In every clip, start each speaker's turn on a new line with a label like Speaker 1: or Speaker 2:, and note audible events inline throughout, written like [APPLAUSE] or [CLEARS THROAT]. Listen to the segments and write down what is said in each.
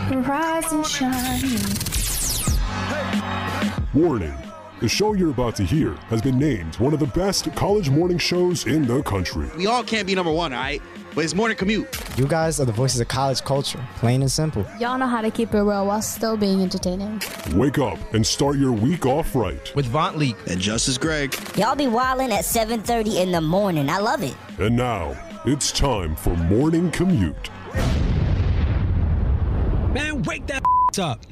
Speaker 1: nice and shiny.
Speaker 2: Warning. The show you're about to hear has been named one of the best college morning shows in the country.
Speaker 3: We all can't be number one, all right? But it's morning commute.
Speaker 4: You guys are the voices of college culture, plain and simple.
Speaker 1: Y'all know how to keep it real while still being entertaining.
Speaker 2: Wake up and start your week off right.
Speaker 5: with Vaunt Leak.
Speaker 3: And Justice Greg.
Speaker 6: Y'all be wildin' at 7:30 in the morning. I love it.
Speaker 2: And now, it's time for Morning Commute.
Speaker 5: Man, wake that up.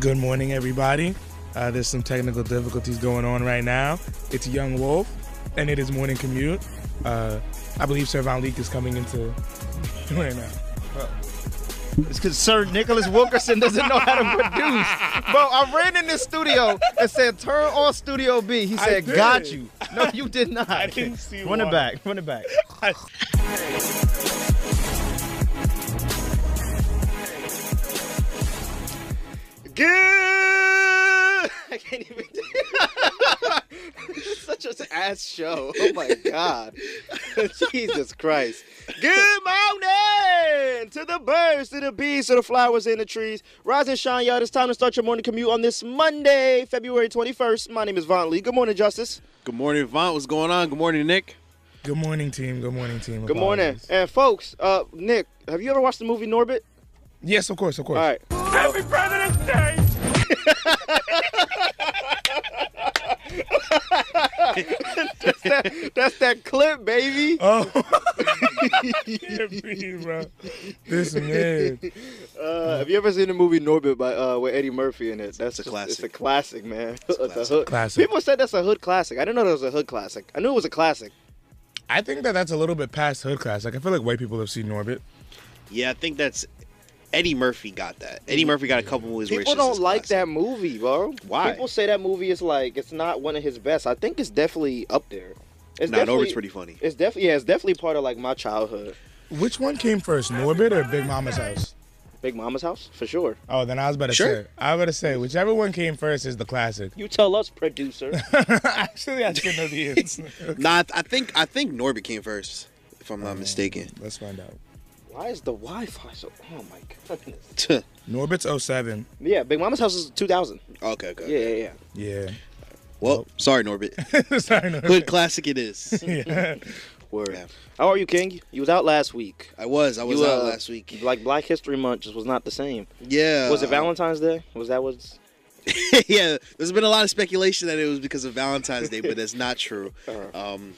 Speaker 7: Good morning, everybody. Uh, there's some technical difficulties going on right now. It's Young Wolf, and it is morning commute. Uh, I believe Servon Leak is coming into [LAUGHS] right now.
Speaker 8: It's because Sir Nicholas Wilkerson doesn't know how to produce. Bro, I ran in this studio and said, turn on Studio B. He
Speaker 7: I
Speaker 8: said,
Speaker 7: did.
Speaker 8: got you. No, you
Speaker 7: [LAUGHS]
Speaker 8: did not. I
Speaker 7: didn't see
Speaker 8: Run it
Speaker 7: one.
Speaker 8: back. Run it back. Good. I can't even do
Speaker 3: This is such an ass show. Oh my God. Jesus Christ. Good morning to the birds, to the bees, to the flowers in the trees. Rise and shine, y'all. It's time to start your morning commute on this Monday, February 21st. My name is Von Lee. Good morning, Justice. Good morning, Von. What's going on? Good morning, Nick.
Speaker 7: Good morning, team. Good morning, team.
Speaker 3: Good morning.
Speaker 7: Apologies.
Speaker 3: And folks, uh, Nick, have you ever watched the movie Norbit? [LAUGHS]
Speaker 7: Yes, of course, of course.
Speaker 3: All
Speaker 7: [LAUGHS]
Speaker 3: right. Happy President's Day! that's, that, that's that clip, baby.
Speaker 9: Uh,
Speaker 7: Oh, Yeah, please, bro. This man.
Speaker 3: Uh, have you ever seen the movie Norbit by uh, with Eddie Murphy in it? That's a classic. It's a classic, man. It's a hood.
Speaker 7: Classic.
Speaker 3: People said that's a hood classic. I didn't know that was a hood classic. I knew it was a classic.
Speaker 7: I think that that's a little bit past hood class. Like I feel like white people have seen Norbit.
Speaker 9: Yeah, I think that's Eddie Murphy got that. Eddie Murphy got a couple movies where
Speaker 3: People
Speaker 9: it's just
Speaker 3: don't
Speaker 9: his
Speaker 3: like
Speaker 9: classic.
Speaker 3: that movie, bro.
Speaker 9: Why?
Speaker 3: People say that movie is like it's not one of his best. I think it's definitely up there. It's
Speaker 9: Nah,
Speaker 3: definitely-
Speaker 9: Norbit's pretty funny.
Speaker 3: It's definitely yeah, it's definitely part of like my childhood.
Speaker 7: Which one came first, Norbit or Big Mama's House?
Speaker 3: Big Mama's house for sure.
Speaker 7: Oh, then I was about to
Speaker 9: Sure.
Speaker 7: say. I was about to say whichever one came first is the classic. [LAUGHS]
Speaker 3: You tell us, producer.
Speaker 7: Actually, I should know the
Speaker 3: [LAUGHS]
Speaker 7: answer.
Speaker 9: Nah, I- I think I think Norbit came first, if I'm not mistaken. [LAUGHS]
Speaker 7: Let's find out.
Speaker 3: Why is the Wi-Fi so? Oh my goodness.
Speaker 9: okay,
Speaker 7: Norbit's 07.
Speaker 3: Yeah, Big Mama's house is 2000.
Speaker 9: okay.
Speaker 3: Yeah, yeah, yeah.
Speaker 7: Yeah.
Speaker 9: Well, sorry, Norbit. [LAUGHS]
Speaker 7: [LAUGHS] Sorry, Norbit.
Speaker 9: Hood classic it is.
Speaker 7: [LAUGHS] Yeah.
Speaker 3: Word.
Speaker 9: Yeah.
Speaker 3: How are you, King? You was out last week.
Speaker 9: I was. I was
Speaker 3: You,
Speaker 9: out
Speaker 3: uh,
Speaker 9: last week. Uh,
Speaker 3: Like Black History Month just was not the same.
Speaker 9: yeah.
Speaker 3: was it Valentine's Day? Was that what's?
Speaker 9: [LAUGHS] yeah. There's been a lot of speculation that it was because of Valentine's Day, but that's not true. Um,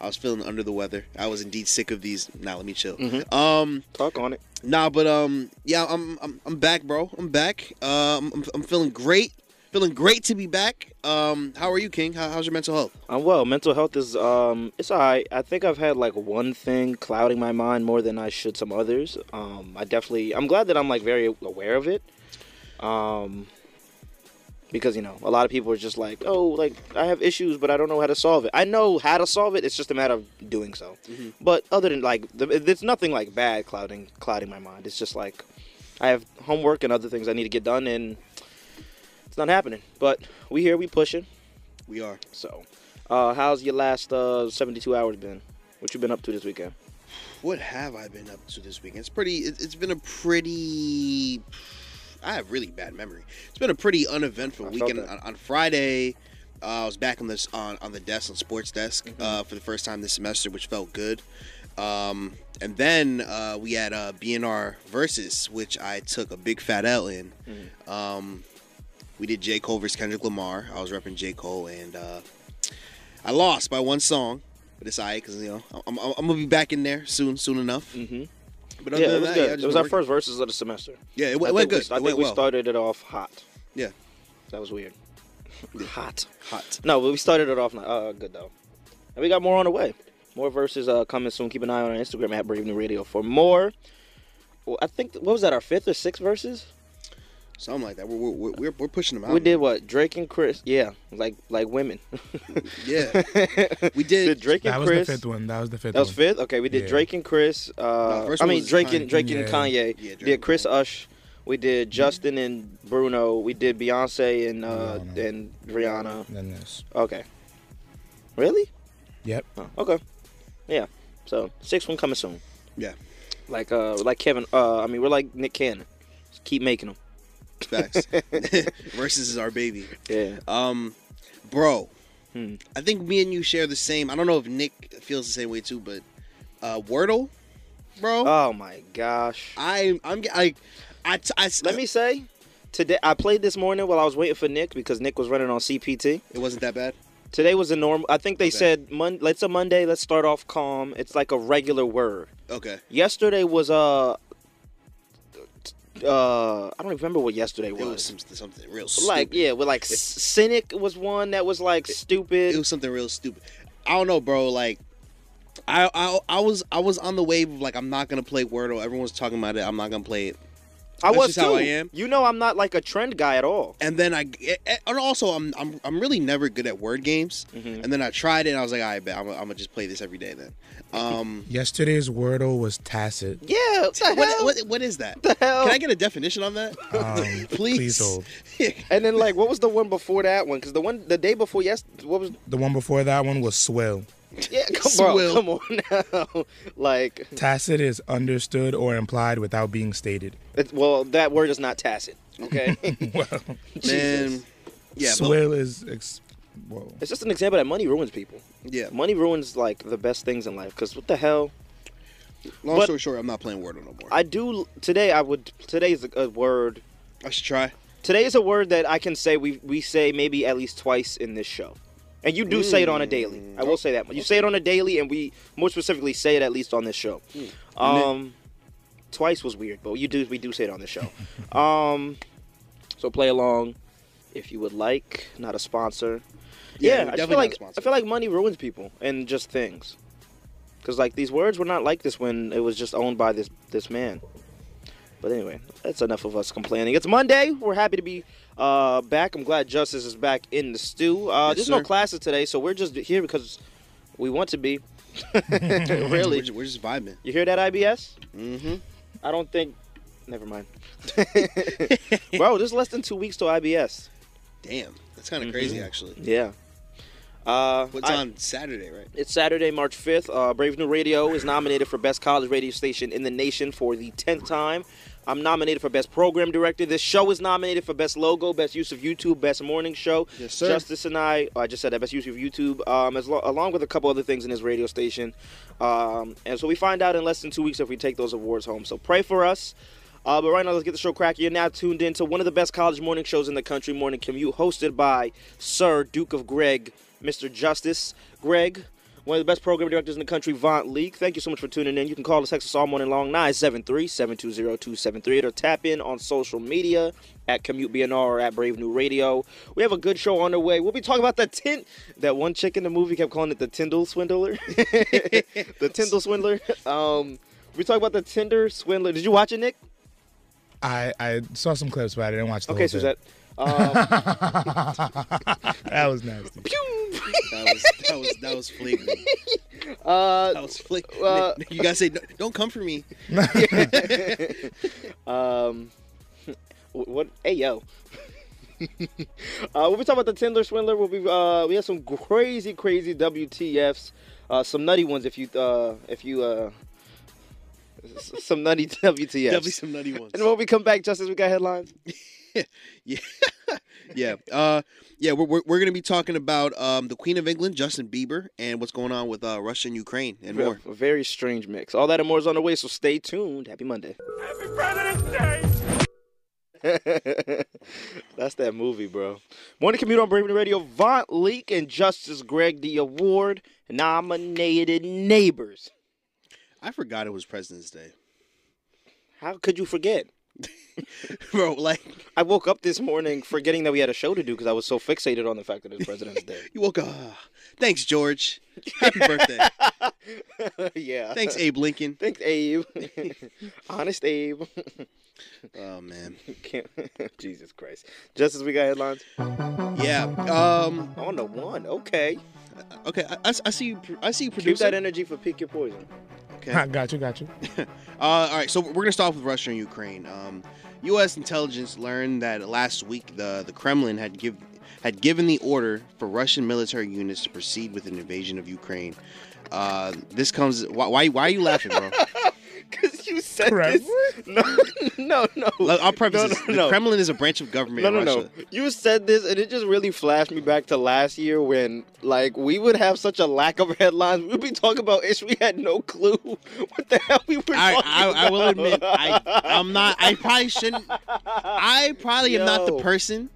Speaker 9: I was feeling under the weather. I was indeed sick of these. Now let me chill. Um,
Speaker 3: Talk on it.
Speaker 9: Nah, but um, yeah, I'm I'm, I'm back, bro. I'm back. Um, I'm, I'm feeling great. Feeling great to be back. Um, how are you, King? How, how's your mental health?
Speaker 3: I'm Uh, well. Mental health is um, it's alright. I think I've had like one thing clouding my mind more than I should some others. Um, I definitely. I'm glad that I'm like very aware of it. Um, because you know a lot of people are just like, oh, like I have issues, but I don't know how to solve it. I know how to solve it. It's just a matter of doing so. But other than like, the, there's nothing like bad clouding clouding my mind. It's just like I have homework and other things I need to get done, and it's not happening. But we here, we pushing.
Speaker 9: We are.
Speaker 3: So, uh, how's your last uh, 72 hours been? What you been up to this weekend?
Speaker 9: What have I been up to this weekend? It's pretty. It, it's been a pretty. I have really bad memory. It's been a pretty uneventful
Speaker 3: I felt
Speaker 9: weekend.
Speaker 3: that.
Speaker 9: On, on Friday, uh, I was back on this on, on the desk on sports desk
Speaker 3: Mm-hmm.
Speaker 9: uh, for the first time this semester, which felt good. Um, and then uh, we had uh, BNR versus, which I took a big fat L in. Um, we did J Cole versus Kendrick Lamar. I was repping J Cole, and uh, I lost by one song, but it's alright because you know I'm, I'm, I'm gonna be back in there soon, soon enough.
Speaker 3: Mm-hmm.
Speaker 9: But
Speaker 3: Yeah, it was
Speaker 9: yeah, I
Speaker 3: good.
Speaker 9: just
Speaker 3: It was
Speaker 9: been
Speaker 3: our
Speaker 9: working.
Speaker 3: first verses of the semester.
Speaker 9: Yeah, it,
Speaker 3: I
Speaker 9: went- it went
Speaker 3: think
Speaker 9: good.
Speaker 3: We,
Speaker 9: it
Speaker 3: I think
Speaker 9: went
Speaker 3: we
Speaker 9: well.
Speaker 3: started it off hot.
Speaker 9: Yeah.
Speaker 3: That was weird. hot.
Speaker 9: hot.
Speaker 3: No, but we started it off not, uh, good though. And we got more on the way. More verses uh, coming soon. Keep an eye on our Instagram at Brave New Radio for more. Well, I think what was that? Our fifth or sixth verses?
Speaker 9: Something like that. We're we're, we're, we're pushing them out.
Speaker 3: We did what? Drake and Chris. Yeah, like like women. [LAUGHS]
Speaker 9: Yeah, we did.
Speaker 3: did Drake and
Speaker 7: That was
Speaker 3: Chris?
Speaker 7: the fifth one. That was the fifth
Speaker 3: That was
Speaker 7: one.
Speaker 3: fifth. Okay, we did
Speaker 7: Yeah.
Speaker 3: Drake and Chris. Uh,
Speaker 9: No, first
Speaker 3: I
Speaker 9: one
Speaker 3: mean
Speaker 9: was
Speaker 3: Drake and
Speaker 9: Kanye.
Speaker 3: Drake and Kanye.
Speaker 9: Yeah, Drake
Speaker 3: did
Speaker 9: and
Speaker 3: Chris
Speaker 9: Kanye.
Speaker 3: Ush. We did Justin and Bruno. We did Beyonce and uh,
Speaker 7: Rihanna.
Speaker 3: and Rihanna.
Speaker 7: Then this.
Speaker 3: Okay. Really?
Speaker 7: Yep.
Speaker 3: Oh, okay. Yeah. So six one coming soon.
Speaker 9: Yeah.
Speaker 3: Like uh like Kevin uh I mean we're like Nick Cannon. Just keep making them. [LAUGHS]
Speaker 9: Facts. Versus is our baby.
Speaker 3: Yeah.
Speaker 9: Um, bro,
Speaker 3: Hmm.
Speaker 9: I think me and you share the same. I don't know if Nick feels the same way too, but uh, Wordle, bro.
Speaker 3: Oh my gosh.
Speaker 9: I I'm ge- like, I, t- I s-
Speaker 3: Let me say, today I played this morning while I was waiting for Nick because Nick was running on CPT.
Speaker 9: It wasn't that bad.
Speaker 3: Today was a normal. I think they said Mon- Let's a Monday. Let's start off calm. It's like a regular word.
Speaker 9: Okay.
Speaker 3: Yesterday was uh, uh, I don't even remember what yesterday
Speaker 9: It was
Speaker 3: was.
Speaker 9: some, something real
Speaker 3: like
Speaker 9: stupid.
Speaker 3: yeah, with like s- cynic was one that was like stupid.
Speaker 9: it was something real stupid. I don't know, bro. Like, I, I I was I was on the wave of like I'm not gonna play Wordle. Everyone's talking about it. I'm not gonna play it.
Speaker 3: I
Speaker 9: that's
Speaker 3: was
Speaker 9: just
Speaker 3: too.
Speaker 9: how I am.
Speaker 3: You know, I'm not like a trend guy at all.
Speaker 9: And then I eh, eh, and also I'm I'm, I'm really never good at word games.
Speaker 3: Mm-hmm.
Speaker 9: And then I tried it. and I was like, I bet I'm, I'm gonna just play this every day
Speaker 3: [LAUGHS]
Speaker 9: then. Um,
Speaker 7: Yesterday's Wordle was tacit.
Speaker 3: Yeah, what the
Speaker 9: what,
Speaker 3: hell?
Speaker 9: what what is that?
Speaker 3: hell?
Speaker 9: Can I get a definition on that,
Speaker 7: [LAUGHS] Um,
Speaker 9: please?
Speaker 7: please hold.
Speaker 3: and then like, what was the one before that one? Because the one the day before yes, what was
Speaker 7: The one before that one was swill.
Speaker 3: yeah?
Speaker 9: [LAUGHS]
Speaker 3: Come
Speaker 9: Swill.
Speaker 3: on, come on now. [LAUGHS] like,
Speaker 7: Tacit is understood or implied without being stated.
Speaker 3: it, well, that word is not tacit.
Speaker 9: [LAUGHS]
Speaker 3: Okay,
Speaker 7: Well,
Speaker 3: [LAUGHS]
Speaker 9: Man, yeah, but-
Speaker 7: swill is. Ex- whoa.
Speaker 3: it's just an example that money ruins people.
Speaker 9: yeah.
Speaker 3: Money ruins like the best things in life. Because what the hell?
Speaker 9: Long
Speaker 3: but-
Speaker 9: story short, I'm not playing Wordle no more. I,
Speaker 3: I do today. I would today's a, a word.
Speaker 9: should try.
Speaker 3: Today is a word that I can say we we say maybe at least twice in this show. And you do say it on a daily.
Speaker 9: Mm.
Speaker 3: I will say that. You say it on a daily and we more specifically say it at least on this show.
Speaker 9: Mm.
Speaker 3: Um twice was weird, but you do we do say it on the show. [LAUGHS] um so play along if you would like, not a sponsor.
Speaker 9: Yeah,
Speaker 3: Yeah,
Speaker 9: we're
Speaker 3: I
Speaker 9: definitely
Speaker 3: just feel
Speaker 9: not
Speaker 3: like
Speaker 9: a sponsor.
Speaker 3: I feel like money ruins people and just things. Cuz like these words were not like this when it was just owned by this this man. But anyway, that's enough of us complaining. It's Monday. We're happy to be uh, back. I'm glad Justice is back in the stew. Uh,
Speaker 9: Yes,
Speaker 3: there's
Speaker 9: sir.
Speaker 3: no classes today, so we're just here because we want to be. [LAUGHS] really?
Speaker 9: We're just, we're just vibing.
Speaker 3: You hear that, IBS?
Speaker 9: Mm-hmm.
Speaker 3: I don't think. Never mind. [LAUGHS] Bro, there's less than two weeks to IBS.
Speaker 9: Damn, that's kind of crazy actually.
Speaker 3: Yeah. Uh,
Speaker 9: What's
Speaker 3: Mm-hmm. I-
Speaker 9: on Saturday, right?
Speaker 3: It's Saturday, March 5th. Uh, Brave New Radio is nominated for Best College Radio Station in the Nation for the 10th time. I'm nominated for Best Program Director. This show is nominated for Best Logo, Best Use of YouTube, Best Morning Show.
Speaker 9: Yes, sir.
Speaker 3: Justice and I, oh, I just said that, Best Use of YouTube, um, as lo- along with a couple other things in this radio station. Um, and so we find out in less than two weeks if we take those awards home. So pray for us. Uh, but right now, let's get the show cracking. You're now tuned in to one of the best college morning shows in the country, Morning Commute, hosted by Sir Duke of Greg, Mr. Justice Greg, one of the best program directors in the country, Vaughn Leak. Thank you so much for tuning in. You can call us, text us all morning long, 973 720 273, or tap in on social media at Commute BNR or at Brave New Radio. We have a good show on the way. We'll be talking about the tint. That one chick in the movie kept calling it the Tyndall Swindler. [LAUGHS] the Tyndall Swindler. Um, we talk about the Tinder Swindler. Did you watch it, Nick?
Speaker 7: I, I saw some clips, but I didn't watch the
Speaker 3: Okay,
Speaker 7: whole thing.
Speaker 3: Suzette. Um,
Speaker 7: That was nasty.
Speaker 9: That was that was that was flagrant.
Speaker 3: [LAUGHS] uh,
Speaker 9: That was flagrant.
Speaker 3: Uh,
Speaker 9: you gotta say, "Don't- don't come for me.
Speaker 3: um, [LAUGHS] wh- what? Hey yo. [LAUGHS] uh, we'll be talking about the Tinder swindler. We'll be uh, we have some crazy, crazy WTFs, uh, some nutty ones. If you uh, if you uh, s- some nutty [LAUGHS] WTFs.
Speaker 9: Definitely some nutty ones.
Speaker 3: and when we come back, Justice, we got headlines.
Speaker 9: yeah,
Speaker 3: [LAUGHS]
Speaker 9: uh, yeah. We're, we're, we're gonna be talking about um, the Queen of England, Justin Bieber, and what's going on with uh, Russia and Ukraine and more.
Speaker 3: A very strange mix. All that and more is on the way. So stay tuned. Happy Monday. [LAUGHS] That's that movie, bro. Morning Commute on Brave New Radio. Vaunt Leak and Justice Greg, the award nominated neighbors.
Speaker 9: I forgot it was President's Day, [LAUGHS]
Speaker 3: How could you forget?
Speaker 9: bro. Like
Speaker 3: I woke up this morning forgetting that we had a show to do because I was so fixated on the fact that it's President's Day.
Speaker 9: [LAUGHS] you woke up. "Ah, Thanks, George. Happy birthday.
Speaker 3: yeah.
Speaker 9: Thanks, Abe Lincoln.
Speaker 3: Thanks, Abe. [LAUGHS] Honest Abe. [LAUGHS]
Speaker 9: Oh man.
Speaker 3: Can't- [LAUGHS] Jesus Christ. Justice, we got headlines.
Speaker 9: Yeah. Um.
Speaker 3: On the one. Okay.
Speaker 9: Okay. I, I, I see. You, pr- I see you,
Speaker 3: Keep
Speaker 9: producer.
Speaker 3: that energy for Pick Your Poison. [LAUGHS]
Speaker 9: Okay.
Speaker 7: [LAUGHS] got you, got you.
Speaker 9: Uh, all right, so we're gonna start off with Russia and Ukraine. Um, U.S. intelligence learned that last week the the Kremlin had give had given the order for Russian military units to proceed with an invasion of Ukraine. Uh, this comes. Why, why? Why are you laughing,
Speaker 3: [LAUGHS]
Speaker 9: bro?
Speaker 3: Because you said
Speaker 7: Correct.
Speaker 3: this. No, [LAUGHS] no, no.
Speaker 9: Look, I'll preface
Speaker 3: no,
Speaker 9: this.
Speaker 3: No,
Speaker 9: the
Speaker 3: no.
Speaker 9: Kremlin is a branch of government
Speaker 3: no,
Speaker 9: in
Speaker 3: no,
Speaker 9: Russia.
Speaker 3: no. You said this, and it just really flashed me back to last year when, like, we would have such a lack of headlines. We'd be talking about issues we had no clue [LAUGHS] what the hell we were
Speaker 9: I,
Speaker 3: talking about.
Speaker 9: I, I will admit, I, I'm not. I probably shouldn't. I probably am not the
Speaker 3: Yo.
Speaker 9: person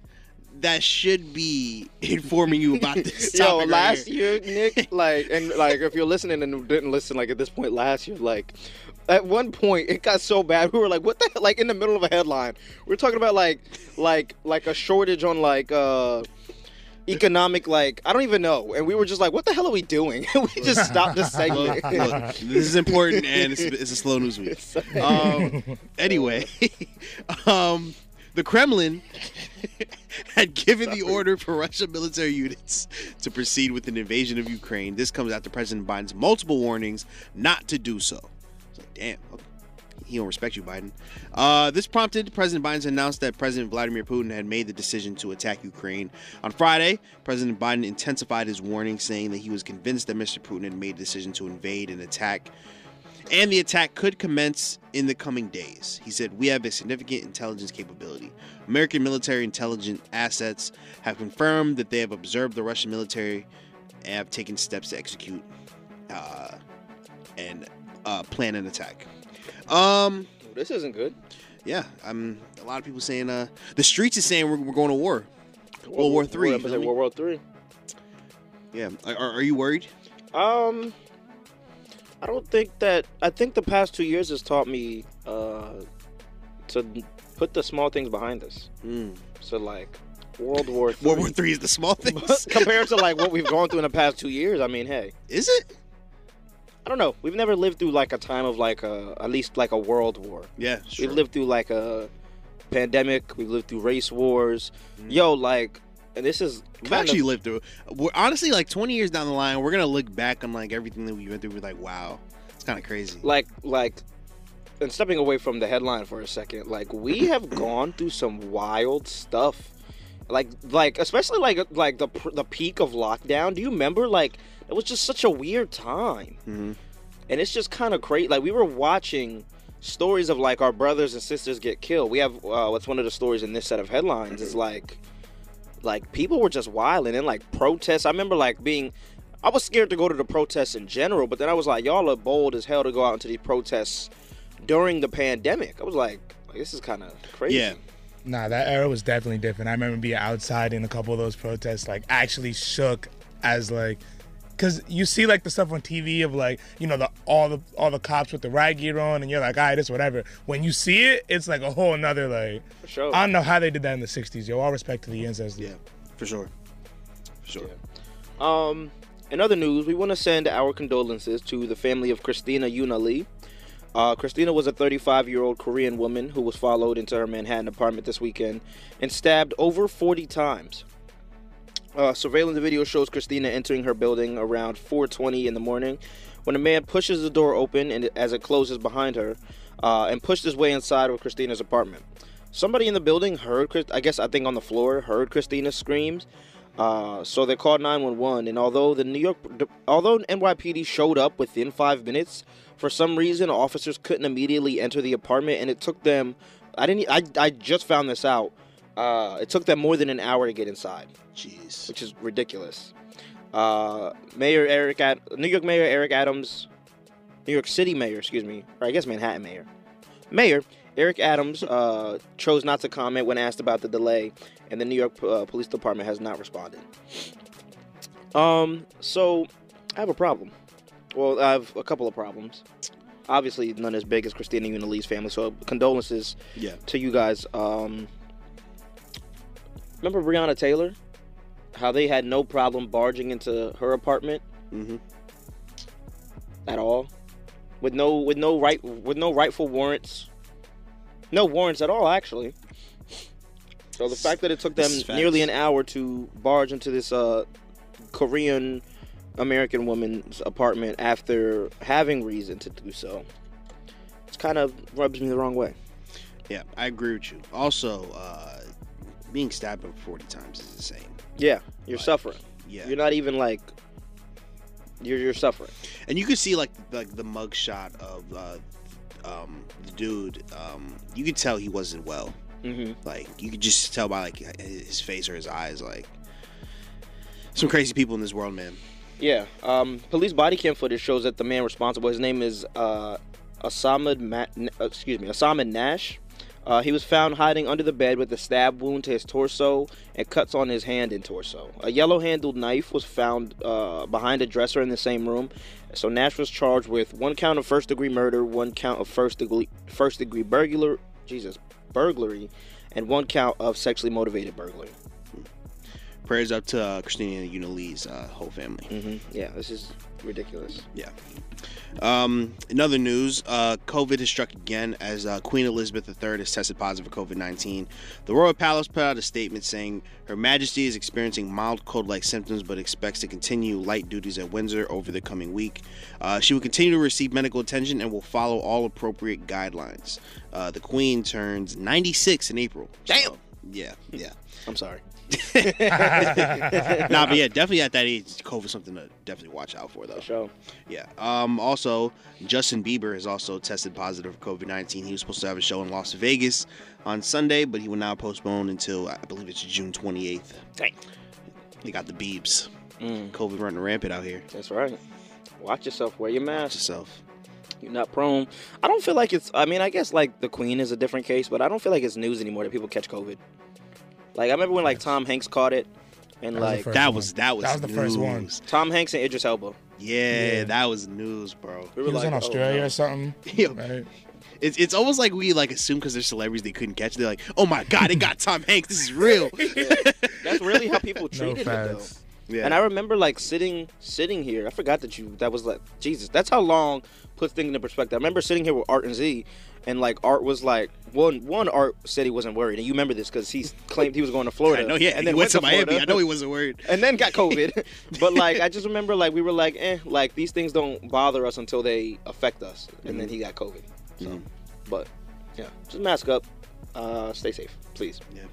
Speaker 9: that should be informing you about this.
Speaker 3: Yo,
Speaker 9: topic right
Speaker 3: last
Speaker 9: here.
Speaker 3: year, Nick,
Speaker 9: [LAUGHS]
Speaker 3: like, and like, if you're listening and didn't listen, like at this point last year, like, at one point it got so bad we were like, what the hell? like in the middle of a headline, we're talking about like, like, like a shortage on like, uh. Economic, like I don't even know, and we were just like, "What the hell are we doing?" [LAUGHS] And we just
Speaker 9: [LAUGHS]
Speaker 3: stopped the segment.
Speaker 9: Look, this is important, and it's, it's a slow news week. Um, anyway, [LAUGHS] um, the Kremlin [LAUGHS] had given the order for Russian military units to proceed with an invasion of Ukraine. This comes after President Biden's multiple warnings not to do so. It's like, damn, okay. he don't respect you, Biden. Uh, this prompted President Biden's announced that President Vladimir Putin had made the decision to attack Ukraine. On Friday, President Biden intensified his warning, saying that he was convinced that Mr. Putin had made the decision to invade and attack and the attack could commence in the coming days. He said, We have a significant intelligence capability. American military intelligence assets have confirmed that they have observed the Russian military and have taken steps to execute uh, and uh, plan an attack. Um,
Speaker 3: [LAUGHS] This isn't good.
Speaker 9: yeah, I'm a lot of people saying uh, the streets is saying we're, we're going to war. World War Three. you
Speaker 3: World,
Speaker 9: feel me?
Speaker 3: World War Three.
Speaker 9: Yeah, are, are you worried?
Speaker 3: Um, I don't think that. I think the past two years has taught me uh, to put the small things behind us.
Speaker 9: Mm.
Speaker 3: So like World War
Speaker 9: [LAUGHS]
Speaker 3: Three. [LAUGHS]
Speaker 9: World War Three is the small [LAUGHS] things,
Speaker 3: compared to like what we've gone through in the past two years. I mean, hey,
Speaker 9: is it?
Speaker 3: I don't know. We've never lived through like a time of like a at least like a world war.
Speaker 9: Yeah,
Speaker 3: We've lived through like a pandemic. We've lived through race wars. Yo, like, and this is
Speaker 9: Mm. We've
Speaker 3: kind of-
Speaker 9: actually lived through. We're honestly like 20 years down the line, we're gonna look back on like everything that we went through. We're like, wow, it's kind of crazy.
Speaker 3: like like and stepping away from the headline for a second like we have gone through some wild stuff like like especially like like the pr- the peak of lockdown do you remember like it was just such a weird time and it's just kind of crazy like we were watching stories of like our brothers and sisters get killed we have uh, what's one of the stories in this set of headlines is like like people were just wilding and like protests. I remember like being, I was scared to go to the protests in general, but then I was like, y'all are bold as hell to go out into these protests during the pandemic. I was like, like, this is kind of crazy.
Speaker 9: Yeah.
Speaker 7: Nah, that era was definitely different. I remember being outside in a couple of those protests, like actually shook as like, cause you see like the stuff on TV of like, you know, the all the all the cops with the riot gear on, and you're like, all right, it's whatever. When you see it, it's like a whole another like.
Speaker 3: sure.
Speaker 7: I don't know how they did that in the '60s. Yo, all respect to the ancestors.
Speaker 9: Oh. yeah, for sure, for sure.
Speaker 3: Um, in other news, we want to send our condolences to the family of Christina Yuna Lee. Uh, Christina was a 35 year old Korean woman who was followed into her Manhattan apartment this weekend and stabbed over 40 times. Uh, surveillance video shows Christina entering her building around 4:20 in the morning, when a man pushes the door open and as it closes behind her, uh, and pushed his way inside of Christina's apartment. Somebody in the building heard, Chris- I guess I think on the floor, heard Christina's screams. Uh, so they called 911, and although the New York, although NYPD showed up within five minutes, for some reason officers couldn't immediately enter the apartment, and it took them. I didn't. I, I just found this out. Uh, it took them more than an hour to get inside
Speaker 9: Jeez.
Speaker 3: which is ridiculous. Uh, Mayor Eric, Ad- New York Mayor Eric Adams, New York City Mayor, excuse me, or I guess Manhattan Mayor, Mayor Eric Adams uh, chose not to comment when asked about the delay, and the New York uh, Police Department has not responded. Um, so I have a problem. Well, I have a couple of problems. Obviously, none as big as Christina Unalee's family. So condolences
Speaker 9: Yeah.
Speaker 3: to you guys. Um, remember Breonna Taylor? How they had no problem barging into her apartment
Speaker 9: Mhm.
Speaker 3: at all, with no with no right with no rightful warrants, no warrants at all actually. So the fact that it took them
Speaker 9: This is facts.
Speaker 3: nearly an hour to barge into this uh, Korean American woman's apartment after having reason to do so, it's kind of rubs me the wrong way.
Speaker 9: Yeah, I agree with you. Also, uh, being stabbed up 40 times is insane.
Speaker 3: Yeah, you're suffering.
Speaker 9: yeah.
Speaker 3: You're not even like you're you're suffering.
Speaker 9: and you could see like like the mugshot of uh, um, the dude. Um, you could tell he wasn't well.
Speaker 3: Mm-hmm.
Speaker 9: Like you could just tell by like his face or his eyes. Like some crazy people in this world, man.
Speaker 3: Yeah. Um, police body cam footage shows that the man responsible, his name is uh, Asamad, Ma- N- uh, excuse me, Asamad Nash. Uh, he was found hiding under the bed with a stab wound to his torso and cuts on his hand and torso. A yellow-handled knife was found uh, behind a dresser in the same room. So Nash was charged with one count of first-degree murder, one count of first-degree first-degree burglar, Jesus, burglary, and one count of sexually motivated burglary.
Speaker 9: Prayers up to uh, Christina Unilee's uh, whole family.
Speaker 3: Yeah, this is ridiculous.
Speaker 9: Yeah. Um, in other news, uh, COVID has struck again as uh, Queen Elizabeth III has tested positive for COVID 19. The Royal Palace put out a statement saying Her Majesty is experiencing mild cold like symptoms but expects to continue light duties at Windsor over the coming week. Uh, she will continue to receive medical attention and will follow all appropriate guidelines. Uh, the Queen turns 96 in April. Damn! yeah, yeah.
Speaker 3: I'm sorry.
Speaker 9: nah, but yeah, definitely at that age, COVID something to definitely watch out for, though.
Speaker 3: Show.
Speaker 9: Yeah. Um, also, Justin Bieber has also tested positive for COVID 19. He was supposed to have a show in Las Vegas on Sunday, but he will now postpone until, I believe it's June 28th. Dang. They got the Biebs. COVID running rampant out here.
Speaker 3: That's right. Watch yourself. Wear your
Speaker 9: Watch
Speaker 3: mask.
Speaker 9: yourself.
Speaker 3: You're not prone. I don't feel like it's. I mean, I guess like the Queen is a different case, but I don't feel like it's news anymore that people catch COVID. Like I remember when like Tom Hanks caught it,
Speaker 7: was
Speaker 3: and
Speaker 7: the
Speaker 3: like
Speaker 7: first
Speaker 9: That
Speaker 7: one.
Speaker 9: was that was
Speaker 7: That was the first one.
Speaker 9: news.
Speaker 3: Tom Hanks and Idris Elba.
Speaker 9: Yeah, that was news, bro.
Speaker 3: We were
Speaker 7: He was
Speaker 3: like,
Speaker 7: in
Speaker 3: oh,
Speaker 7: Australia
Speaker 3: no.
Speaker 7: or something.
Speaker 9: [LAUGHS] Yo,
Speaker 7: Right?
Speaker 9: It's, it's almost like we like assume because they're celebrities they couldn't catch. it. They're like, oh my god, it got Tom Hanks. This is real. [LAUGHS]
Speaker 3: That's really how people
Speaker 7: No
Speaker 3: treated it though.
Speaker 7: facts.
Speaker 9: yeah.
Speaker 3: And I remember like sitting sitting here. I forgot that you that was like Jesus. That's how long puts things into perspective. I remember sitting here with Art and Z, and like Art was like one one Art said he wasn't worried, and you remember this because he claimed he was going to Florida.
Speaker 9: I know. Yeah,
Speaker 3: and
Speaker 9: and then he went to Miami.
Speaker 3: Florida,
Speaker 9: I know he wasn't worried.
Speaker 3: And then got COVID, but like I just remember like we were like eh like these things don't bother us until they affect us, and then he got COVID. So, but yeah, just mask up, uh, stay safe, please.
Speaker 9: Yeah.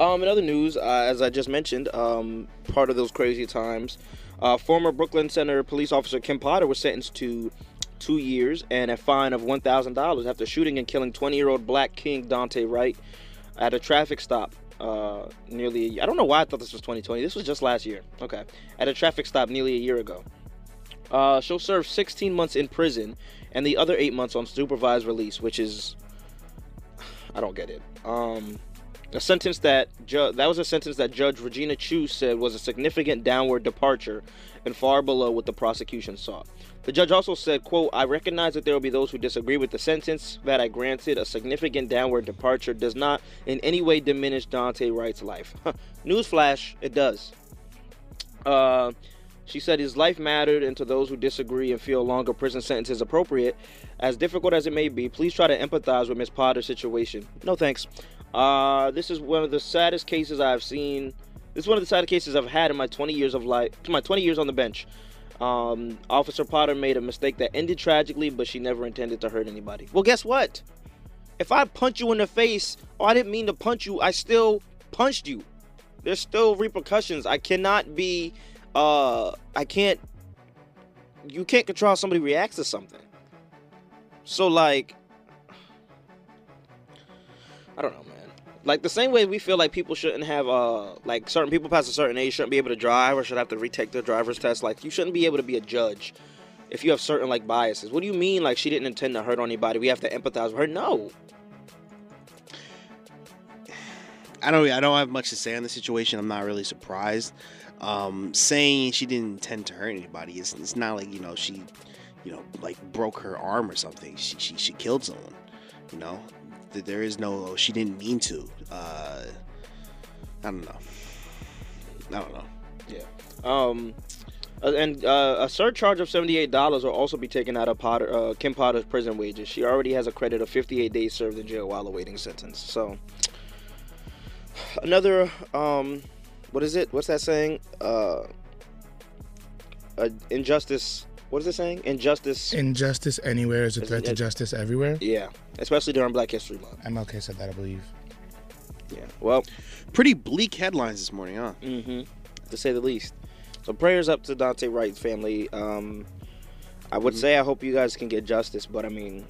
Speaker 3: Um, in other news, uh, as I just mentioned, um, part of those crazy times, uh, former Brooklyn Center police officer Kim Potter was sentenced to two years and a fine of $1,000 after shooting and killing 20 year old Black King Dante Wright at a traffic stop. Uh, nearly, a year. I don't know why I thought this was 2020. This was just last year. Okay, at a traffic stop nearly a year ago. Uh, she'll serve 16 months in prison and the other eight months on supervised release, which is, [SIGHS] I don't get it. Um, a sentence that ju- that was a sentence that Judge Regina Chu said was a significant downward departure and far below what the prosecution sought. The judge also said, "quote I recognize that there will be those who disagree with the sentence that I granted. A significant downward departure does not in any way diminish Dante Wright's life. [LAUGHS] Newsflash: It does." Uh, she said his life mattered, and to those who disagree and feel a longer prison sentence is appropriate, as difficult as it may be, please try to empathize with Miss Potter's situation. No thanks. Uh, this is one of the saddest cases I've seen. This is one of the saddest cases I've had in my 20 years of life, my 20 years on the bench. Um, Officer Potter made a mistake that ended tragically, but she never intended to hurt anybody. Well, guess what? If I punch you in the face, or I didn't mean to punch you, I still punched you there's still repercussions. I cannot be uh I can't you can't control how somebody reacts to something. So like I don't know, man. Like the same way we feel like people shouldn't have uh like certain people past a certain age shouldn't be able to drive or should have to retake their driver's test. Like you shouldn't be able to be a judge if you have certain like biases. What do you mean like she didn't intend to hurt anybody? We have to empathize with her? No.
Speaker 9: I don't. I don't have much to say on the situation. I'm not really surprised. Um, saying she didn't intend to hurt anybody. It's, it's not like you know she, you know, like broke her arm or something. She she, she killed someone. You know, Th- there is no. oh, She didn't mean to. Uh, I don't know. I don't know.
Speaker 3: Yeah. Um, uh, and uh, a surcharge of seventy-eight dollars will also be taken out of Potter, uh, Kim Potter's prison wages. She already has a credit of fifty-eight days served in jail while awaiting sentence. So, another um, what is it? What's that saying? Uh, uh injustice. What is it saying? Injustice.
Speaker 7: Injustice anywhere is a threat to
Speaker 3: it-
Speaker 7: justice everywhere.
Speaker 3: yeah, especially during Black History Month.
Speaker 7: MLK said that, I believe.
Speaker 3: Yeah. Well,
Speaker 9: Pretty bleak headlines this morning, huh?
Speaker 3: Mm. to say the least. So prayers up to Dante Wright's family. Um, I would say I hope you guys can get justice, but I mean,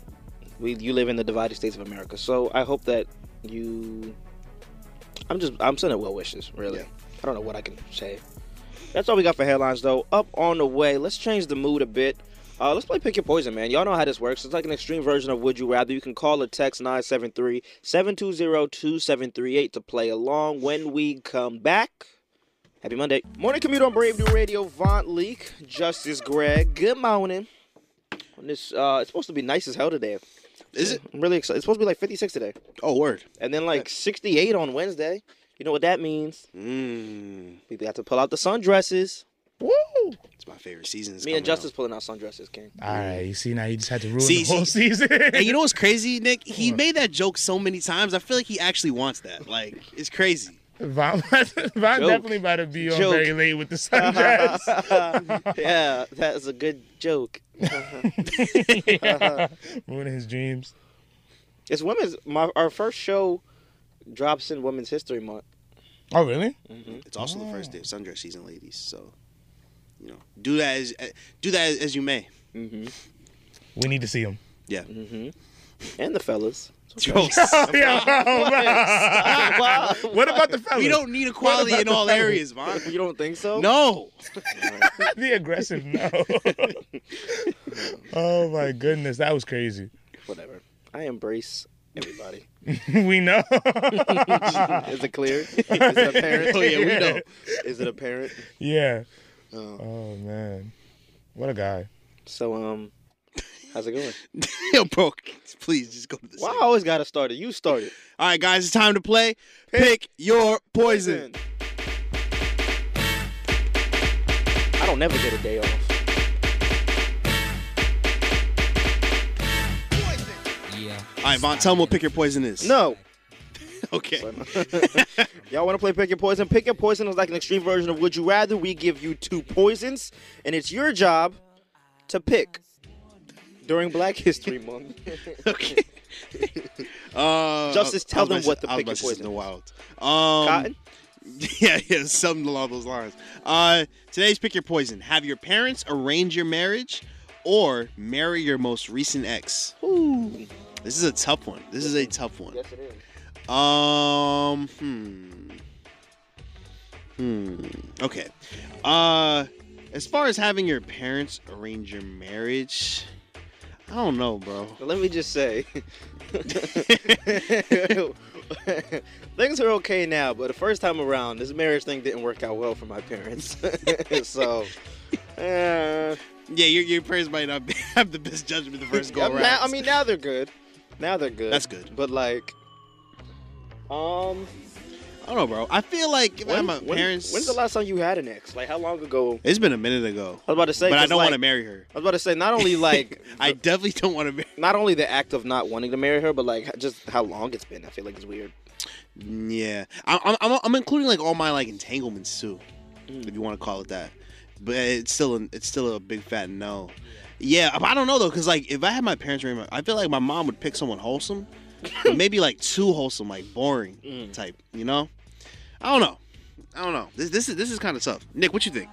Speaker 3: we you live in the divided states of America, so I hope that you. I'm just I'm sending well wishes. Really, I don't know what I can say. That's all we got for headlines, though. Up on the way. Let's change the mood a bit. Uh, let's play Pick Your Poison, man. Y'all know how this works. It's like an extreme version of Would You Rather. You can call or text 973 720 2738 to play along when we come back. Happy Monday. Morning commute on Brave New Radio. Vaunt Leak, Justice Greg. Good morning. On this, uh, it's supposed to be nice as hell today.
Speaker 9: Is it?
Speaker 3: I'm really excited. It's supposed to be like 56 today,
Speaker 9: Oh, word.
Speaker 3: and then like 68 on Wednesday. You know what that means? Mm.
Speaker 9: Mmm.
Speaker 3: People have to pull out the sundresses.
Speaker 9: It's my favorite season. It's
Speaker 3: Me and
Speaker 9: coming up.
Speaker 3: Justice pulling out sundresses, King.
Speaker 7: All right, you see now you just had to ruin
Speaker 9: See,
Speaker 7: the whole season.
Speaker 9: And you know what's crazy, Nick? He made that joke so many times. I feel like he actually wants that. Like, it's crazy.
Speaker 7: [LAUGHS] Von, Von definitely about to be on
Speaker 3: Joke.
Speaker 7: very late with the sundress.
Speaker 3: yeah, that is a good joke.
Speaker 7: Ruining his dreams.
Speaker 3: It's women's. My our first show drops in Women's History Month.
Speaker 7: Oh really?
Speaker 9: It's also the first day of sundress season, ladies. So, you know, do that as eh, do that as you may.
Speaker 7: We need to see him. [LAUGHS]
Speaker 9: Yeah.
Speaker 3: And the fellas.
Speaker 9: Gross.
Speaker 3: Wow.
Speaker 7: What about the fellas?
Speaker 9: we don't need equality in all areas, Von.
Speaker 3: [LAUGHS] you don't think so?
Speaker 9: No.
Speaker 7: the aggressive no. oh my goodness, that was crazy.
Speaker 3: [LAUGHS]
Speaker 7: [LAUGHS]
Speaker 3: Whatever. I embrace [LAUGHS] everybody.
Speaker 7: we know. [LAUGHS]
Speaker 3: is it clear? Is it [LAUGHS] apparent?
Speaker 9: Oh yeah, we know.
Speaker 3: Is it apparent?
Speaker 7: yeah. Oh man, what a guy.
Speaker 3: So um, how's it going?
Speaker 9: Yo, bro, please just go to this.
Speaker 3: Well, I always gotta start it. You started.
Speaker 9: All right, guys, it's time to play. Pick, your poison.
Speaker 3: I don't never get a day off.
Speaker 9: All right, Von, tell them what pick your poison is.
Speaker 3: No.
Speaker 9: [LAUGHS] Okay.
Speaker 3: Y'all want to play Pick Your Poison? Pick Your Poison is like an extreme version of Would You Rather. We give you two poisons, and it's your job to pick during Black History Month.
Speaker 9: [LAUGHS]
Speaker 3: [LAUGHS]
Speaker 9: okay. Uh,
Speaker 3: Justice, tell
Speaker 9: I was
Speaker 3: them
Speaker 9: about
Speaker 3: what
Speaker 9: say-
Speaker 3: the
Speaker 9: I was
Speaker 3: pick
Speaker 9: about
Speaker 3: your
Speaker 9: to say something
Speaker 3: poison
Speaker 9: wild. Um,
Speaker 3: Cotton?
Speaker 9: [LAUGHS] Yeah, yeah, something along those lines. Uh, today's pick your poison: have your parents arrange your marriage, or marry your most recent ex.
Speaker 3: Ooh.
Speaker 9: This is a tough one. This is a tough one.
Speaker 3: Yes, it is.
Speaker 9: Um, hmm. Hmm. Okay. Uh, as far as having your parents arrange your marriage, I don't know, bro.
Speaker 3: But let me just [LAUGHS] say things are okay now, but the first time around, this marriage thing didn't work out well for my parents. [LAUGHS] so. Uh,
Speaker 9: Yeah, your, your parents might not [LAUGHS] be, have the best judgment the first go
Speaker 3: I'm
Speaker 9: around.
Speaker 3: now- I mean, now they're good. Now they're good.
Speaker 9: That's good.
Speaker 3: But like, um,
Speaker 9: I don't know, bro. I feel like if I had
Speaker 3: when-
Speaker 9: my
Speaker 3: when-
Speaker 9: parents.
Speaker 3: When's the last time you had an ex? Like, how long ago?
Speaker 9: It's been a minute ago,
Speaker 3: I was about to say,
Speaker 9: but I
Speaker 3: 'cause,
Speaker 9: don't
Speaker 3: like,
Speaker 9: want to marry her.
Speaker 3: I was about to say, not
Speaker 9: [LAUGHS]
Speaker 3: only like,
Speaker 9: I
Speaker 3: I
Speaker 9: definitely don't want to marry.
Speaker 3: not only the act of not wanting to marry her, but like just how long it's been. I feel like it's weird. [LAUGHS]
Speaker 9: Yeah, I'm, I'm, I'm including like all my like entanglements too,
Speaker 3: Mm.
Speaker 9: if you want to call it that. But it's still a, it's still a big fat no. Yeah, but I don't know though, cause like if I had my parents remember, I feel like my mom would pick someone wholesome, but maybe like too wholesome, like
Speaker 3: [LAUGHS]
Speaker 9: boring
Speaker 3: Mm.
Speaker 9: type. You know, I don't know, I don't know. This this is this is kind of tough. Nick, what you think?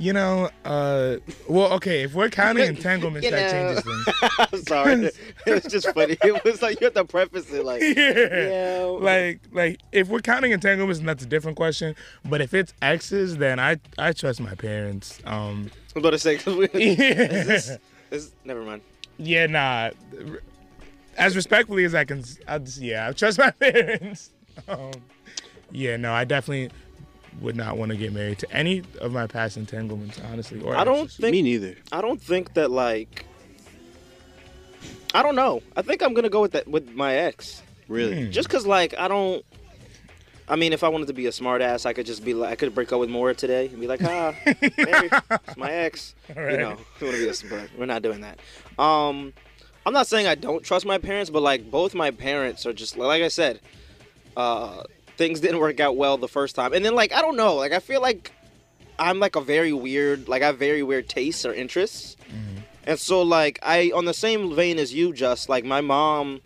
Speaker 7: You know, uh, well, okay. If we're counting entanglements,
Speaker 3: You
Speaker 7: that
Speaker 3: know.
Speaker 7: changes things. [LAUGHS]
Speaker 3: I'm [LAUGHS] sorry. it was just funny. It was like you have to preface it like,
Speaker 7: yeah.
Speaker 3: Yo.
Speaker 7: Like like if we're counting entanglements, and that's a different question. But if it's exes, then I I trust my parents. Um
Speaker 3: I'm about to
Speaker 7: [LAUGHS]
Speaker 3: say, 'cause we, [LAUGHS] it's, never mind.
Speaker 7: Yeah, nah. As respectfully as I can I just, yeah, I trust my [LAUGHS] parents. Um, yeah, no, I definitely would not want to get married to any of my past entanglements, honestly. Or
Speaker 3: I don't
Speaker 7: exes.
Speaker 3: think
Speaker 9: Me neither.
Speaker 3: I don't think that like I don't know. I think I'm gonna go with that with my ex.
Speaker 9: Really?
Speaker 3: Just cause like I don't I mean if I wanted to be a smartass, I could just be like I could break up with Mora today and be like, ah, Mary, it's my ex. You know, I wanna be a but we're not doing that. Um I'm not saying I don't trust my parents, but like both my parents are just like I said, uh things didn't work out well the first time. And then like I don't know, like I feel like I'm like a very weird, like I have very weird tastes or interests. And so like I on the same vein as you just like my mom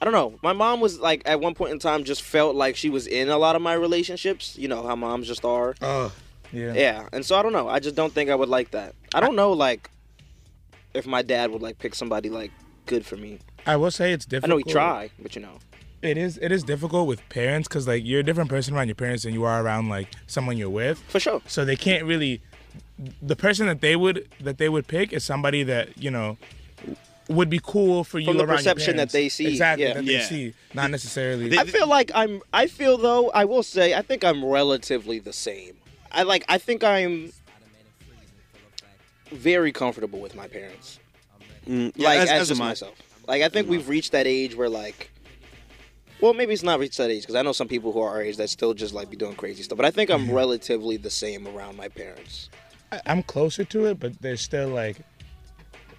Speaker 3: I don't know. My mom was like at one point in time just felt like she was in a lot of my relationships. You know how moms just are.
Speaker 7: Oh, yeah.
Speaker 3: Yeah, and so I don't know. I just don't think I would like that. I don't know, like, if my dad would like pick somebody like good for me.
Speaker 7: I will say it's
Speaker 3: I
Speaker 7: difficult.
Speaker 3: know he try, but you know,
Speaker 7: It is it is difficult with parents because like you're a different person around your parents than you are around like someone you're with.
Speaker 3: for sure.
Speaker 7: So they can't really. The person that they would that they would pick is somebody that you know would be cool for you
Speaker 3: From the
Speaker 7: around your
Speaker 3: perception
Speaker 7: parents.
Speaker 3: that they see,
Speaker 7: exactly
Speaker 3: yeah.
Speaker 7: that
Speaker 9: Yeah.
Speaker 7: they see not necessarily
Speaker 9: They-
Speaker 3: I feel like I'm. I feel though. I will say. I think I'm relatively the same. I like. I think I'm very comfortable with my parents.
Speaker 9: Yeah,
Speaker 3: like
Speaker 9: as-
Speaker 3: as,
Speaker 9: as
Speaker 3: just
Speaker 9: am I.
Speaker 3: myself. Like I think we've reached that age where like, well, maybe it's not reached that age because I know some people who are our age that still just like be doing crazy stuff. But I
Speaker 9: [LAUGHS]
Speaker 3: think I'm relatively the same around my parents.
Speaker 7: I- I'm closer to it, but there's still like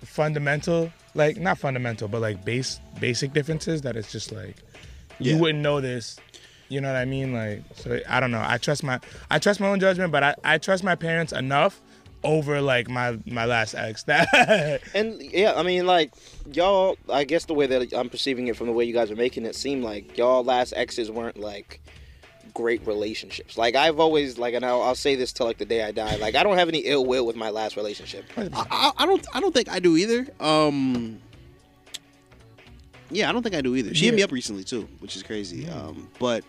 Speaker 7: fundamental, like not fundamental, but like base basic differences that it's just like
Speaker 9: Yeah.
Speaker 7: you wouldn't know this. You know what I mean? Like, so I don't know. I trust my I trust my own judgment, but I, I trust my parents enough over like my my last ex. [LAUGHS] That
Speaker 3: And yeah, I mean like y'all. I guess the way that I'm perceiving it from the way you guys are making it seem like y'all last exes weren't like great relationships. Like I've always like, and I'll, I'll say this till like the day I die. Like I don't have any ill will with my last relationship.
Speaker 9: I, I don't I don't think I do either. Um Yeah, I don't think I do either. She hit me up recently too, which is crazy. Um but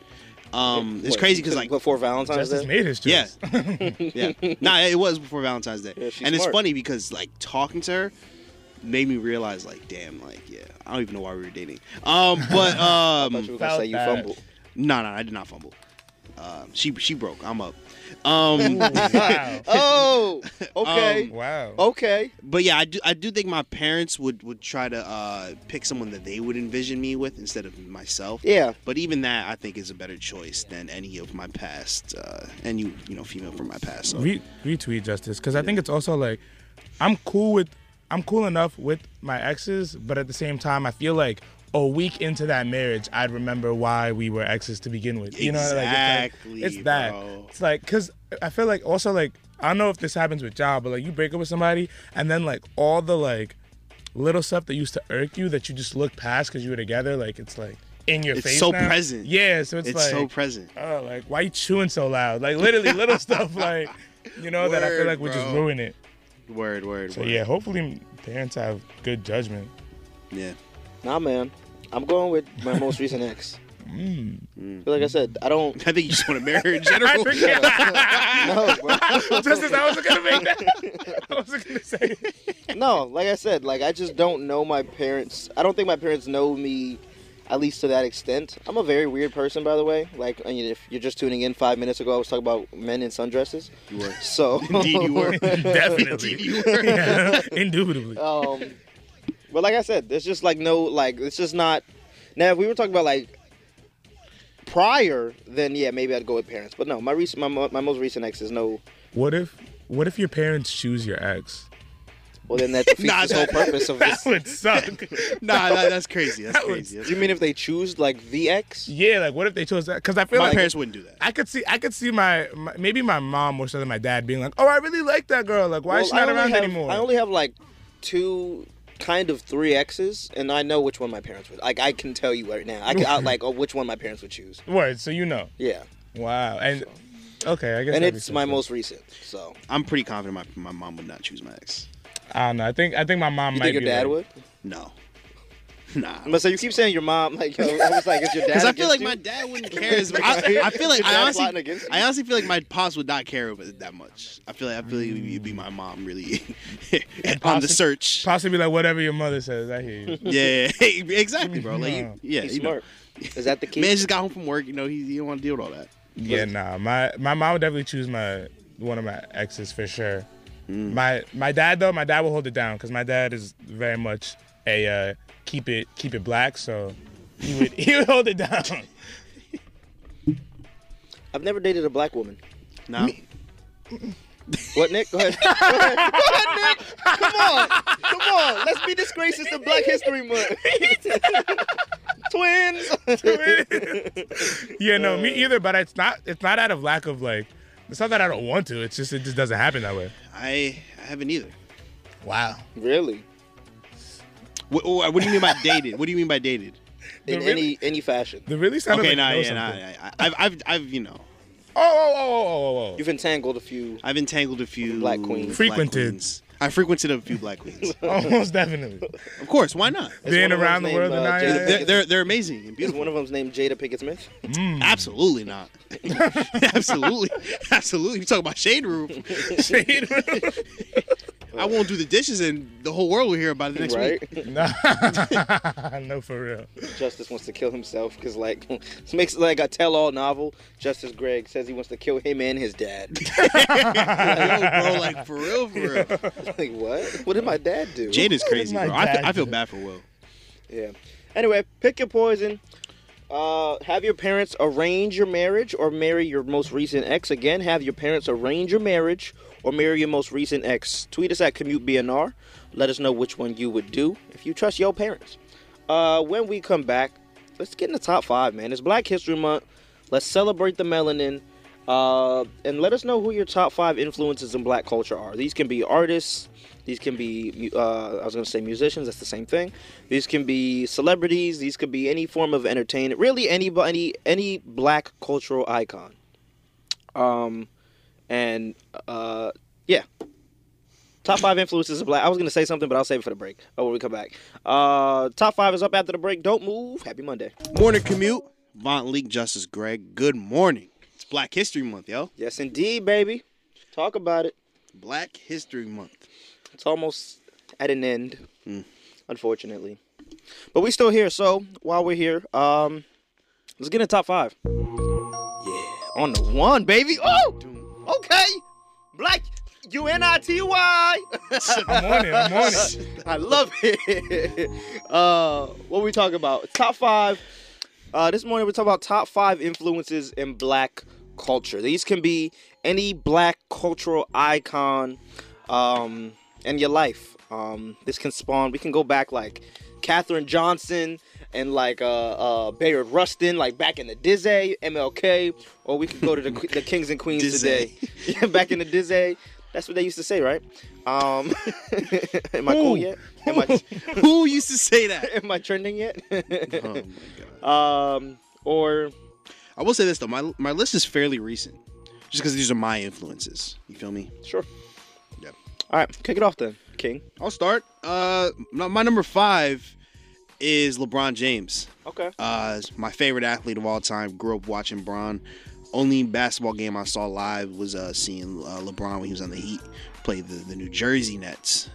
Speaker 9: um it's
Speaker 3: What,
Speaker 9: crazy cuz like
Speaker 3: before Valentine's
Speaker 7: justice
Speaker 3: Day.
Speaker 7: made his
Speaker 9: yeah. [LAUGHS]
Speaker 7: choice.
Speaker 9: yeah. Nah, it was before Valentine's Day.
Speaker 3: Yeah, she's
Speaker 9: and it's
Speaker 3: smart.
Speaker 9: funny because like talking to her made me realize like damn like yeah, I don't even know why we were dating.
Speaker 3: [LAUGHS]
Speaker 9: Um but um
Speaker 3: But you were gonna say you
Speaker 7: Felt that.
Speaker 3: fumbled.
Speaker 9: no, no, I did not fumble. Um she she broke. I'm up.
Speaker 3: [LAUGHS]
Speaker 9: Um
Speaker 7: wow.
Speaker 9: [LAUGHS]
Speaker 3: Oh, okay.
Speaker 7: Wow.
Speaker 9: Oh.
Speaker 3: Okay.
Speaker 9: but yeah, I do I do think my parents would would try to uh, pick someone that they would envision me with instead of myself.
Speaker 3: Yeah.
Speaker 9: But even that, I think, is a better choice than any of my past, uh, any you know female from my past. So.
Speaker 7: Re- retweet justice because I think it's also like I'm cool with I'm cool enough with my exes, but at the same time, I feel like a week into that marriage, I'd remember why we were exes to begin with. You know, like, it's like
Speaker 9: Exactly,
Speaker 7: it's, that.
Speaker 9: bro.
Speaker 7: It's like because I feel like also like I don't know if this happens with job, but like you break up with somebody and then like all the like little stuff that used to irk you that you just look past because you were together, like it's like. In your
Speaker 9: It's
Speaker 7: face,
Speaker 9: so
Speaker 7: now.
Speaker 9: present.
Speaker 7: Yeah, so it's,
Speaker 9: it's
Speaker 7: like
Speaker 9: so present.
Speaker 7: oh, like why you chewing so loud? Like literally little stuff like you know that I feel
Speaker 9: Word,
Speaker 7: like would just
Speaker 9: bro.
Speaker 7: ruin it.
Speaker 9: Word, word,
Speaker 7: So
Speaker 9: word.
Speaker 7: yeah, hopefully parents have good judgment.
Speaker 9: yeah.
Speaker 3: Nah, man. I'm going with my most recent ex. But Like I said,
Speaker 7: [LAUGHS]
Speaker 3: I don't.
Speaker 9: I think you just want to marry [LAUGHS] her in
Speaker 7: I
Speaker 9: general.
Speaker 3: No, bro.
Speaker 7: just as [LAUGHS] I wasn't gonna make that. I wasn't gonna say. it.
Speaker 3: no, like I said, like I just don't know my parents. I don't think my parents know me, at least to that extent. I'm a very weird person, by the way. Like, I mean, if you're just tuning in five minutes ago, I was talking about men in sundresses.
Speaker 9: You were.
Speaker 3: [LAUGHS] So
Speaker 9: Indeed, you were. [LAUGHS] Indeed,
Speaker 7: Definitely,
Speaker 9: you were.
Speaker 7: yeah, [LAUGHS] indubitably.
Speaker 3: um, but like I said, there's just like no like it's just not. Now if we were talking about like prior, then yeah, maybe I'd go with parents. But no, my recent my, mo- my most recent ex is no.
Speaker 7: What if, what if your parents choose your ex?
Speaker 3: Well, then that defeats
Speaker 9: Nah,
Speaker 3: this whole purpose of
Speaker 7: That
Speaker 3: this.
Speaker 7: would suck.
Speaker 9: nah, that, that's crazy. That's
Speaker 7: That was-
Speaker 9: crazy. That's-
Speaker 3: You mean if they choose like the ex?
Speaker 7: yeah, like what if they chose that? Because I feel
Speaker 9: my
Speaker 7: like
Speaker 9: parents wouldn't do that.
Speaker 7: I could see, I could see my, my maybe my mom more so than my dad being like, oh, I really like that girl. Like why is she
Speaker 3: Well, I
Speaker 7: not
Speaker 3: only
Speaker 7: around
Speaker 3: have-
Speaker 7: anymore?
Speaker 3: I only have like two, kind of three exes, and I know which one my parents would. Like I can tell you right now. I can out like oh, which one my parents would choose.
Speaker 7: Word, so you know.
Speaker 3: Yeah,
Speaker 7: Wow. And okay, I guess.
Speaker 3: and
Speaker 7: that makes
Speaker 3: it's my
Speaker 7: sense.
Speaker 3: most recent. So
Speaker 9: I'm pretty confident my, my mom would not choose my ex.
Speaker 7: I don't know. I think I think my mom
Speaker 3: you
Speaker 7: might
Speaker 3: think your
Speaker 7: be
Speaker 3: dad
Speaker 7: like-
Speaker 3: would?
Speaker 9: No. Nah.
Speaker 3: But so you keep saying your mom, like yo, I was like, it's your dad.
Speaker 9: Because I feel
Speaker 3: against
Speaker 9: like
Speaker 3: you?
Speaker 9: my dad
Speaker 3: [LAUGHS]
Speaker 9: wouldn't care. As much. I, I feel like
Speaker 3: Your
Speaker 9: I
Speaker 3: dad
Speaker 9: honestly,
Speaker 3: plotting against you?
Speaker 9: I honestly feel like my pops would not care about it that much. I feel like I feel like you'd be my mom really [LAUGHS] on the
Speaker 7: possi-
Speaker 9: search.
Speaker 7: Possibly like whatever your mother says. I
Speaker 3: [LAUGHS]
Speaker 7: hear you.
Speaker 9: Yeah, [LAUGHS] exactly, bro. Like,
Speaker 7: Mm-hmm.
Speaker 9: you- yeah,
Speaker 3: He's
Speaker 9: you know.
Speaker 3: smart. Is that the key?
Speaker 9: Man just got home from work. You know, he, he don't want to deal with all that.
Speaker 7: yeah, nah. My my mom would definitely choose my one of my exes for sure.
Speaker 3: Mm.
Speaker 7: My my dad though, my dad will hold it down because my dad is very much a uh, keep it keep it black. So he would [LAUGHS] he would hold it down. [LAUGHS]
Speaker 3: I've never dated a black woman.
Speaker 9: No,
Speaker 3: What, Nick? Go ahead. [LAUGHS] Go ahead, Nick. Come on. Come on. Let's be disgracious to Black History Month. [LAUGHS] Twins.
Speaker 7: yeah, no, me either. But it's not it's not out of lack of like it's not that I don't want to. It's just it just doesn't happen that way.
Speaker 9: I I haven't either.
Speaker 7: Wow.
Speaker 3: Really?
Speaker 7: [LAUGHS]
Speaker 9: What, what do you mean by dated? What do you mean by dated?
Speaker 7: The
Speaker 3: in
Speaker 7: really-
Speaker 3: any any fashion.
Speaker 7: The really sounded
Speaker 9: Okay,
Speaker 7: like
Speaker 9: nah,
Speaker 7: you know
Speaker 9: yeah, nah,
Speaker 7: something.
Speaker 9: yeah. I've, I've, I've, you know,
Speaker 7: Oh, oh, oh, oh, oh, oh,
Speaker 3: You've entangled a few.
Speaker 9: I've entangled a few
Speaker 3: Black queens.
Speaker 7: Frequented.
Speaker 9: queens. I frequented a few black
Speaker 3: [LAUGHS]
Speaker 9: queens.
Speaker 7: oh. [LAUGHS] Almost definitely.
Speaker 9: of course, why not?
Speaker 7: Being
Speaker 3: one of them's
Speaker 7: around the
Speaker 3: named,
Speaker 7: world
Speaker 3: uh,
Speaker 7: and I.
Speaker 3: Jada
Speaker 7: I-
Speaker 9: They're, they're, they're amazing and
Speaker 3: Is
Speaker 9: beautiful.
Speaker 3: one of them's named Jada Pinkett Smith?
Speaker 9: Absolutely not. [LAUGHS] absolutely, absolutely. You talking about shade
Speaker 7: [LAUGHS]
Speaker 9: room? I won't do the dishes, and the whole world will hear about it next
Speaker 3: right? [LAUGHS]
Speaker 9: week.
Speaker 7: Nah, no, for real.
Speaker 3: Justice wants to kill himself because, like, [LAUGHS] this makes it like a tell-all novel. Justice Gregg says he wants to kill him and his dad. [LAUGHS]
Speaker 9: Yo, bro, like for real, for
Speaker 7: [LAUGHS]
Speaker 9: real.
Speaker 3: like, what? What did my dad do?
Speaker 9: Jade is crazy,
Speaker 7: my
Speaker 9: bro. I,
Speaker 7: dad
Speaker 9: feel, I feel
Speaker 7: do?
Speaker 9: bad for Will.
Speaker 3: Yeah. Anyway, pick your poison. Uh, have your parents arrange your marriage or marry your most recent ex. Again, have your parents arrange your marriage or marry your most recent ex. Tweet us at Commute BNR. Let us know which one you would do if you trust your parents. Uh, when we come back, let's get in the top five, man. It's Black History Month. Let's celebrate the melanin. Uh, and let us know who your top five influences in black culture are. These can be artists. These can be, uh, I was going to say musicians. That's the same thing. These can be celebrities. These could be any form of entertainment. Really, anybody, any black cultural icon. Um, and uh, yeah, Top five influences of black. I was gonna say something, but I'll save it for the break. Oh, when we come back. Uh, top five is up after the break. Don't move. Happy Monday.
Speaker 9: Morning commute. Von Leak, Justice Greg. Good morning. It's Black History Month, yo.
Speaker 3: Yes, indeed, baby. Talk about it.
Speaker 9: Black History
Speaker 7: [LAUGHS]
Speaker 9: Month.
Speaker 3: It's almost at an end, unfortunately. But we still here. So while we're here, um, let's get in top five. Yeah, on the one, baby. Oh, okay. Black U N I T Y. [LAUGHS]
Speaker 7: I'm on it. I'm on it.
Speaker 3: I love it. [LAUGHS] uh, what we talking about? Top five. Uh, this morning we're talking about top five influences in black culture. These can be any black cultural icon um, in your life. Um, this can spawn. We can go back like Katherine Johnson and like uh, uh, Bayard Rustin, like back in the Dizzy, MLK, or we could go to the, the kings and queens
Speaker 9: Dizzy.
Speaker 3: today. [LAUGHS] back in the Dizzy. That's what they used to say, right? Um, [LAUGHS] am I
Speaker 7: Who?
Speaker 3: cool yet? Am I, [LAUGHS]
Speaker 9: Who used to say that?
Speaker 3: am I trending yet? [LAUGHS]
Speaker 9: Oh my god.
Speaker 3: um, or
Speaker 9: I will say this though, my my list is fairly recent, just because these are my influences. You feel me?
Speaker 3: sure.
Speaker 9: Yep.
Speaker 3: All right, kick it off then, King.
Speaker 9: I'll start. Uh, my my number five is LeBron James.
Speaker 3: Okay.
Speaker 9: Uh, is my favorite athlete of all time. Grew up watching Bron. Only basketball game I saw live was uh, seeing uh, LeBron when he was on the Heat play the, the New Jersey Nets.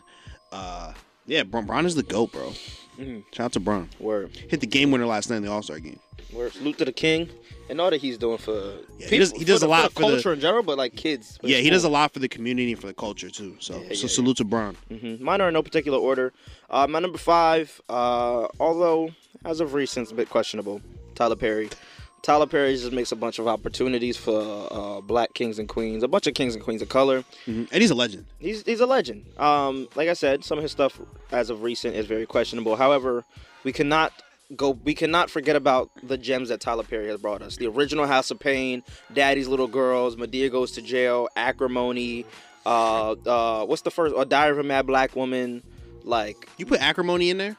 Speaker 9: Uh, yeah, Bron, Bron is the goat, bro.
Speaker 3: Mm-hmm.
Speaker 9: Shout out to Bron.
Speaker 3: Word.
Speaker 9: Hord hit the game winner last night in the All Star game.
Speaker 3: Word. Salute to the King and all that he's doing for
Speaker 9: Yeah, he does- he does
Speaker 3: for
Speaker 9: a
Speaker 3: the-
Speaker 9: lot
Speaker 3: for
Speaker 9: for
Speaker 3: the
Speaker 9: the-
Speaker 3: culture in general, but like kids.
Speaker 9: Yeah, he does a lot for the community and for the culture too. So, so
Speaker 3: yeah,
Speaker 9: salute to Bron.
Speaker 3: hmm Mine are in no particular order. Uh, my number five, uh, although as of recent, it's a bit questionable. Tyler Perry. Tyler Perry just makes a bunch of opportunities for uh, black kings and queens, a bunch of kings and queens of color.
Speaker 9: Mhm. And he's a legend.
Speaker 3: he's he's a legend. Um, like I said, some of his stuff as of recent is very questionable. However, we cannot go we cannot forget about the gems that Tyler Perry has brought us. The original House of Pain, Daddy's Little Girls, Medea Goes to Jail, Acrimony, uh, uh, what's the first? A Diary of a Mad Black Woman. Like,
Speaker 9: You put acrimony in there.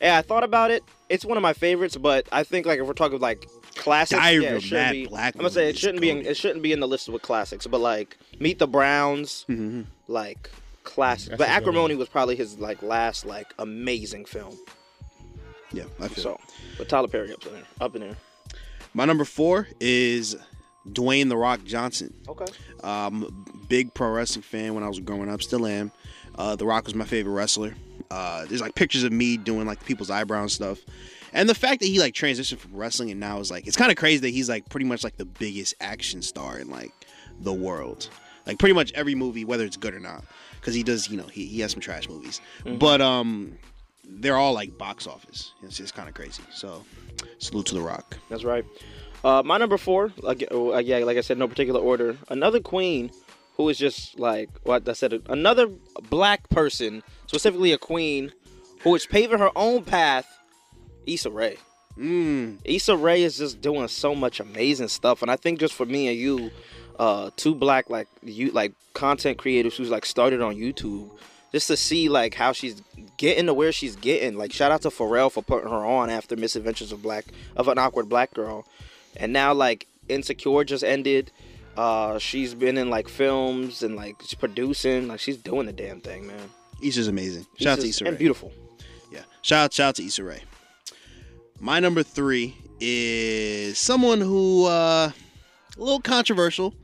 Speaker 3: yeah, I thought about it. It's one of my favorites, but I think like if we're talking like classics,
Speaker 9: Diary
Speaker 3: yeah, it
Speaker 9: of a
Speaker 3: shouldn't
Speaker 9: Mad
Speaker 3: be-
Speaker 9: Black
Speaker 3: I'm gonna say
Speaker 9: Woman
Speaker 3: it
Speaker 9: is
Speaker 3: shouldn't be in,
Speaker 9: goated.
Speaker 3: it shouldn't be in the list with classics, but like Meet the Browns,
Speaker 9: Mm-hmm.
Speaker 3: like classic. But Acrimony was probably his like last like amazing film.
Speaker 9: Yeah, I feel.
Speaker 3: So, but Tyler Perry up in there, up in there.
Speaker 9: My number four is Dwayne the Rock Johnson.
Speaker 3: Okay.
Speaker 9: Um, big pro wrestling fan when I was growing up, still am. Uh, the Rock was my favorite wrestler. Uh, there's like pictures of me doing like people's eyebrow and stuff, and the fact that he like transitioned from wrestling and now is like it's kind of crazy that he's like pretty much like the biggest action star in like the world, like pretty much every movie whether it's good or not, because he does you know he, he has some trash movies, but um they're all like box office. It's just kind of crazy. So salute to the Rock.
Speaker 3: That's right. Uh, my number four, like, oh, uh, yeah, like I said, no particular order. Another queen who is just like what I said. Another black person, specifically a queen, who is paving her own path. Issa Rae.
Speaker 9: Mm,
Speaker 3: Issa Rae is just doing so much amazing stuff, and I think just for me and you, uh, two black like you like content creators who's like started on YouTube, just to see like how she's getting to where she's getting. Like shout out to Pharrell for putting her on after Misadventures of Black of an Awkward Black Girl, and now like Insecure just ended. Uh, she's been in like films and like she's producing. Like she's doing the damn thing, man.
Speaker 9: Issa's amazing. Shout out to
Speaker 3: She's just-
Speaker 9: Issa
Speaker 3: and
Speaker 9: Rae.
Speaker 3: beautiful.
Speaker 9: Yeah. Shout out, shout out to Issa Rae. My number three is someone who uh, a little controversial,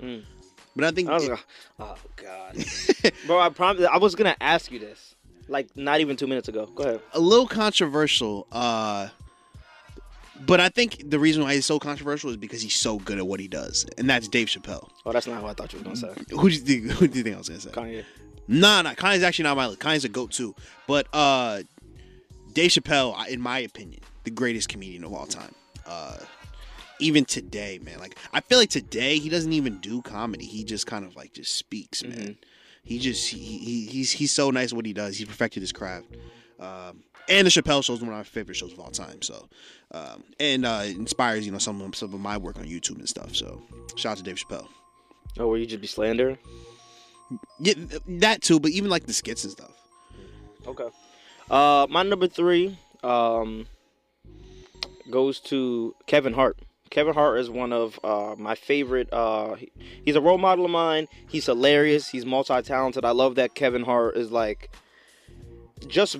Speaker 9: but I think
Speaker 3: Mm. I [LAUGHS] was like, oh [LAUGHS] god, bro. I promise. I was gonna ask you this, like not even two minutes ago. Go ahead.
Speaker 9: a little controversial. Uh, but I think the reason why he's so controversial is because he's so good at what he does, and that's Dave Chappelle.
Speaker 3: Oh, that's not what I thought you were gonna say.
Speaker 9: Who do you think? Who do you think I was gonna say?
Speaker 3: Kanye.
Speaker 9: Nah, nah. Kanye's actually not on my list. Kanye's a goat too. But uh, Dave Chappelle, I- in my opinion, the greatest comedian of all time. Uh, even today, man. Like I feel like today he doesn't even do comedy. He just kind of like just speaks, man. He just he, he he's he's so nice at what he does. He's perfected his craft. Um, and the Chappelle show is one of my favorite shows of all time. So, um, and uh, it inspires you know some of some of my work on YouTube and stuff. So, shout out to Dave Chappelle.
Speaker 3: Oh, where you just be slandering?
Speaker 9: Yeah, th- that too. But even like the skits and stuff.
Speaker 3: Okay. Uh, my number three um, goes to Kevin Hart. Kevin Hart is one of uh, my favorite. Uh, he- he's a role model of mine. He's hilarious. He's multi-talented. I love that Kevin Hart is like just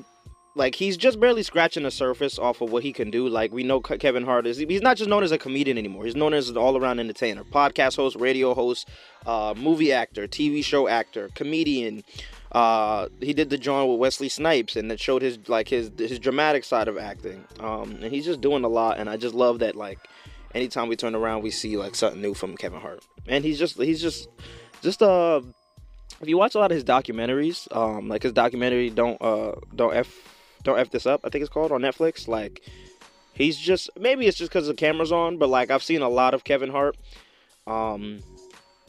Speaker 3: like he's just barely scratching the surface off of what he can do. Like we know Ke- Kevin Hart is he's not just known as a comedian anymore. He's known as an all-around entertainer, podcast host, radio host, uh, movie actor, TV show actor, comedian. Uh, he did the joint with Wesley Snipes, and that showed his like his his dramatic side of acting. Um, and he's just doing a lot, and I just love that like anytime we turn around, we see like something new from Kevin Hart, and he's just he's just just uh if you watch a lot of his documentaries, um, like his documentary "Don't uh, Don't F Don't F This Up," I think it's called on Netflix. Like, he's just maybe it's just because the camera's on, but like I've seen a lot of Kevin Hart, um,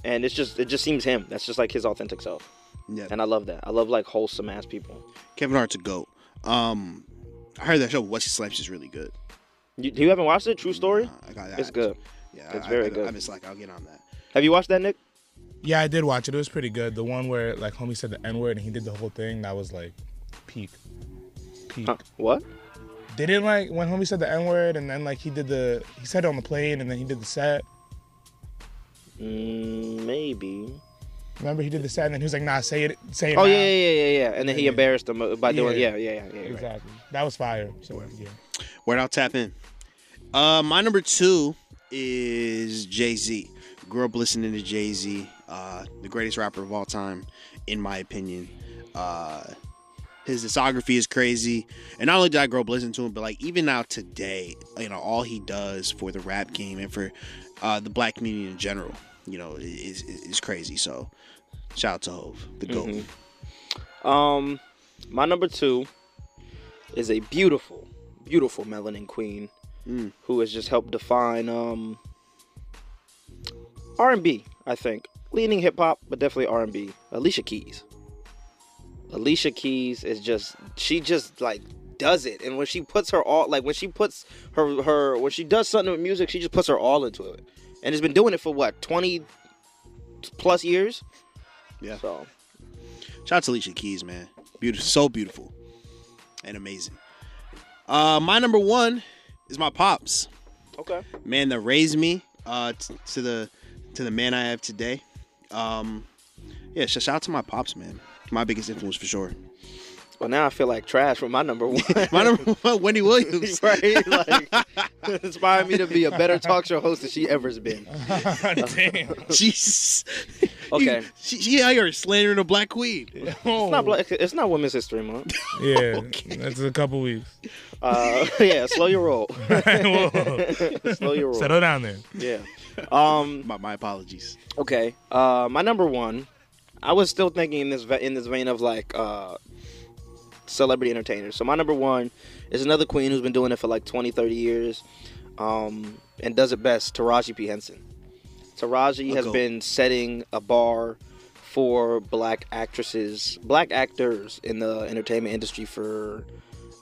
Speaker 3: and it's just it just seems him. That's just like his authentic self,
Speaker 9: Yeah.
Speaker 3: and I love that. I love like wholesome ass people.
Speaker 9: Kevin Hart's a goat. Um, I heard that show Wesley Snipes is really good.
Speaker 3: You, you haven't watched it? True story.
Speaker 9: Uh, I got that.
Speaker 3: It's good.
Speaker 9: Yeah,
Speaker 3: It's
Speaker 9: I,
Speaker 3: very
Speaker 9: I,
Speaker 3: good.
Speaker 9: I, am like, I'll get on that.
Speaker 3: Have you watched that, Nick?
Speaker 7: [LAUGHS] Yeah, I did watch it. It was pretty good. The one where like homie said the N word and he did the whole thing. That was like peak. Peak.
Speaker 3: Huh. What?
Speaker 7: They didn't like when homie said the N word and then like he did the he said it on the plane and then he did the set.
Speaker 3: Mm, maybe.
Speaker 7: Remember he did the set and then he was like, nah, say it say it.
Speaker 3: Oh
Speaker 7: now.
Speaker 3: yeah, yeah, yeah, yeah. And then he
Speaker 7: Yeah.
Speaker 3: embarrassed him uh, by doing
Speaker 7: Yeah.
Speaker 3: yeah, yeah, yeah. yeah, right.
Speaker 7: Exactly. That was fire. So yeah.
Speaker 9: Where'd I tap in? Uh, my number two is Jay Z. Grew up listening to Jay Z, uh, the greatest rapper of all time, in my opinion. Uh, his discography is crazy, and not only did I grow up listening to him, but like even now today, you know, all he does for the rap game and for uh, the black community in general, you know, is is, is crazy. So, shout out to Hove, the goat.
Speaker 3: Um, my number two is a beautiful, beautiful melanin queen who has just helped define um R and B. I think leaning hip hop, but definitely R and B. Alicia Keys. Alicia Keys is just she just like does it, and when she puts her all like when she puts her her when she does something with music, she just puts her all into it, and has been doing it for what twenty plus years.
Speaker 9: Yeah.
Speaker 3: So
Speaker 9: Shout out to Alicia Keys, man. Beautiful, so beautiful, and amazing. Uh, my number one is my pops,
Speaker 3: okay.
Speaker 9: man that raised me uh, t- to the to the man I have today. Um, yeah, sh- shout out to my pops, man. My biggest influence for sure.
Speaker 3: Well, now I feel like trash for my number [LAUGHS] one.
Speaker 9: My number one, Wendy
Speaker 3: [LAUGHS]
Speaker 9: Williams.
Speaker 3: right? Like, [LAUGHS] inspired me to be a better talk show host than she ever's been.
Speaker 7: [LAUGHS] Damn.
Speaker 9: Jesus.
Speaker 3: [LAUGHS]
Speaker 9: [LAUGHS]
Speaker 3: Okay.
Speaker 9: You- she, she out here slandering a black queen.
Speaker 3: It's not black. It's not Women's History Month.
Speaker 7: Yeah. That's [LAUGHS] a couple weeks.
Speaker 3: Uh, [LAUGHS] yeah, slow your roll. [LAUGHS]
Speaker 7: Whoa.
Speaker 3: slow your roll.
Speaker 7: [LAUGHS] Settle down there.
Speaker 3: Yeah. Um.
Speaker 9: My, my apologies.
Speaker 3: Okay. Uh, my number one. I was still thinking in this ve- in this vein of like uh, celebrity entertainers. So my number one is another queen who's been doing it for like 20, 30 years, um, and does it best. Taraji P Henson. Taraji has
Speaker 9: goat.
Speaker 3: been setting a bar for black actresses, black actors in the entertainment industry for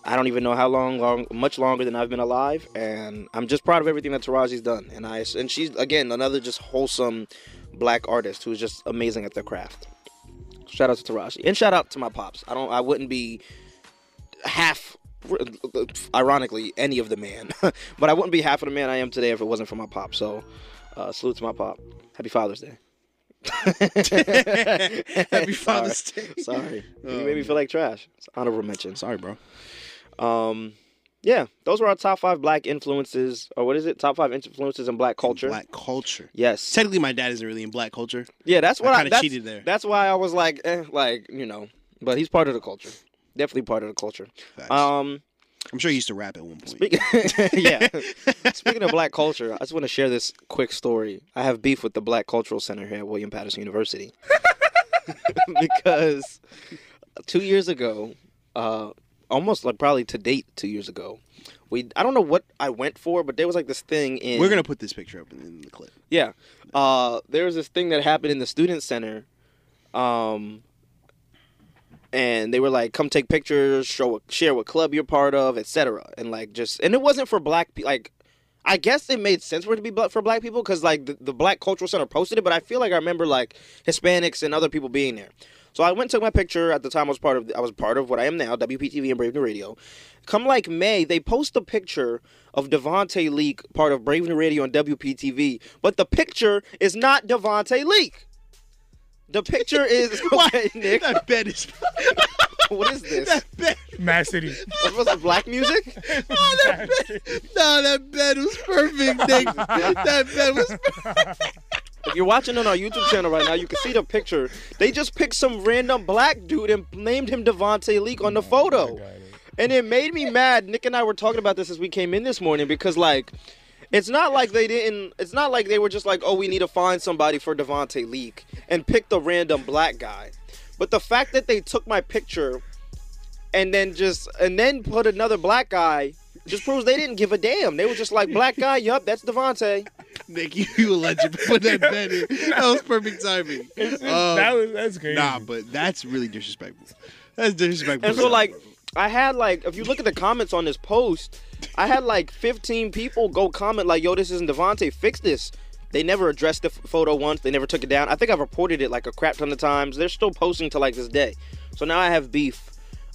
Speaker 3: I don't even know how long, long, much longer than I've been alive, and I'm just proud of everything that Taraji's done. And I, and she's again another just wholesome black artist who's just amazing at their craft. Shout out to Taraji and shout out to my pops. I don't. I wouldn't be half. Ironically, any of the man, [LAUGHS] but I wouldn't be half of the man I am today if it wasn't for my pop. So, uh, salute to my pop. Happy Father's Day.
Speaker 9: Happy Father's Day. [LAUGHS] Oh,
Speaker 3: Sorry, you made me feel like trash. It's honorable mention. Sorry,
Speaker 9: Sorry, bro.
Speaker 3: um yeah those were our top five black influences or what is it top five influences in black culture
Speaker 9: Black culture.
Speaker 3: yes
Speaker 9: Technically, my dad isn't really in black culture.
Speaker 3: yeah that's what
Speaker 9: I
Speaker 3: i,
Speaker 9: kinda
Speaker 3: that's,
Speaker 9: cheated there.
Speaker 3: that's why i was like eh, like you know but he's part of the culture definitely part of the culture
Speaker 9: Facts.
Speaker 3: um
Speaker 9: I'm sure he used to rap at one point. [LAUGHS]
Speaker 3: [LAUGHS] yeah speaking of black culture i just want to share this quick story i have beef with the black cultural center here at william
Speaker 9: [LAUGHS]
Speaker 3: patterson university [LAUGHS] because two years ago, uh, almost like probably to date, two years ago, we I don't know what I went for, but there was like this thing in
Speaker 9: We're gonna put this picture up in, in the clip.
Speaker 3: yeah, uh, there was this thing that happened in the student center, um, and they were like, "Come take pictures, show what, share what club you're part of, etc." And like just and it wasn't for black people, like. I guess it made sense for it to be bla- for black people because like the, the Black Cultural Center posted it, but I feel like I remember like Hispanics and other people being there. So I went and took my picture. At the time, I was part of I was part of what I am now, WPTV and Brave New Radio. Come like May, they post a picture of Devonte Leak, part of Brave New Radio and WPTV, but the picture is not Devonte Leak. The picture is okay, Nick.
Speaker 9: That bed is [LAUGHS]
Speaker 3: What is this?
Speaker 9: that bed.
Speaker 7: Mad City.
Speaker 3: Was it supposed to be black music?
Speaker 9: Oh, that bed. No, that bed was perfect. Nick. that bed was.
Speaker 3: If you're watching on our YouTube channel right now, you can see the picture. They just picked some random black dude and named him Devonte Leak on the photo. And it made me mad. Nick and I were talking about this as we came in this morning because like it's not like they didn't it's not like they were just like, "Oh, we need to find somebody for Devonte Leak" and picked a random black guy. But the fact that they took my picture and then just and then put another black guy just proves they didn't give a damn. They were just like, "Black guy, yup, that's Devonte."
Speaker 9: [LAUGHS] Nick, you, you a legend. Put that bed in. That was perfect
Speaker 7: [LAUGHS]
Speaker 9: timing. Um,
Speaker 7: that was that's crazy.
Speaker 9: Nah, but that's really disrespectful. That's disrespectful.
Speaker 3: And so like I had like if you look at the comments on this post, I had like 15 people go comment like, "Yo, this isn't Devonte. Fix this." They never addressed the f- photo once. They never took it down. I think I've reported it like a crap ton of times. They're still posting to like this day. So now I have beef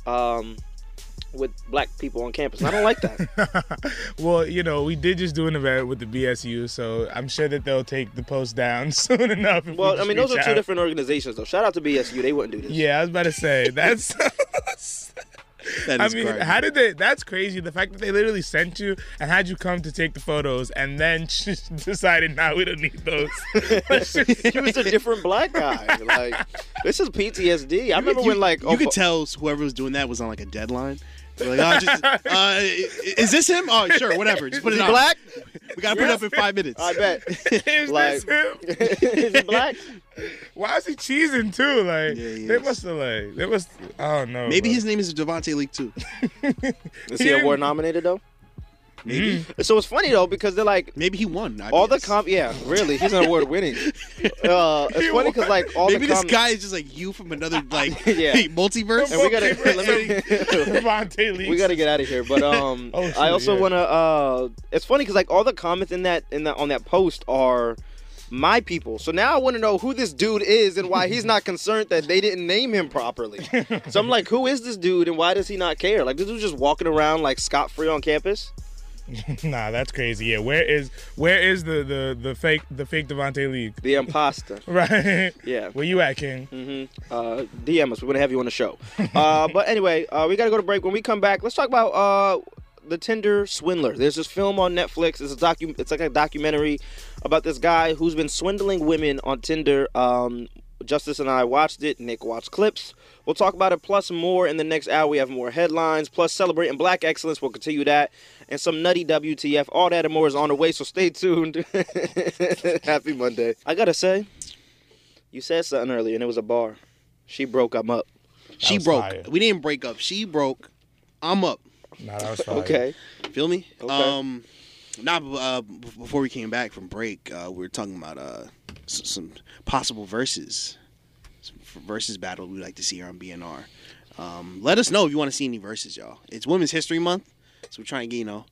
Speaker 3: um, with black people on campus. And I don't like that.
Speaker 9: [LAUGHS]
Speaker 7: Well, you know, we did just do an event with the BSU, so I'm sure that they'll take the post down [LAUGHS] soon enough. if we
Speaker 3: well, I
Speaker 7: just
Speaker 3: mean, those
Speaker 7: reach
Speaker 3: are two
Speaker 7: out.
Speaker 3: different organizations though. Shout out to BSU. They wouldn't do this.
Speaker 7: Yeah, I was about to say [LAUGHS] that's.
Speaker 9: that
Speaker 7: I
Speaker 9: is
Speaker 7: mean,
Speaker 9: garbage.
Speaker 7: how did they? That's crazy. The fact that they literally sent you and had you come to take the photos, and then [LAUGHS] decided, nah, we don't need
Speaker 3: [LAUGHS]
Speaker 7: those. Let's just-
Speaker 3: [LAUGHS] He was a different black guy. Like this is PTSD. I remember
Speaker 9: you,
Speaker 3: when like
Speaker 9: you could
Speaker 3: Oba-
Speaker 9: tell whoever was doing that was on like a deadline. They're like, oh,
Speaker 7: [LAUGHS]
Speaker 9: just, uh, i- is this him? Oh, sure, whatever. Just put it
Speaker 3: he
Speaker 9: up.
Speaker 3: black?
Speaker 9: We gotta put it up in five minutes.
Speaker 3: I bet.
Speaker 7: [LAUGHS]
Speaker 3: [LAUGHS]
Speaker 7: Is
Speaker 3: Like-
Speaker 7: this him?
Speaker 3: is he black?
Speaker 7: Why is he cheesing too? Like
Speaker 9: Yeah, he
Speaker 7: they
Speaker 9: is.
Speaker 7: must have like they must. I don't know.
Speaker 9: Maybe
Speaker 7: bro.
Speaker 9: his name is Devonte Leak too.
Speaker 3: Is he award nominated though?
Speaker 9: Maybe
Speaker 3: So it's funny though because they're like
Speaker 9: maybe he won. I
Speaker 3: all the
Speaker 9: guess.
Speaker 3: comp. Yeah, really, he's an award winning. Uh, it's funny because like all
Speaker 9: Maybe
Speaker 3: the
Speaker 9: this
Speaker 3: com-
Speaker 9: guy is just like you from [LAUGHS] another like
Speaker 3: Yeah.
Speaker 9: multiverse.
Speaker 3: And we gotta let me,
Speaker 7: [LAUGHS] Devontae Lee.
Speaker 3: [LAUGHS] we gotta get out of here. But um,
Speaker 7: Oh, shoot,
Speaker 3: I also
Speaker 7: yeah.
Speaker 3: wanna. Uh, it's funny because like all the comments in that in that on that post are my people. So now I want to know who this dude is and why he's not concerned that they didn't name him properly. so I'm like, who is this dude and why does he not care? Like this dude's just walking around like scot free on campus.
Speaker 7: Nah, that's crazy. Yeah, where is where is the the the fake the fake Devontae League?
Speaker 3: The imposter.
Speaker 7: [LAUGHS] Right.
Speaker 3: Yeah.
Speaker 7: Where you at, King?
Speaker 3: uh, DM us. We want to have you on the show. [LAUGHS] Uh, but anyway, uh, we got to go to break. When we come back, let's talk about uh, the Tinder swindler. There's this film on Netflix. It's a docu- It's like a documentary about this guy who's been swindling women on Tinder. Um, Justice and I watched it. Nick watched clips. We'll talk about it plus more in the next hour. We have more headlines plus celebrating Black excellence. We'll continue that and some nutty WTF. All that and more is on the way. So stay tuned. [LAUGHS] Happy Monday. I gotta say, you said something earlier, and it was a bar. She broke. I'm up.
Speaker 9: [LAUGHS] she
Speaker 7: was
Speaker 9: broke.
Speaker 7: fire.
Speaker 9: We didn't break up. She broke. I'm up.
Speaker 7: Nah, that was fire.
Speaker 9: Oh,
Speaker 3: Okay.
Speaker 9: Feel me?
Speaker 3: Okay.
Speaker 9: Um, nah. b- Uh, b- before we came back from break, uh, we were talking about uh s- some possible verses, some f- verses battle we like to see here on BNR. Um, let us know if you want to see any verses, y'all. It's Women's History Month, so we're trying to get you know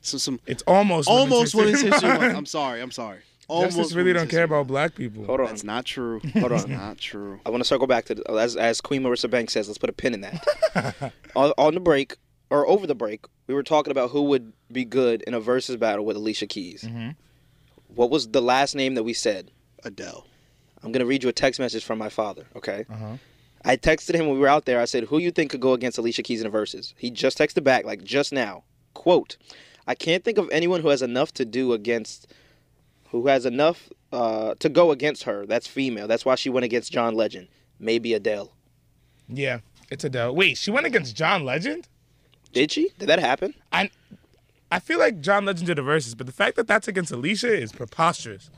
Speaker 9: some some
Speaker 7: It's almost
Speaker 9: almost
Speaker 7: women's
Speaker 9: Women's
Speaker 7: history. [LAUGHS]
Speaker 9: History Month. I'm sorry. I'm sorry. almost
Speaker 7: Justice really
Speaker 9: wins
Speaker 7: don't
Speaker 9: this
Speaker 7: care
Speaker 9: one.
Speaker 7: about black people.
Speaker 3: Hold on.
Speaker 9: That's not
Speaker 7: [LAUGHS]
Speaker 9: true. Hold on, not true.
Speaker 3: I want to circle back to the, as as Queen Marissa Banks says. Let's put a pin in that.
Speaker 9: [LAUGHS]
Speaker 3: on, on the break or over the break, we were talking about who would be good in a versus battle with Alicia Keys.
Speaker 9: Mm-hmm.
Speaker 3: What was the last name that we said?
Speaker 9: Adele.
Speaker 3: I'm gonna read you a text message from my father. Okay. I texted him when we were out there. I said, "Who you think could go against Alicia Keys in a versus?" He just texted back like just now. Quote: I can't think of anyone who has enough to do against, who has enough uh, to go against her. That's female. That's why she went against John Legend. Maybe Adele.
Speaker 7: Yeah, it's Adele. Wait, she went against John Legend.
Speaker 3: Did she? Did that happen?
Speaker 7: I I feel like John Legend did the verses, but the fact that that's against Alicia is preposterous.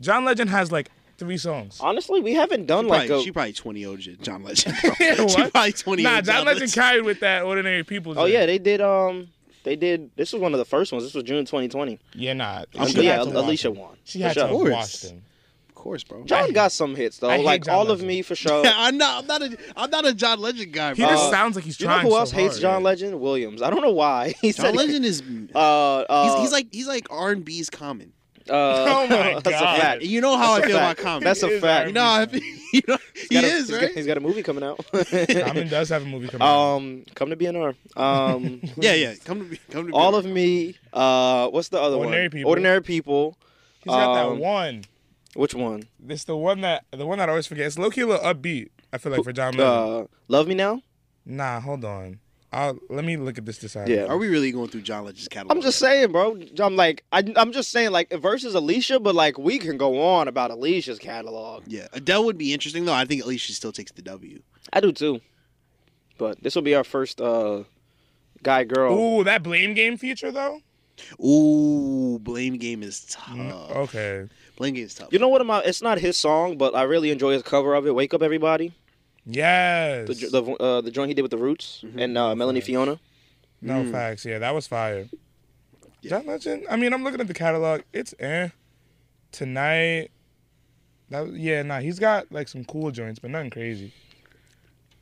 Speaker 7: John Legend has like three
Speaker 3: [LAUGHS]
Speaker 7: songs.
Speaker 3: Honestly, we haven't done like
Speaker 9: Probably-
Speaker 3: a.
Speaker 9: she probably twenty old John
Speaker 7: [LAUGHS]
Speaker 9: Legend. bro. she
Speaker 7: What?
Speaker 9: probably twenty
Speaker 7: Nah,
Speaker 9: old
Speaker 7: John Legend
Speaker 9: Legend.
Speaker 7: carried with that ordinary people.
Speaker 3: oh yeah, they did. Um, they did. This was one of the first ones. This was June 2020.
Speaker 7: yeah, nah.
Speaker 9: She
Speaker 3: But
Speaker 9: had
Speaker 3: yeah,
Speaker 9: to watch
Speaker 3: Alicia
Speaker 9: him.
Speaker 3: won.
Speaker 7: She
Speaker 3: for
Speaker 7: had
Speaker 3: sure.
Speaker 7: to
Speaker 9: course.
Speaker 7: watch them.
Speaker 9: Of course, bro. [LAUGHS]
Speaker 3: John got some hits though.
Speaker 7: I hate
Speaker 3: Like
Speaker 7: John
Speaker 3: all of
Speaker 7: Legend.
Speaker 3: me for sure.
Speaker 9: I know. I'm not a. I'm not a John Legend guy,
Speaker 7: He
Speaker 9: bro.
Speaker 7: just sounds like he's
Speaker 3: Uh, You know
Speaker 7: trying.
Speaker 3: who
Speaker 7: so
Speaker 3: else hates
Speaker 7: hard.
Speaker 3: John Legend? Williams. I don't know why. [LAUGHS] He
Speaker 9: John
Speaker 3: said-
Speaker 9: Legend is.
Speaker 3: Uh, uh,
Speaker 9: he's, he's like he's like R and B's common.
Speaker 3: uh, [LAUGHS]
Speaker 7: Oh my
Speaker 3: That's a
Speaker 7: God.
Speaker 3: fact.
Speaker 9: You know how
Speaker 3: That's
Speaker 9: I
Speaker 3: a
Speaker 9: feel
Speaker 3: fact.
Speaker 9: about common.
Speaker 3: That's a
Speaker 7: is
Speaker 3: fact.
Speaker 9: you know, how I feel- [LAUGHS] you know he
Speaker 3: He's got a-
Speaker 9: is
Speaker 3: he's
Speaker 9: right.
Speaker 3: got- he's got a movie coming out.
Speaker 7: [LAUGHS]
Speaker 3: [LAUGHS]
Speaker 7: Diamond does have a movie coming out.
Speaker 3: um, come to BNR. Um,
Speaker 9: yeah, yeah. Come to me. Come to me.
Speaker 3: all of me. Uh, what's the other
Speaker 7: Ordinary
Speaker 3: one?
Speaker 7: People.
Speaker 3: Ordinary people.
Speaker 7: He's got
Speaker 3: um,
Speaker 7: that one.
Speaker 3: Which one?
Speaker 7: This the one that the one that I always forget. It's low key a little upbeat. I feel like for John Legend.
Speaker 3: Uh, Love me now.
Speaker 7: nah, hold on. I'll, let me look at this. This
Speaker 3: Yeah.
Speaker 9: Are we really going through John Legend's catalog?
Speaker 3: I'm just saying, bro. I'm like, I, I'm just saying, like versus Alicia, but like we can go on about Alicia's catalog.
Speaker 9: Yeah, Adele would be interesting though. I think at least she still takes the W.
Speaker 3: I do too. But this will be our first uh, guy girl.
Speaker 7: Ooh, that blame game feature though.
Speaker 9: Ooh, blame game is tough.
Speaker 7: Mm, Okay.
Speaker 9: Blame game is tough.
Speaker 3: You know what? I'm, it's not his song, but I really enjoy his cover of it. Wake up, everybody.
Speaker 7: Yes.
Speaker 3: The the, uh, the joint he did with the Roots and uh, Melanie Fiona. Mm.
Speaker 7: no facts. Yeah, that was fire. John Legend. I mean, I'm looking at the catalog. It's eh. Tonight. That was- yeah, nah. He's got like some cool joints, but nothing crazy.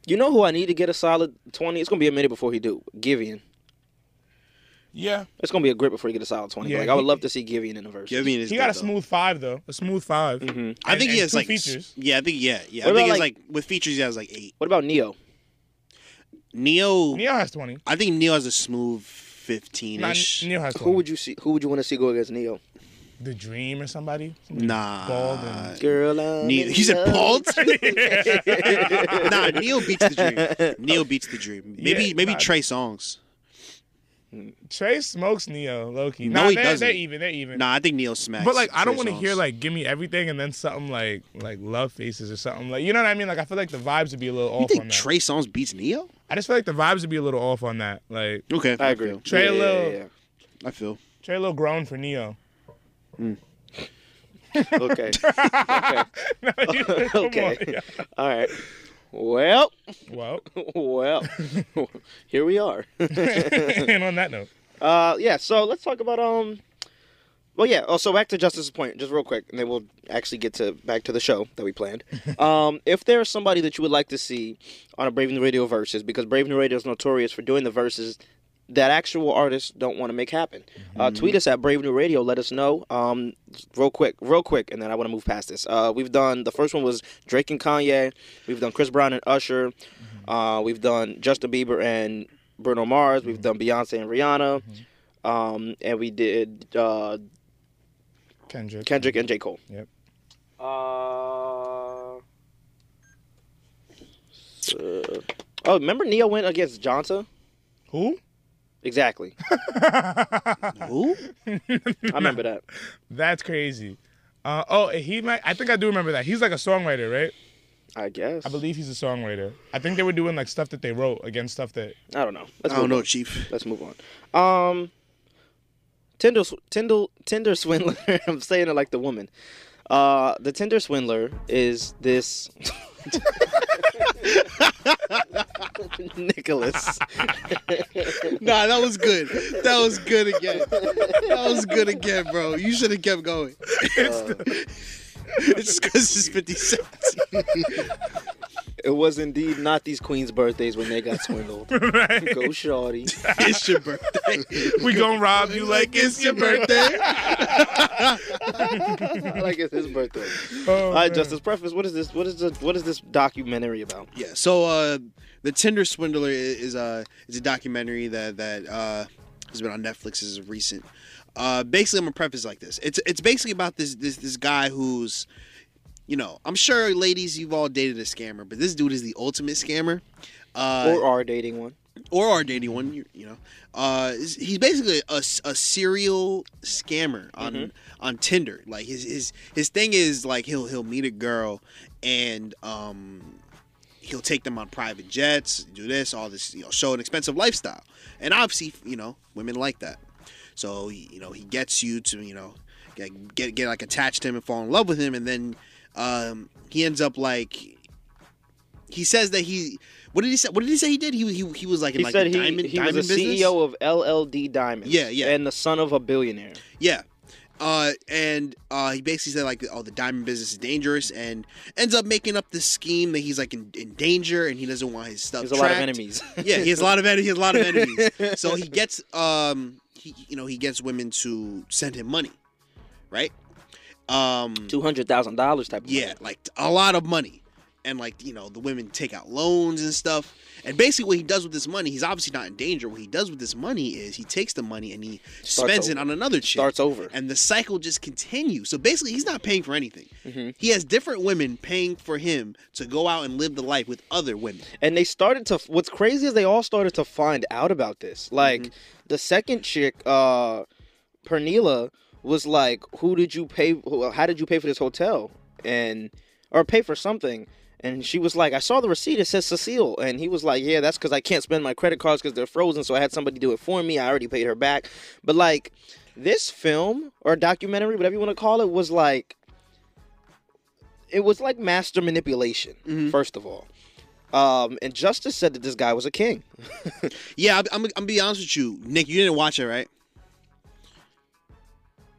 Speaker 3: You know who I need to get a solid twenty? It's gonna be a minute before he do Givian.
Speaker 7: Yeah.
Speaker 3: It's gonna be a grip before he get a solid twenty. but,
Speaker 7: Yeah,
Speaker 3: like I would
Speaker 7: he-
Speaker 3: love to see Givian in the verse.
Speaker 9: Give me this.
Speaker 7: He got a
Speaker 9: though.
Speaker 7: smooth five though. A smooth 5
Speaker 3: Mm-hmm.
Speaker 9: I think
Speaker 7: and-
Speaker 9: he
Speaker 7: and
Speaker 9: has
Speaker 7: two
Speaker 9: like. s-
Speaker 7: features.
Speaker 9: Yeah, I think yeah, yeah.
Speaker 3: What
Speaker 9: I think he
Speaker 3: about,
Speaker 9: has
Speaker 3: like-
Speaker 9: like with features he has like eight.
Speaker 3: What about Neo?
Speaker 9: Neo.
Speaker 7: Neil has twenty.
Speaker 9: I think Neo has a smooth
Speaker 7: Nah,
Speaker 9: fifteen-ish.
Speaker 7: Neil has twenty.
Speaker 3: Who would you see? Who would you want to see go against Neo?
Speaker 7: the Dream or somebody? Somebody
Speaker 9: Nah.
Speaker 7: Bald and
Speaker 3: Girl, I'm
Speaker 9: Neo,
Speaker 3: in
Speaker 9: he said
Speaker 3: love. [LAUGHS]
Speaker 9: bald.
Speaker 7: [LAUGHS]
Speaker 9: nah, Neo beats the dream.
Speaker 3: [LAUGHS]
Speaker 9: Neo beats the dream. Maybe
Speaker 7: Yeah,
Speaker 9: maybe
Speaker 7: nah.
Speaker 9: Trey Songs.
Speaker 7: Trey smokes Neo, Loki.
Speaker 9: No,
Speaker 7: nah,
Speaker 9: he
Speaker 7: they're,
Speaker 9: doesn't.
Speaker 7: They're even. They're even.
Speaker 9: Nah, I think Neo smacks.
Speaker 7: But like, I don't
Speaker 9: Trey
Speaker 7: want to hear
Speaker 9: Songz.
Speaker 7: like "Give Me Everything" and then something like like "Love Faces" or something like you know what I mean. Like, I feel like the vibes would be a little
Speaker 9: You
Speaker 7: off on
Speaker 9: think
Speaker 7: that.
Speaker 9: Trey Songz beats Neo?
Speaker 7: I just feel like the vibes would be a little off on that. Like
Speaker 9: Okay,
Speaker 3: I agree.
Speaker 9: feel.
Speaker 7: Trey Lil-
Speaker 9: I feel.
Speaker 7: Trey, a little grown for Neo. [LAUGHS]
Speaker 3: Okay. [LAUGHS]
Speaker 7: Come on,
Speaker 3: okay.
Speaker 7: yeah.
Speaker 3: All right. Well, [LAUGHS]
Speaker 7: Well, [LAUGHS]
Speaker 3: well, [LAUGHS] here we are. [LAUGHS]
Speaker 7: and on that note,
Speaker 3: Uh, yeah. So let's talk about um. Well, yeah. Oh, so back to Justice's point, just real quick, and then we'll actually get to back to the show that we planned. um, if there is somebody that you would like to see on a Brave New Radio versus, because Brave New Radio is notorious for doing the verses that actual artists don't want to make happen. Uh, tweet us at Brave New Radio. Let us know. Um, real quick, real quick, and then I want to move past this. Uh, we've done the first one was Drake and Kanye. We've done Chris Brown and Usher. Uh, we've done Justin Bieber and Bruno Mars. We've done Beyonce and Rihanna. Um, and we did uh,
Speaker 7: Kendrick.
Speaker 3: Kendrick and J. Cole.
Speaker 7: Yep.
Speaker 3: Uh, so- oh, remember Neo went against Jonta?
Speaker 7: Who?
Speaker 3: Exactly.
Speaker 9: Who?
Speaker 3: I remember that.
Speaker 7: That's crazy. Uh, oh, he might. I think I do remember that. He's like a songwriter, right?
Speaker 3: I
Speaker 7: [LAUGHS]
Speaker 3: guess.
Speaker 7: I believe he's a songwriter. I think they were doing like stuff that they wrote against stuff that.
Speaker 3: I don't know. Let's
Speaker 9: I don't
Speaker 3: move
Speaker 9: know,
Speaker 3: on.
Speaker 9: Chief.
Speaker 3: Let's move on. Um, Tinder, sw- Tinder, Tinder swindler. [LAUGHS] I'm saying it like the woman. Uh, the Tinder swindler is this. [LAUGHS] Nicholas.
Speaker 9: Nah, that was good. That was good again. That was good again, bro. You should have kept going. [LAUGHS] It's because it's 50 cents.
Speaker 3: It was indeed not these queens' birthdays when they
Speaker 7: [LAUGHS]
Speaker 3: got swindled. Go shorty.
Speaker 9: it's your birthday.
Speaker 7: We gonna rob you like it's your birthday.
Speaker 3: [LAUGHS] like it's his birthday.
Speaker 7: Oh,
Speaker 3: All right,
Speaker 7: man.
Speaker 3: Justice Preface. What is this? What is this? What is this documentary about?
Speaker 9: Yeah. So uh, the Tinder Swindler i- is a is a documentary that that uh, has been on Netflix as of recent. Uh, basically, I'm gonna preface like this. It's it's basically about this this this guy who's, you know, I'm sure ladies you've all dated a scammer, but this dude is the ultimate scammer. Uh,
Speaker 3: or are dating one?
Speaker 9: or our daily one, you, you know. Uh, is- he's basically a, s- a serial scammer on on Tinder. Like his his his thing is like he'll he'll meet a girl and um he'll take them on private jets, do this, all this, you know, show an expensive lifestyle. And obviously, you know, women like that. So you know, he gets you to you know get get, get like attached to him and fall in love with him, and then um, he ends up like he says that he what did he say? What did he say he did? He he, he was like in
Speaker 3: He
Speaker 9: like
Speaker 3: said
Speaker 9: the
Speaker 3: he,
Speaker 9: diamond
Speaker 3: he
Speaker 9: diamond
Speaker 3: was a
Speaker 9: business.
Speaker 3: CEO of LLD Diamonds.
Speaker 9: Yeah, yeah.
Speaker 3: And the son of a billionaire.
Speaker 9: Yeah. Uh, and uh, he basically said like, "Oh, the diamond business is dangerous," and ends up making up this scheme that he's like in, in danger and he doesn't want his stuff.
Speaker 3: He has a lot of
Speaker 9: tracked.
Speaker 3: enemies.
Speaker 9: [LAUGHS] yeah, he has a lot of enemies. He has a lot
Speaker 3: [LAUGHS]
Speaker 9: of enemies. so he gets um, he you know he gets women to send him money, right? Um,
Speaker 3: Two hundred thousand dollars type. Of
Speaker 9: yeah,
Speaker 3: money.
Speaker 9: like a lot of money. And like, you know, the women take out loans and stuff. And basically what he does with this money, he's obviously not in danger. What he does with this money is he takes the money and he
Speaker 3: Starts
Speaker 9: spends
Speaker 3: over.
Speaker 9: it on another chick.
Speaker 3: Starts over.
Speaker 9: And the cycle just continues. So basically he's not paying for anything.
Speaker 3: Mm-hmm.
Speaker 9: He has different women paying for him to go out and live the life with other women.
Speaker 3: And they started to. What's crazy is they all started to find out about this. Like the second chick, uh, Pernila, was like, "Who did you pay? who- How did you pay for this hotel?" And or pay for something. And she was like, "I saw the receipt. It says Cecile." And he was like, "Yeah, that's because I can't spend my credit cards because they're frozen. So I had somebody do it for me. I already paid her back." But like this film or documentary, whatever you want to call it, was like. It was like master manipulation, first of all. Um, and Justice said that this guy was a king.
Speaker 9: Yeah, I'm, I'm, I'm gonna be honest with you, Nick. You didn't watch it, right?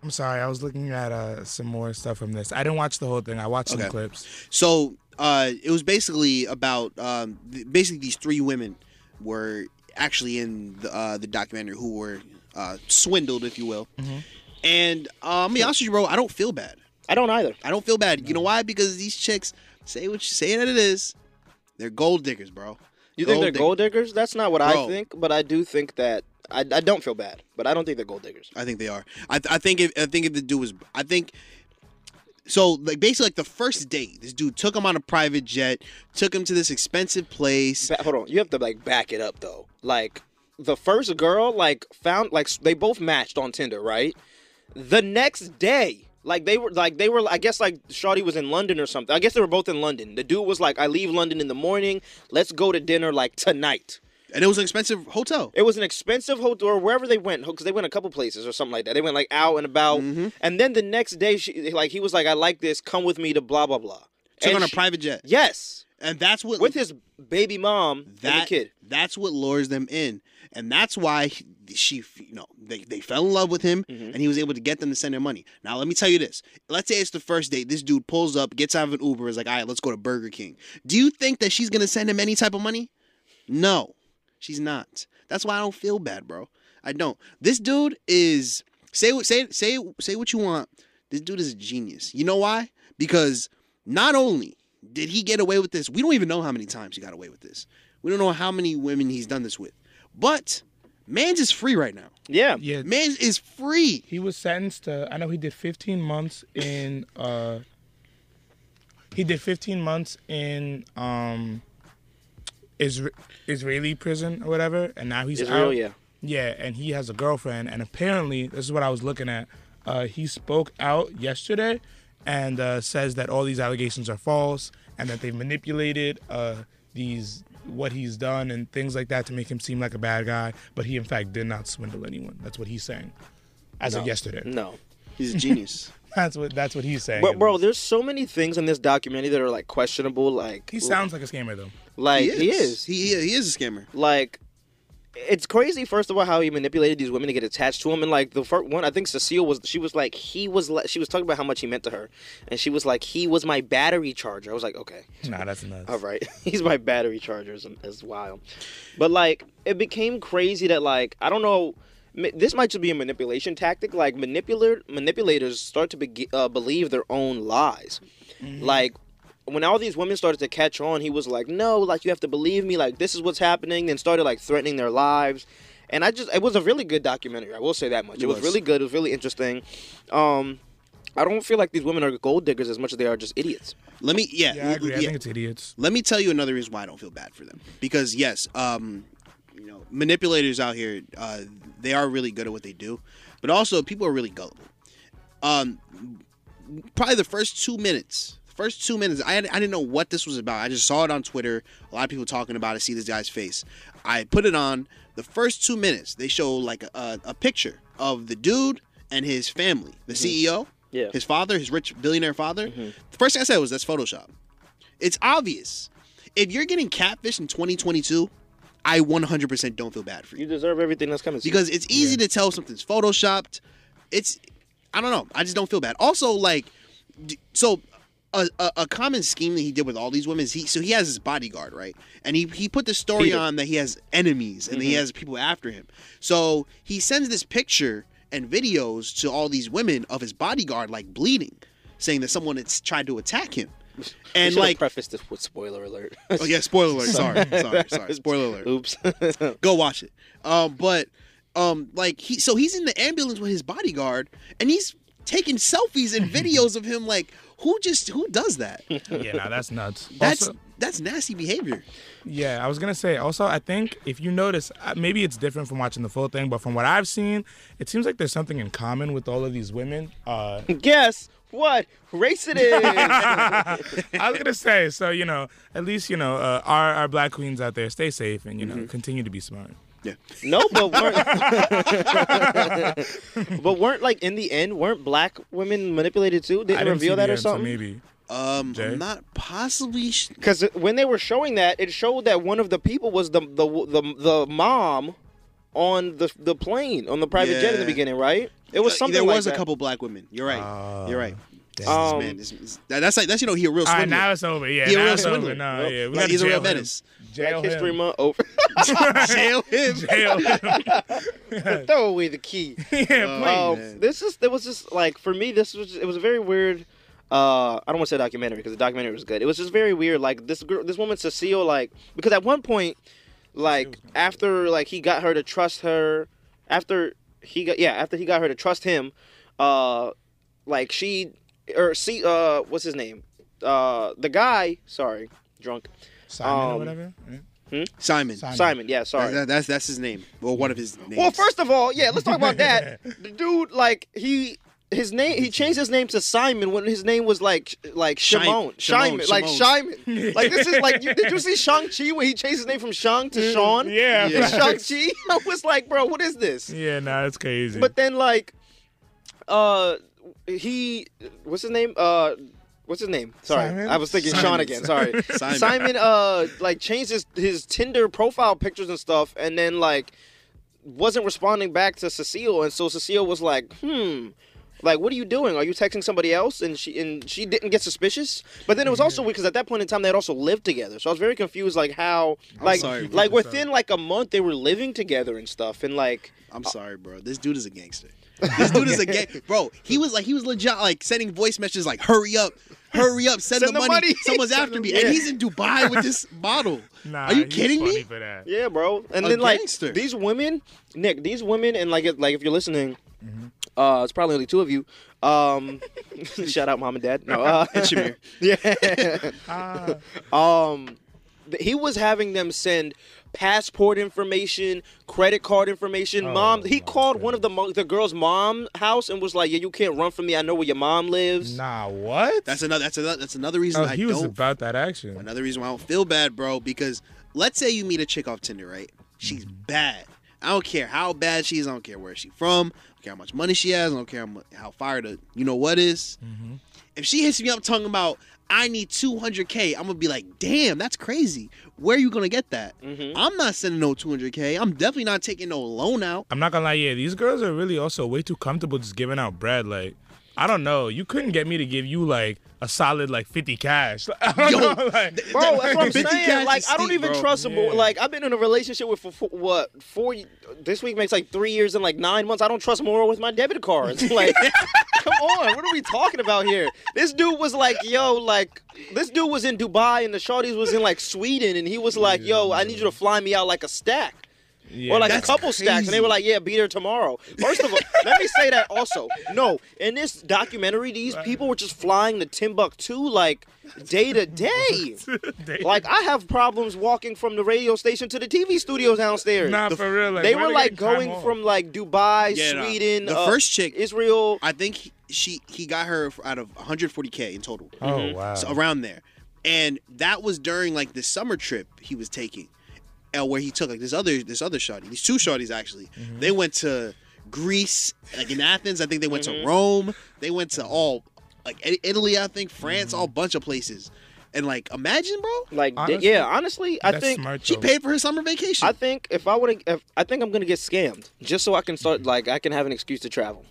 Speaker 7: I'm sorry. I was looking at uh, some more stuff from this. I didn't watch the whole thing. I watched
Speaker 9: Okay.
Speaker 7: some clips.
Speaker 9: So uh, it was basically about um, th- basically these three women were actually in the, uh, the documentary who were uh, swindled, if you will. And um, be honest with you, bro, I don't feel bad.
Speaker 3: I don't either.
Speaker 9: I don't feel bad. You know why? Because these chicks say what you say that it is. They're gold diggers, bro.
Speaker 3: You think they're
Speaker 9: dig-
Speaker 3: gold diggers? That's not what I
Speaker 9: Bro.
Speaker 3: think, but I do think that I, I don't feel bad, but I don't think they're gold diggers.
Speaker 9: I think they are. I, th- I think if I think if the dude was I think so like basically like the first date, this dude took him on a private jet, took him to this expensive place.
Speaker 3: Ba- hold on, you have to like back it up though. Like the first girl, like found like s- they both matched on Tinder, right? The next day, like they were like they were I guess like Shawty was in London or something. I guess they were both in London. The dude was like, "I leave London in the morning. Let's go to dinner like tonight."
Speaker 9: And it was an expensive hotel.
Speaker 3: It was an expensive hotel or wherever they went because they went a couple places or something like that. They went like out and about,
Speaker 9: Mm-hmm.
Speaker 3: and then the next day, she like he was like, "I like this. Come with me to blah blah blah."
Speaker 9: Took
Speaker 3: And
Speaker 9: on a
Speaker 3: she-
Speaker 9: private jet.
Speaker 3: Yes,
Speaker 9: And that's what
Speaker 3: with his baby mom and the
Speaker 9: that
Speaker 3: kid.
Speaker 9: that's what lures them in. And that's why he- she you know, they, they fell in love with him
Speaker 3: Mm-hmm.
Speaker 9: and he was able to get them to send their money. Now let me tell you this. Let's say it's the first date. This dude pulls up, gets out of an Uber, is like, all right, let's go to Burger King. Do you think that she's gonna send him any type of money? No, she's not. That's why I don't feel bad, bro. I don't. This dude is say what say say say what you want. This dude is a genius. You know why? Because not only did he get away with this, we don't even know how many times he got away with this. We don't know how many women he's done this with. But man's is free right now.
Speaker 3: Yeah,
Speaker 7: Yeah,
Speaker 9: Man's is free.
Speaker 7: he was sentenced to. I know he did 15 months in. Uh, he did 15 months in um, Isra- Israeli prison or whatever, and now he's
Speaker 3: Israel.
Speaker 7: out.
Speaker 3: Yeah,
Speaker 7: Yeah, and he has a girlfriend, and apparently, this is what I was looking at. Uh, he spoke out yesterday and uh, says that all these allegations are false and that they've manipulated uh, these what he's done and things like that to make him seem like a bad guy. But he, in fact, did not swindle anyone. That's what he's saying as of yesterday. [LAUGHS]
Speaker 3: no,
Speaker 9: He's a genius.
Speaker 7: That's what that's what he's saying.
Speaker 3: but bro,
Speaker 7: At least.
Speaker 3: there's so many things in this documentary that are like questionable. Like
Speaker 7: he sounds like a scammer though.
Speaker 3: like he is.
Speaker 9: He, he is a scammer.
Speaker 3: like it's crazy. First of all, how he manipulated these women to get attached to him, and like the first one, I think Cecile was. She was like, he was. Like, she was talking about how much he meant to her, and she was like, he was my battery charger. I was like, okay,
Speaker 7: Nah, that's nuts.
Speaker 3: all right, [LAUGHS] he's my battery charger. Is, is wild, but like it became crazy that like I don't know. ma- This might just be a manipulation tactic. Like manipulator manipulators start to be, uh, believe their own lies. Like when all these women started to catch on, he was like, "No, like you have to believe me. Like this is what's happening," and started like threatening their lives. And I just, it was a really good documentary. I will say that much. It, was. really good. It was really interesting. Um, I don't feel like these women are gold diggers as much as they are just idiots.
Speaker 9: Let me, yeah,
Speaker 7: Yeah, I agree.
Speaker 9: yeah.
Speaker 7: I think it's idiots.
Speaker 9: Let me tell you another reason why I don't feel bad for them. Because yes, um, you know, manipulators out here, uh, they are really good at what they do, but also people are really gullible. Um, probably the first two minutes. First two minutes, I, I didn't know what this was about. I just saw it on Twitter. A lot of people talking about it. See this guy's face. I put it on. The first two minutes, they show like a, a picture of the dude and his family, the CEO,
Speaker 3: Yeah.
Speaker 9: his father, his rich billionaire father. The first thing I said was, "That's Photoshop." It's obvious. If you're getting catfish in 2022, I 100% don't feel bad for you
Speaker 3: You deserve everything that's coming. to you.
Speaker 9: because it's easy to tell something's photoshopped. It's I don't know. I just don't feel bad. Also, like, d- so a, a, a common scheme that he did with all these women is he so he has his bodyguard right, and he he Mm-hmm. put the story
Speaker 3: Peter.
Speaker 9: on that he has enemies and that he has people after him. So he sends this picture and videos to all these women of his bodyguard like bleeding, saying that someone has tried to attack him.
Speaker 3: We
Speaker 9: And
Speaker 3: should've
Speaker 9: like,
Speaker 3: prefaced this with spoiler alert.
Speaker 9: oh yeah, spoiler alert. Sorry, sorry,
Speaker 3: [LAUGHS]
Speaker 9: sorry. Spoiler alert
Speaker 3: Oops.
Speaker 9: go watch it. Um, but um, like he, so he's in the ambulance with his bodyguard, and he's taking selfies and videos of him. Like who just who does
Speaker 3: [LAUGHS]
Speaker 9: that?
Speaker 7: Yeah, nah, that's nuts.
Speaker 9: That's
Speaker 7: Also-
Speaker 9: that's nasty behavior.
Speaker 7: Yeah, I was gonna say. Also, I think if you notice, uh, maybe it's different from watching the full thing, but from what I've seen, it seems like there's something in common with all of these women. Uh,
Speaker 3: Guess what race
Speaker 9: [LAUGHS]
Speaker 3: it is?
Speaker 7: I was gonna say, so you know, at least you know, uh, our our black queens out there, stay safe and you
Speaker 9: Mm-hmm.
Speaker 7: know, continue to be smart.
Speaker 9: Yeah,
Speaker 3: no, but weren't. [LAUGHS] but weren't like in the end, weren't black women manipulated too? Didn't,
Speaker 7: I didn't see
Speaker 3: reveal that
Speaker 7: the
Speaker 3: or
Speaker 7: end, so
Speaker 3: something?
Speaker 7: maybe.
Speaker 9: um,
Speaker 7: Jay?
Speaker 9: I'm not possibly. Sh-
Speaker 3: Because when they were showing that, it showed that one of the people was the the the, the mom on the the plane on the private jet in the
Speaker 9: Yeah.
Speaker 3: beginning, right? It was something.
Speaker 9: There
Speaker 3: like
Speaker 9: was a
Speaker 3: that.
Speaker 9: couple black women. You're right. You're right. This- this
Speaker 3: Um,
Speaker 9: man, this- this- that- that's like that's you know he a real
Speaker 7: Ah, All
Speaker 9: swindler.
Speaker 7: right, now it's over. Yeah,
Speaker 9: He a
Speaker 7: now
Speaker 9: real
Speaker 7: it's
Speaker 9: swindler.
Speaker 7: over. No,
Speaker 9: Nope.
Speaker 7: yeah, we
Speaker 9: Like,
Speaker 7: got
Speaker 9: he's a
Speaker 7: jail
Speaker 9: real
Speaker 7: him.
Speaker 9: menace. [LAUGHS]
Speaker 7: Jail
Speaker 3: Black History
Speaker 7: him.
Speaker 3: Month over. [LAUGHS]
Speaker 7: [LAUGHS]
Speaker 9: Jail him.
Speaker 7: Jail him.
Speaker 3: Throw away the key.
Speaker 7: yeah, please.
Speaker 9: Oh,
Speaker 3: Um, this is there was just like for me this was it was a very weird uh I don't want to say documentary because the documentary was good. It was just very weird like this girl this woman Cecile like because at one point like after like he got her to trust her after he got yeah after he got her to trust him uh like she or see uh what's his name uh the guy sorry drunk
Speaker 7: Simon
Speaker 3: um,
Speaker 7: or whatever. Yeah.
Speaker 9: Simon.
Speaker 3: Simon yeah sorry
Speaker 9: That- that's that's his name. Well, one of his names.
Speaker 3: Well, first of all, yeah, let's talk about
Speaker 9: [LAUGHS]
Speaker 3: that. the dude, like, he his name he changed his name to Simon when his name was like like
Speaker 9: Shime-
Speaker 3: Shimon.
Speaker 9: Shimon,
Speaker 3: Shimon, like
Speaker 9: Shimon. [LAUGHS]
Speaker 3: Shimon. like this is like you, did you see Shang Chi when he changed his name from Shang to Sean?
Speaker 7: Yeah.
Speaker 9: Mm, Yeah.
Speaker 3: Shang
Speaker 9: [LAUGHS]
Speaker 3: Chi. [LAUGHS] I was like, bro, what is this?
Speaker 7: Yeah, nah, that's crazy.
Speaker 3: But then like uh he what's his name? Uh What's his name? Sorry,
Speaker 7: Simon?
Speaker 3: I was thinking Sean
Speaker 9: Simon.
Speaker 3: again. Sorry,
Speaker 9: [LAUGHS] Simon.
Speaker 3: Simon. Uh, like changed his his Tinder profile pictures and stuff, and then like wasn't responding back to Cecile, and so Cecile was like, "Hmm, like what are you doing? Are you texting somebody else?" And she and she didn't get suspicious. But then it was also weird because at that point in time they had also lived together, so I was very confused, like how like
Speaker 9: sorry,
Speaker 3: like
Speaker 7: bro.
Speaker 3: within like a month they were living together and stuff, and like
Speaker 9: I'm sorry, bro. This dude is a gangster. This dude is a gang, bro. He was like, he was legit, like sending voice messages like, "Hurry up, hurry up, send, the, money. Someone's after me," and he's in Dubai with this model.
Speaker 7: nah,
Speaker 9: Are you
Speaker 7: he's
Speaker 9: kidding
Speaker 7: funny
Speaker 9: me?
Speaker 7: For that.
Speaker 3: Yeah, bro. And
Speaker 9: A
Speaker 3: then like
Speaker 9: gangster.
Speaker 3: these women, Nick, these women, and like if- like if you're listening,
Speaker 9: Mm-hmm.
Speaker 3: uh, it's probably only two of you. Um, [LAUGHS] shout out mom and dad. No,
Speaker 9: [LAUGHS]
Speaker 3: uh,
Speaker 9: Shamir.
Speaker 3: [LAUGHS] yeah. [LAUGHS]
Speaker 7: Ah.
Speaker 3: um, th- he was having them send passport information, credit card information.
Speaker 9: Oh
Speaker 3: mom, he called one of the mo- the girl's mom house and was like, "Yeah, you can't run from me. I know where your mom lives."
Speaker 7: Nah, what?
Speaker 9: That's another. That's another. That's another reason
Speaker 7: oh,
Speaker 9: I
Speaker 7: he was
Speaker 9: don't.
Speaker 7: about that action.
Speaker 9: another reason why I don't feel bad, bro. Because let's say you meet a chick off Tinder, right? She's bad. I don't care how bad she is. I don't care where she's from. I don't care how much money she has. I don't care how, mu- how fired the you know what is. If she hits me up talking about I need 200K, I'm going to be like, damn, that's crazy. Where are you going to get that?
Speaker 3: Mm-hmm.
Speaker 9: I'm not sending no 200K. I'm definitely not taking no loan out.
Speaker 7: I'm not gonna lie, yeah, these girls are really also way too comfortable just giving out bread. Like, I don't know, you couldn't get me to give you like a solid like 50 cash. [LAUGHS] I don't
Speaker 9: Yo,
Speaker 7: know, like,
Speaker 9: th- [LAUGHS]
Speaker 3: Bro, that's what I'm
Speaker 9: 50 cash
Speaker 3: saying. Like,
Speaker 9: is
Speaker 3: I don't
Speaker 9: steep,
Speaker 3: even
Speaker 9: bro.
Speaker 3: trust him.
Speaker 7: Yeah.
Speaker 3: Like, I've been in a relationship with for, for what four? y- This week makes like three years and like nine months. I don't trust Moro with my
Speaker 9: [LAUGHS]
Speaker 3: debit cards. Like, come on, what are we talking about here? This dude was like, yo, like, this dude was in Dubai and the Shawties was in like Sweden, and he was like, yo, I need you to fly me out like a stack.
Speaker 7: yeah.
Speaker 3: or like a
Speaker 9: That's
Speaker 3: couple stacks, and they
Speaker 9: crazy.
Speaker 3: were like, "Yeah, be there tomorrow." First of all, let me say that also. No, in this documentary, these people were just flying to Timbuktu like
Speaker 7: [LAUGHS]
Speaker 3: day to day. Like I have problems walking from the radio station to the TV studios downstairs.
Speaker 7: Nah, for real. Like,
Speaker 3: they
Speaker 7: why
Speaker 3: were like
Speaker 7: getting time
Speaker 3: going
Speaker 7: off?
Speaker 3: from like Dubai,
Speaker 9: Yeah, nah.
Speaker 3: Sweden,
Speaker 9: The
Speaker 3: uh,
Speaker 9: first chick-
Speaker 3: Israel.
Speaker 9: I think he, she he got her f- out of 140k in total.
Speaker 3: Mm-hmm.
Speaker 7: Oh, wow.
Speaker 9: So around there, and that was during like this summer trip he was taking, uh, where he took like this other this other shawty, these two shawties actually.
Speaker 7: Mm-hmm.
Speaker 9: They went to Greece, like in Athens. I think they went
Speaker 3: Mm-hmm.
Speaker 9: to Rome. They went to all like I- Italy. I think France,
Speaker 7: Mm-hmm.
Speaker 9: all bunch of places. And like, imagine, bro,
Speaker 3: like di-
Speaker 7: Honestly,
Speaker 3: yeah, honestly, I
Speaker 7: That's
Speaker 3: think
Speaker 7: smart,
Speaker 9: she
Speaker 7: though.
Speaker 9: paid for her summer vacation.
Speaker 3: I think if I would, if I think I'm gonna get scammed just so I can start like I can have an excuse to travel.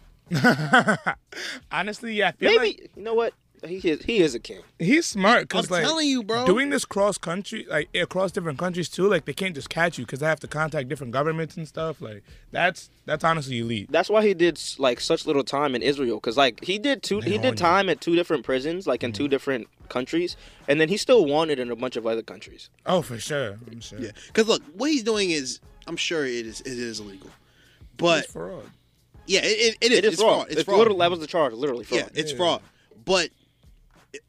Speaker 7: Honestly, yeah, I feel
Speaker 3: Maybe
Speaker 7: like
Speaker 3: you know what he is. He is a king.
Speaker 7: he's smart.
Speaker 9: I'm
Speaker 7: Cause like
Speaker 9: telling you, bro.
Speaker 7: doing this cross country, like across different countries too. Like they can't just catch you because they have to contact different governments and stuff. Like that's that's honestly elite.
Speaker 3: that's why he did s- like such little time in Israel because like he did two he
Speaker 7: own you.
Speaker 3: did time at two different prisons like in two
Speaker 9: Mm-hmm.
Speaker 3: different countries and then he still wanted in a bunch of other countries.
Speaker 7: Oh, for sure. I'm sure.
Speaker 9: yeah, because look, what he's doing is, I'm sure it is it is illegal, but
Speaker 7: It's fraud.
Speaker 9: yeah, it, it,
Speaker 3: It is
Speaker 9: it's
Speaker 3: fraud.
Speaker 9: fraud.
Speaker 3: It's,
Speaker 9: fraud.
Speaker 3: literally that was the charge, literally fraud.
Speaker 9: Yeah, it's fraud. But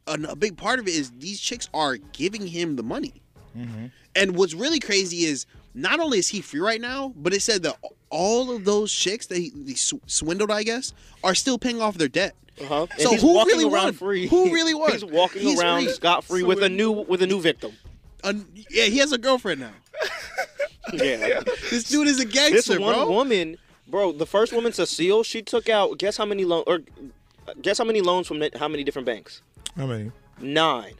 Speaker 9: a, a big part of it is these chicks are giving him the money. And what's really crazy is not only is he free right now, but it said that all of those chicks that he, he sw- swindled, I guess, are still paying off their debt.
Speaker 3: Uh-huh. And
Speaker 9: So
Speaker 3: he's
Speaker 9: who
Speaker 3: walking
Speaker 9: really
Speaker 3: around
Speaker 9: won?
Speaker 3: free?
Speaker 9: Who really won?
Speaker 3: He's walking
Speaker 9: He's
Speaker 3: around
Speaker 9: free.
Speaker 3: scot free with a new with
Speaker 9: [LAUGHS]
Speaker 3: a new victim.
Speaker 9: Uh, yeah, he has a girlfriend now.
Speaker 3: Yeah,
Speaker 9: This dude is a
Speaker 3: this
Speaker 9: gangster,
Speaker 3: one
Speaker 9: bro.
Speaker 3: woman, bro, the first woman, Cecile, she took out guess how many loan or uh, guess how many loans from the- how many different banks?
Speaker 7: How many?
Speaker 3: Nine.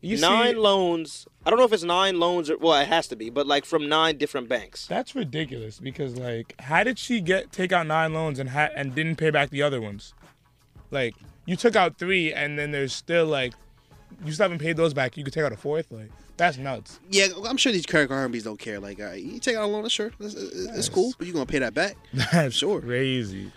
Speaker 7: You
Speaker 3: nine
Speaker 7: see,
Speaker 3: loans. I don't know if it's nine loans or well, it has to be, but like from nine different banks.
Speaker 7: that's ridiculous because like, how did she get take out nine loans and ha- and didn't pay back the other ones? Like you took out three and then there's still like, you still haven't paid those back. You could take out a fourth. Like that's nuts.
Speaker 9: Yeah, I'm sure these credit card companies don't care. Like, all right, you take out a loan, sure, it's, it's cool, but you're gonna pay that back.
Speaker 7: That's
Speaker 9: Sure.
Speaker 7: crazy.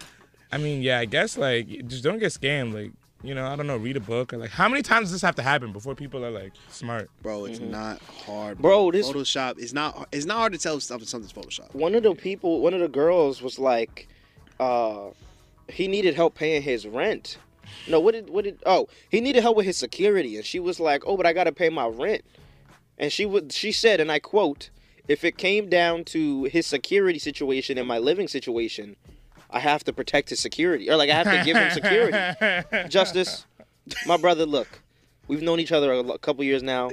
Speaker 7: I mean, yeah, I guess like just don't get scammed. Like you know, I don't know, read a book. Or, like how many times does this have to happen before people are like smart? [LAUGHS]
Speaker 9: Bro, it's not hard,
Speaker 3: Mm-hmm. Bro, this-
Speaker 9: Photoshop is not. It's not hard to tell if something something's Photoshop.
Speaker 3: one of the people, one of the girls was like, uh, he needed help paying his rent. No, what did what did? Oh, he needed help with his security, and she was like, "Oh, but I gotta pay my rent." And she would, she said, and I quote, "If it came down to his security situation and my living situation, I have to protect his security, or like I have to give him security." Justice, my brother, look, we've known each other a lo- couple years now.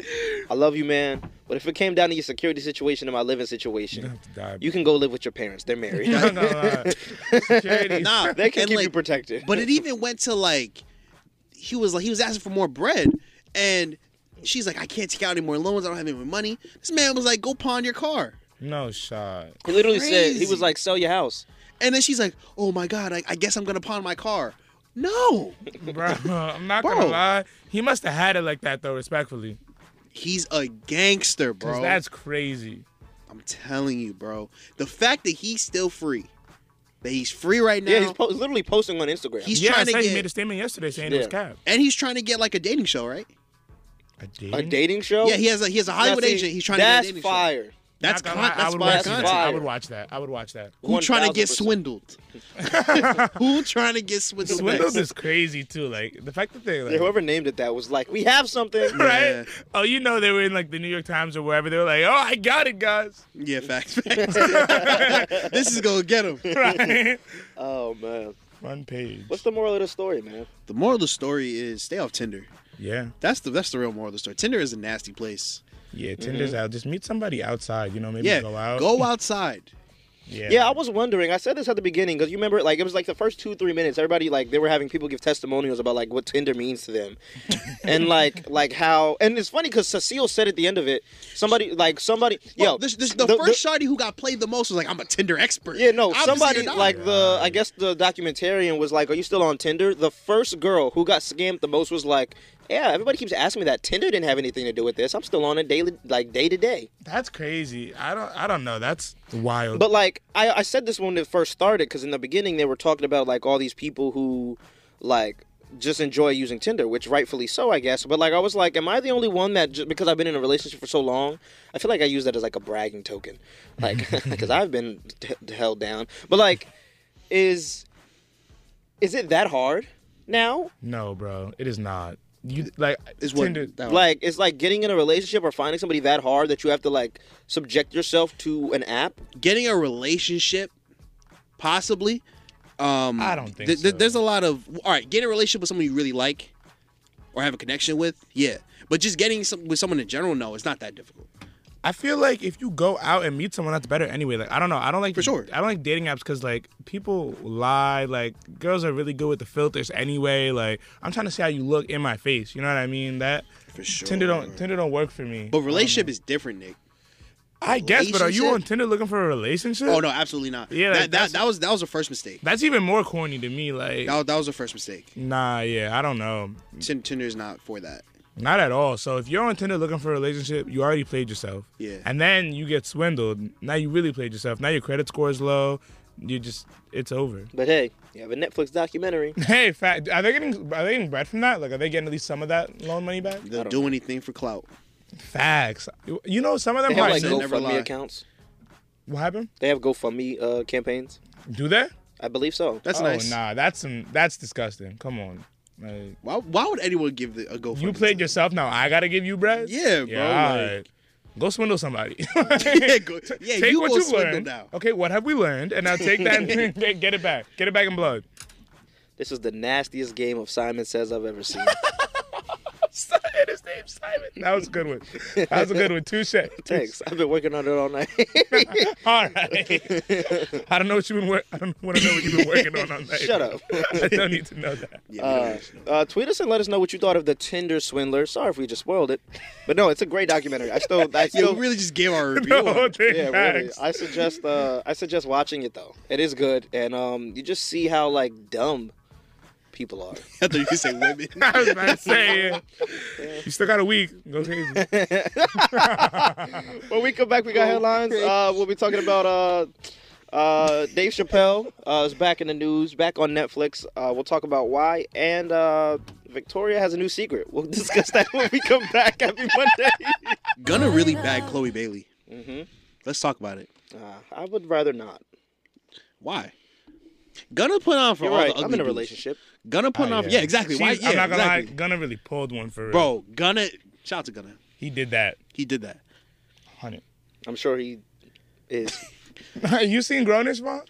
Speaker 3: I love you, man. But if it came down to your security situation and my living situation,
Speaker 7: Die.
Speaker 3: you can go live with your parents. They're [LAUGHS] married.
Speaker 7: no, no, no.
Speaker 9: [LAUGHS]
Speaker 7: Security.
Speaker 9: Nah,
Speaker 3: [LAUGHS] they can
Speaker 9: and,
Speaker 3: keep
Speaker 9: like,
Speaker 3: you protected.
Speaker 9: But
Speaker 3: [LAUGHS]
Speaker 9: it even went to like, he was like, he was asking for more bread, and she's like, I can't take out any more loans. I don't have any more money. This man was like, go pawn your car,
Speaker 7: no shot.
Speaker 3: he literally said he
Speaker 9: Crazy.
Speaker 3: was like, "Sell your house."
Speaker 9: and then she's like, oh my god, I, I guess I'm gonna pawn my car. No,
Speaker 7: Bro, [LAUGHS] I'm not
Speaker 9: Bro.
Speaker 7: gonna lie. He must have had it like that though, respectfully.
Speaker 9: he's a gangster,
Speaker 7: 'Cause
Speaker 9: bro.
Speaker 7: That's crazy.
Speaker 9: I'm telling you, bro. The fact that he's still free, that he's free right now,
Speaker 3: yeah, he's po- literally posting on Instagram.
Speaker 9: He's
Speaker 7: yeah, I
Speaker 9: trying to
Speaker 7: said
Speaker 9: get-
Speaker 7: he made a statement yesterday saying it was
Speaker 3: Yeah.
Speaker 7: cap.
Speaker 9: and he's trying to get like a dating show, right?
Speaker 7: A
Speaker 3: a dating show.
Speaker 9: Yeah, he has a he has a
Speaker 3: Now,
Speaker 9: Hollywood
Speaker 3: see,
Speaker 9: agent. He's trying to get a
Speaker 3: that's
Speaker 9: dating show.
Speaker 3: fire.
Speaker 9: That's
Speaker 7: Not
Speaker 9: con-
Speaker 7: gonna lie, I
Speaker 9: that's
Speaker 7: would
Speaker 9: fire
Speaker 7: watch
Speaker 3: That's
Speaker 7: that.
Speaker 9: content.
Speaker 7: I
Speaker 3: fire.
Speaker 7: would watch that. I would watch that.
Speaker 9: Who trying to get
Speaker 3: 1000%.
Speaker 9: swindled?
Speaker 7: [LAUGHS]
Speaker 9: Who trying to get swindled?
Speaker 7: Swindles
Speaker 9: next?
Speaker 7: is crazy too. Like the fact that they like
Speaker 3: Yeah, whoever named it that was like, "We
Speaker 9: [LAUGHS]
Speaker 3: have something."
Speaker 7: right?
Speaker 9: Yeah.
Speaker 7: Oh, you know they were in like the New York Times or wherever. They were like, "Oh, I got it, guys." [LAUGHS]
Speaker 9: Yeah, facts, [LAUGHS] facts. this is gonna get him.
Speaker 7: Right?
Speaker 3: Oh man,
Speaker 7: Front page.
Speaker 3: what's the moral of the story, man?
Speaker 9: The moral of the story is stay off Tinder.
Speaker 7: Yeah,
Speaker 9: That's the that's the real moral of the story. Tinder is a nasty place.
Speaker 7: yeah. Tinder's out. Just meet somebody outside. You know, maybe
Speaker 9: Mm-hmm. Yeah,
Speaker 7: go out.
Speaker 9: go outside.
Speaker 7: Yeah.
Speaker 3: Yeah, I was wondering. I said this at the beginning because you remember, like, it was like the first two, three minutes. Everybody, like, they were having people give testimonials about like what Tinder means
Speaker 9: [LAUGHS]
Speaker 3: to them, and like, like how. And it's funny because Cecile said at the end of it, somebody, like, somebody,
Speaker 9: Yo,
Speaker 3: yo,
Speaker 9: this, this, the, first shawty who got played the most was like, I'm a Tinder expert.
Speaker 3: Yeah, no,
Speaker 9: Obviously
Speaker 3: somebody
Speaker 9: you're not.
Speaker 3: like the I guess the documentarian was like, "Are you still on Tinder?" The first girl who got scammed the most was like, "Yeah, everybody keeps asking me that. Tinder didn't have anything to do with this. I'm still on it daily, like day to day."
Speaker 7: That's crazy. I don't. I don't know. That's wild.
Speaker 3: But like I, I said this when it first started, because in the beginning they were talking about like all these people who like just enjoy using Tinder, which rightfully so, I guess. But like I was like, am I the only one that just because I've been in a relationship for so long, I feel like I use that as like a bragging token, like [LAUGHS] because I've been t- held down. But like, is is it that hard now?
Speaker 7: no, bro, it is not. You like
Speaker 9: Is what-
Speaker 7: Tinder.
Speaker 9: that one.
Speaker 3: Like it's like getting in a relationship or finding somebody that hard that you have to like subject yourself to an app.
Speaker 9: getting a relationship, possibly. Um,
Speaker 7: I don't think
Speaker 9: th- th-
Speaker 7: so.
Speaker 9: There's a lot of all right. Getting a relationship with someone you really like, or have a connection with, yeah. But just getting some with someone in general, no, it's not that difficult.
Speaker 7: I feel like if you go out and meet someone, that's better anyway. Like I don't know. I don't like
Speaker 9: For sure.
Speaker 7: I don't like dating apps because like people lie. Like girls are really good with the filters anyway. Like I'm trying to see how you look in my face. You know what I mean? That
Speaker 9: For sure.
Speaker 7: Tinder don't Tinder don't work for me.
Speaker 9: But relationship is different, Nick.
Speaker 7: I guess. But are you
Speaker 9: relationship?
Speaker 7: on Tinder looking for a relationship?
Speaker 9: Oh no, absolutely not.
Speaker 7: Yeah, like,
Speaker 9: that, that,
Speaker 7: that's-
Speaker 9: that was that was a first mistake.
Speaker 7: That's even more corny to me. Like
Speaker 9: That, was- that was a first mistake.
Speaker 7: nah, yeah, I don't know,
Speaker 9: Tin- Tinder is not for that.
Speaker 7: not at all. So if you're on Tinder looking for a relationship, you already played yourself.
Speaker 9: Yeah.
Speaker 7: And then you get swindled. Now you really played yourself. Now your credit score is low. You just it's over.
Speaker 3: But hey, you have a Netflix documentary.
Speaker 7: Hey, fat, are they getting are they getting bread from that? Like, are they getting at least some of that loan money back?
Speaker 9: They'll do anything for clout.
Speaker 7: Facts. You- You know, some of them
Speaker 3: They have
Speaker 7: are
Speaker 3: like
Speaker 9: They never lie.
Speaker 3: GoFundMe accounts.
Speaker 7: what happened?
Speaker 3: They have GoFundMe uh, campaigns.
Speaker 7: Do they?
Speaker 3: I believe so.
Speaker 9: That's
Speaker 7: oh
Speaker 9: nice.
Speaker 7: nah, that's some that's disgusting. Come on, like,
Speaker 9: Why, why would anyone give the, a go?
Speaker 7: you played yourself. Now I gotta give you bread.
Speaker 9: Yeah, bro, like-
Speaker 7: alright. Go swindle somebody.
Speaker 9: [LAUGHS]
Speaker 7: [LAUGHS]
Speaker 9: Yeah, go, yeah
Speaker 7: take
Speaker 9: you
Speaker 7: what
Speaker 9: go
Speaker 7: you've
Speaker 9: swindle
Speaker 7: learned.
Speaker 9: now.
Speaker 7: Okay, what have we learned? And now take
Speaker 9: [LAUGHS]
Speaker 7: that and [LAUGHS] get get it back. Get it back in blood. [LAUGHS]
Speaker 3: This is the nastiest game of Simon Says I've
Speaker 9: [LAUGHS]
Speaker 3: ever seen.
Speaker 7: Simon, his name's Simon. That was a good one. That was a good one. Touche.
Speaker 3: Thanks. I've been working on it all night. [LAUGHS]
Speaker 7: [LAUGHS] All right. I don't know what you've been. Wor- I don't want to know what you've been working on. on that.
Speaker 3: Shut up.
Speaker 7: [LAUGHS] I don't need to know that.
Speaker 3: Uh, uh, tweet us and let us know what you thought of the Tinder Swindler. Sorry if we just spoiled it, but no, it's a great documentary. I still,
Speaker 9: [LAUGHS]
Speaker 3: I
Speaker 9: Yeah,
Speaker 3: still,
Speaker 9: we really just gave
Speaker 7: [LAUGHS]
Speaker 9: our review.
Speaker 7: The
Speaker 9: on
Speaker 7: whole
Speaker 9: it.
Speaker 7: thing
Speaker 3: yeah, really.
Speaker 7: facts.
Speaker 3: I suggest, uh, I suggest watching it though. It is good, and um, you just see how like dumb people are.
Speaker 9: I thought you could say
Speaker 7: [LAUGHS]
Speaker 9: women.
Speaker 7: [LAUGHS] I was about to
Speaker 3: [LAUGHS]
Speaker 7: say, yeah. you still got a week. Go crazy.
Speaker 3: when we come back, we
Speaker 9: Oh,
Speaker 3: got headlines. Uh, we'll be talking about uh, uh, Dave Chappelle uh, is back in the news, back on Netflix. Uh, we'll talk about why, and uh, Victoria has a new secret. We'll [LAUGHS] discuss that when we come back every
Speaker 9: [LAUGHS]
Speaker 3: Monday.
Speaker 9: Gunna really bad Chloe Bailey. Let's talk about it.
Speaker 3: Uh, I would rather not.
Speaker 9: Why? Gunna put on for
Speaker 3: You're
Speaker 9: all
Speaker 3: right.
Speaker 9: the ugly
Speaker 3: I'm in a
Speaker 9: dudes.
Speaker 3: relationship.
Speaker 9: Gunna put on. Oh, Yeah, exactly. Why?
Speaker 7: She's-
Speaker 9: Yeah,
Speaker 7: I'm not gonna
Speaker 9: exactly.
Speaker 7: lie. Gunna really pulled one for real.
Speaker 9: Bro, Gunna. Shout out to Gunna.
Speaker 7: he did that.
Speaker 9: He did that.
Speaker 7: Hundred. [LAUGHS]
Speaker 3: I'm sure he is.
Speaker 7: you seen Grownish, bro?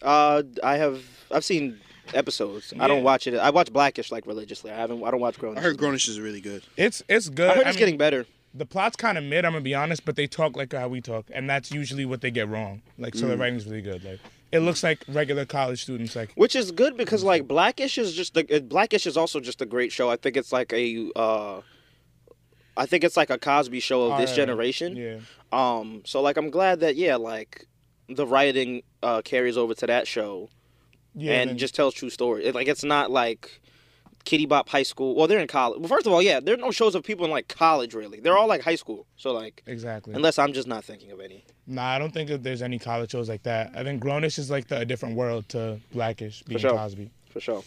Speaker 3: Uh, I have. I've seen episodes. I don't watch it. I watch Blackish like religiously. I haven't. I don't watch Grown.
Speaker 9: I heard Grownish is really good.
Speaker 7: It's it's good.
Speaker 3: I heard it's
Speaker 7: mean,
Speaker 3: getting better.
Speaker 7: The plot's kind of mid. I'm gonna be honest, but they talk like how we talk, and that's usually what they get wrong. Like,
Speaker 3: Mm.
Speaker 7: so the writing's really good. Like, it looks like regular college students. Like,
Speaker 3: which is good because like blackish is just the it- blackish is also just a great show i think it's like a uh i think it's like a cosby show of this
Speaker 7: Alright.
Speaker 3: generation
Speaker 7: yeah.
Speaker 3: um so like i'm glad that yeah like the writing uh carries over to that show
Speaker 7: Yeah,
Speaker 3: and
Speaker 7: then-
Speaker 3: just tells true story It- like it's not like kitty bop high school well they're in college well first of all yeah there are no shows of people in like college really they're all like high school so like
Speaker 7: exactly.
Speaker 3: unless i'm just not thinking of any
Speaker 7: Nah, I don't think that there's any college shows like that. I think Grownish is like the, a different world to Blackish being
Speaker 3: sure.
Speaker 7: Cosby.
Speaker 3: for sure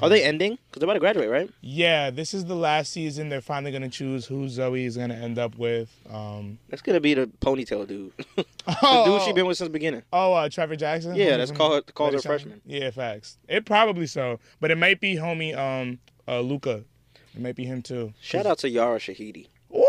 Speaker 3: are they ending because they're about to graduate right
Speaker 7: Yeah, this is the last season. They're finally gonna choose who Zoe is gonna end up with. Um,
Speaker 3: that's gonna be the ponytail dude [LAUGHS] the dude she been with since the beginning
Speaker 7: oh, uh, Trevor Jackson.
Speaker 3: Yeah,
Speaker 7: homie
Speaker 3: that's
Speaker 7: from
Speaker 3: called- called her
Speaker 7: British Army?
Speaker 3: freshman.
Speaker 7: Yeah, facts. It probably so, but it might be homie um uh, Luca. It might be him too.
Speaker 3: Shout out to Yara Shahidi.
Speaker 7: Woo!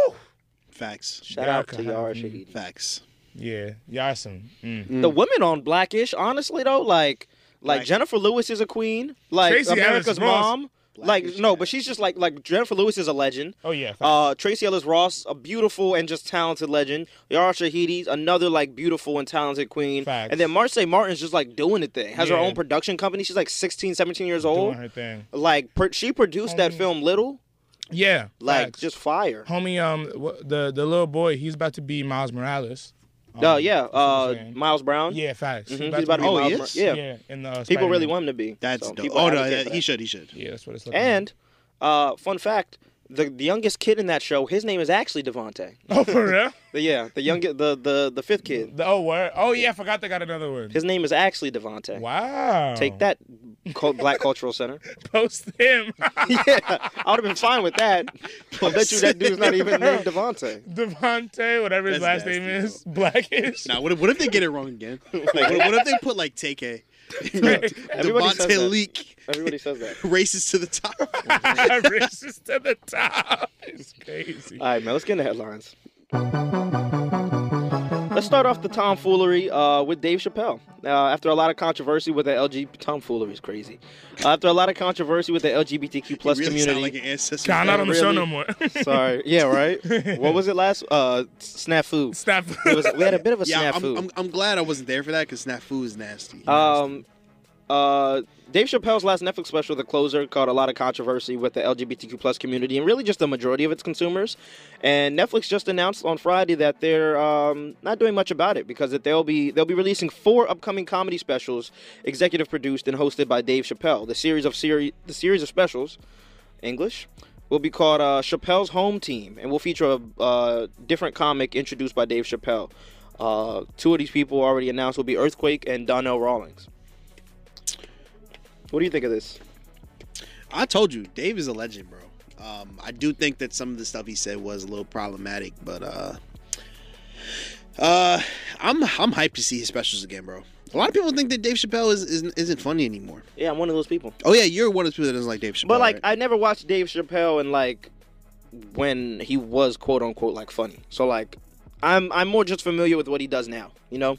Speaker 9: Facts.
Speaker 3: Shout
Speaker 7: Yeah,
Speaker 3: out to
Speaker 7: okay. Mm.
Speaker 3: Yara Shahidi.
Speaker 9: Facts.
Speaker 7: Yeah, Yarson. Mm.
Speaker 3: The women on Blackish, honestly though, like like Jennifer Lewis is a queen. Like
Speaker 7: Tracee Ellis
Speaker 3: America's
Speaker 7: Ross.
Speaker 3: mom.
Speaker 9: Black
Speaker 3: like
Speaker 9: is
Speaker 3: no,
Speaker 9: Jack.
Speaker 3: but she's just like like Jennifer Lewis is a legend.
Speaker 7: Oh, yeah.
Speaker 3: Uh, Tracy Ellis Ross, a beautiful and just talented legend. Yara Shahidi, another like beautiful and talented queen.
Speaker 7: Facts.
Speaker 3: And then Marseille Martin's just like doing the thing. Has her
Speaker 7: Yeah.
Speaker 3: own production company. She's like 16, 17 years old.
Speaker 7: doing her thing.
Speaker 3: Like per- she produced that film Little.
Speaker 7: Yeah,
Speaker 3: Like
Speaker 7: facts.
Speaker 3: just fire.
Speaker 7: homie, um, wh- the the little boy, he's about to be Miles Morales.
Speaker 3: No, yeah. Uh,
Speaker 7: his name?
Speaker 3: Miles Brown.
Speaker 7: Yeah, facts.
Speaker 3: Mhm, he's about to be
Speaker 9: Oh,
Speaker 3: Miles
Speaker 9: he
Speaker 3: Brown.
Speaker 9: is?
Speaker 3: Yeah.
Speaker 7: yeah. In the uh,
Speaker 3: People really
Speaker 7: Spider-Man.
Speaker 3: want him to be.
Speaker 9: That's
Speaker 3: So
Speaker 9: dope.
Speaker 3: people
Speaker 9: oh no,
Speaker 3: advocate
Speaker 9: that-
Speaker 3: for
Speaker 9: he
Speaker 3: that.
Speaker 9: should, he should.
Speaker 7: Yeah, that's what it's. Looking
Speaker 3: And uh, fun fact: the, the youngest kid in that show, his name is actually Devonte.
Speaker 7: like. [LAUGHS] oh for real?
Speaker 3: The- yeah, the young the the the fifth kid.
Speaker 7: The, oh word. Oh yeah, I forgot they got another one.
Speaker 3: His name is actually Devonte.
Speaker 7: Wow.
Speaker 3: Take that, cult, Black Cultural Center.
Speaker 7: [LAUGHS] Post him. [LAUGHS]
Speaker 3: yeah, I would have been fine with that. I bet you that dude's not even named Devonte.
Speaker 7: [LAUGHS] Devontae, whatever his
Speaker 9: That's
Speaker 7: last name
Speaker 9: nasty,
Speaker 7: is,
Speaker 3: [LAUGHS]
Speaker 7: blackish. [LAUGHS]
Speaker 9: Now, what if, what if they get it wrong again? Like, what, what if they put like Take [LAUGHS] A,
Speaker 3: Everybody says
Speaker 9: Devontae
Speaker 3: that.
Speaker 9: Leak,
Speaker 3: Everybody says that.
Speaker 9: races to the
Speaker 3: [LAUGHS]
Speaker 9: top?
Speaker 7: Racist to the top. [LAUGHS] It's crazy.
Speaker 3: All right, man, let's get into headlines. Let's start off the tomfoolery uh, with Dave Chappelle. Uh, after a lot of controversy with the LGBT tomfoolery is crazy. Uh, after a lot of controversy with the LGBTQ plus
Speaker 9: really
Speaker 3: community,
Speaker 9: sound like an ancestor.
Speaker 7: Nah, not on the show
Speaker 3: really-
Speaker 7: no more. [LAUGHS]
Speaker 3: Sorry.
Speaker 9: [LAUGHS]
Speaker 3: Yeah, right. what was it last? Uh, snafu.
Speaker 7: Stop. [LAUGHS]
Speaker 3: It was, we had a bit of a
Speaker 9: yeah, I'm,
Speaker 3: snafu.
Speaker 9: I'm, I'm glad I wasn't there for that because snafu is nasty.
Speaker 3: um, uh, Dave Chappelle's last Netflix special, The Closer, caused a lot of controversy with the LGBTQ plus community and really just the majority of its consumers. And Netflix just announced on Friday that they're um, not doing much about it because that they'll be they'll be releasing four upcoming comedy specials, executive produced and hosted by Dave Chappelle. The series of series the series of specials English, will be called uh, Chappelle's Home Team and will feature a uh, different comic introduced by Dave Chappelle. Uh, two of these people already announced will be Earthquake and Donnell Rawlings. What do you think of this?
Speaker 9: I told you, Dave is a legend, bro. Um, I do think that some of the stuff he said was a little problematic, but uh, uh, I'm I'm hyped to see his specials again, bro. A lot of people think that Dave Chappelle is, isn't isn't funny anymore.
Speaker 3: Yeah, I'm one of those people.
Speaker 9: Oh yeah, you're one of the people that doesn't like Dave Chappelle.
Speaker 3: But like,
Speaker 9: right?
Speaker 3: I never watched Dave Chappelle and like when he was quote unquote like funny. So like, I'm I'm more just familiar with what he does now. You know.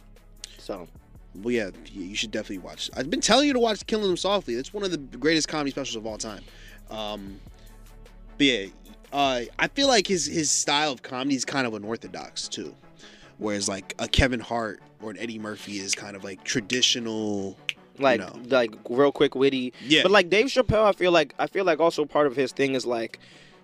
Speaker 3: So
Speaker 9: well, yeah, you you should definitely watch. I've been telling you to watch Killing Them Softly. It's one of the greatest comedy specials of all time. Um, but yeah, uh, I feel like his his style of comedy is kind of unorthodox too. Whereas like a Kevin Hart or an Eddie Murphy is kind of like traditional.
Speaker 3: like
Speaker 9: No.
Speaker 3: like real quick witty.
Speaker 9: Yeah.
Speaker 3: But like Dave Chappelle, I feel like I feel like also part of his thing is like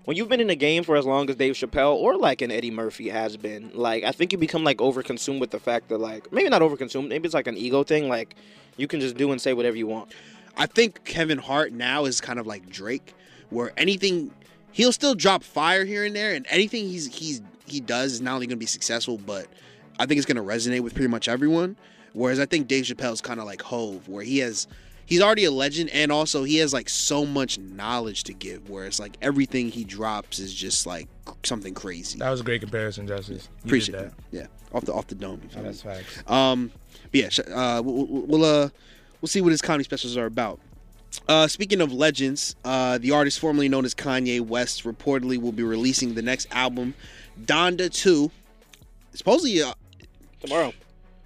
Speaker 3: when you've been in the game for as long as Dave Chappelle or like an Eddie Murphy has been, like I think you become like overconsumed with the fact that like maybe not overconsumed, maybe it's like an ego thing. Like you can just do and say whatever you want.
Speaker 9: I think Kevin Hart now is kind of like Drake, where anything he'll still drop fire here and there, and anything he's he's he does is not only going to be successful, but I think it's going to resonate with pretty much everyone. Whereas I think Dave Chappelle's kind of like Hove, where he has he's already a legend, and also he has like so much knowledge to give. Where it's like everything he drops is just like something crazy.
Speaker 7: That was a great comparison, Justice. You
Speaker 9: Appreciate
Speaker 7: did that.
Speaker 9: that. Yeah, off the off the dome. you feel me?
Speaker 7: That's facts.
Speaker 9: Um, but yeah, sh- uh, we'll, we'll- we'll uh, we'll see what his comedy specials are about. Uh, speaking of legends, uh, the artist formerly known as Kanye West reportedly will be releasing the next album, Donda Two. Supposedly, uh,
Speaker 3: Tomorrow.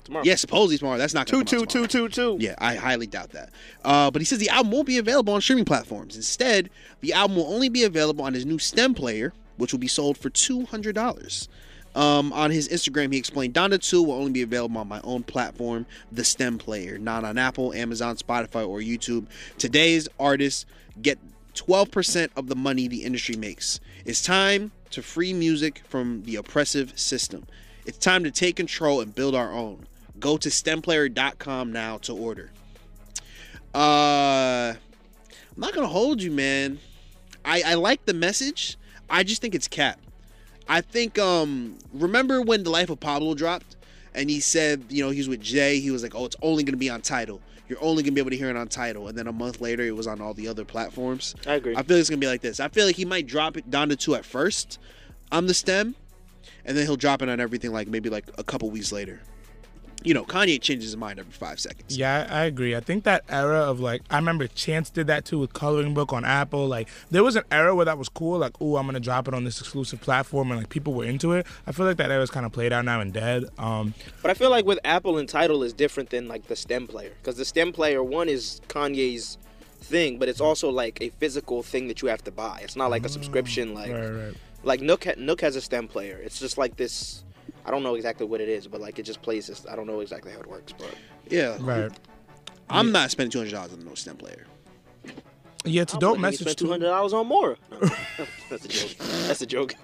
Speaker 3: Tomorrow.
Speaker 9: yeah, supposedly tomorrow. That's not gonna
Speaker 3: Two
Speaker 9: come
Speaker 3: two
Speaker 9: out tomorrow.
Speaker 3: two two two.
Speaker 9: Yeah, I highly doubt that. Uh, but he says the album won't be available on streaming platforms. Instead, the album will only be available on his new stem player, which will be sold for two hundred dollars. Um, on his Instagram, he explained Donda 2 will only be available on my own platform, the STEM player, not on Apple, Amazon, Spotify, or YouTube. Today's artists get 12% of the money the industry makes. It's time to free music from the oppressive system. It's time to take control and build our own. Go to stemplayer.com now to order. Uh, I'm not gonna hold you, man. I I like the message. I just think it's cap. I think um remember when the life of Pablo dropped and he said you know he was with Jay. He was like, oh, it's only gonna be on title. You're only gonna be able to hear it on title. And then a month later, it was on all the other platforms.
Speaker 3: I agree.
Speaker 9: I feel it's gonna be like this. I feel like he might drop it down to two at first on the stem, and then he'll drop it on everything like maybe like a couple weeks later. You know, Kanye changes his mind every five seconds.
Speaker 7: Yeah, I I agree. I think that era of like, I remember Chance did that too with Coloring Book on Apple. Like, there was an era where that was cool. Like, oh, I'm gonna drop it on this exclusive platform, and like people were into it. I feel like that era's kind of played out now and dead. Um,
Speaker 3: But I feel like with Apple and Title is different than like the stem player because the stem player one is Kanye's thing, but it's also like a physical thing that you have to buy. It's not like a subscription like
Speaker 7: Right, right.
Speaker 3: like Nook ha- Nook has a stem player. It's just like this. I don't know exactly what it is, but like it just plays this. I don't know exactly how it works, but
Speaker 9: Yeah.
Speaker 7: Right.
Speaker 9: I'm not spending two hundred dollars on no STEM player.
Speaker 7: Yeah, it's a dope message
Speaker 3: Spent two
Speaker 7: too.
Speaker 3: hundred dollars on
Speaker 7: [LAUGHS]
Speaker 3: Mora. No, that's a joke. That's a [LAUGHS] joke.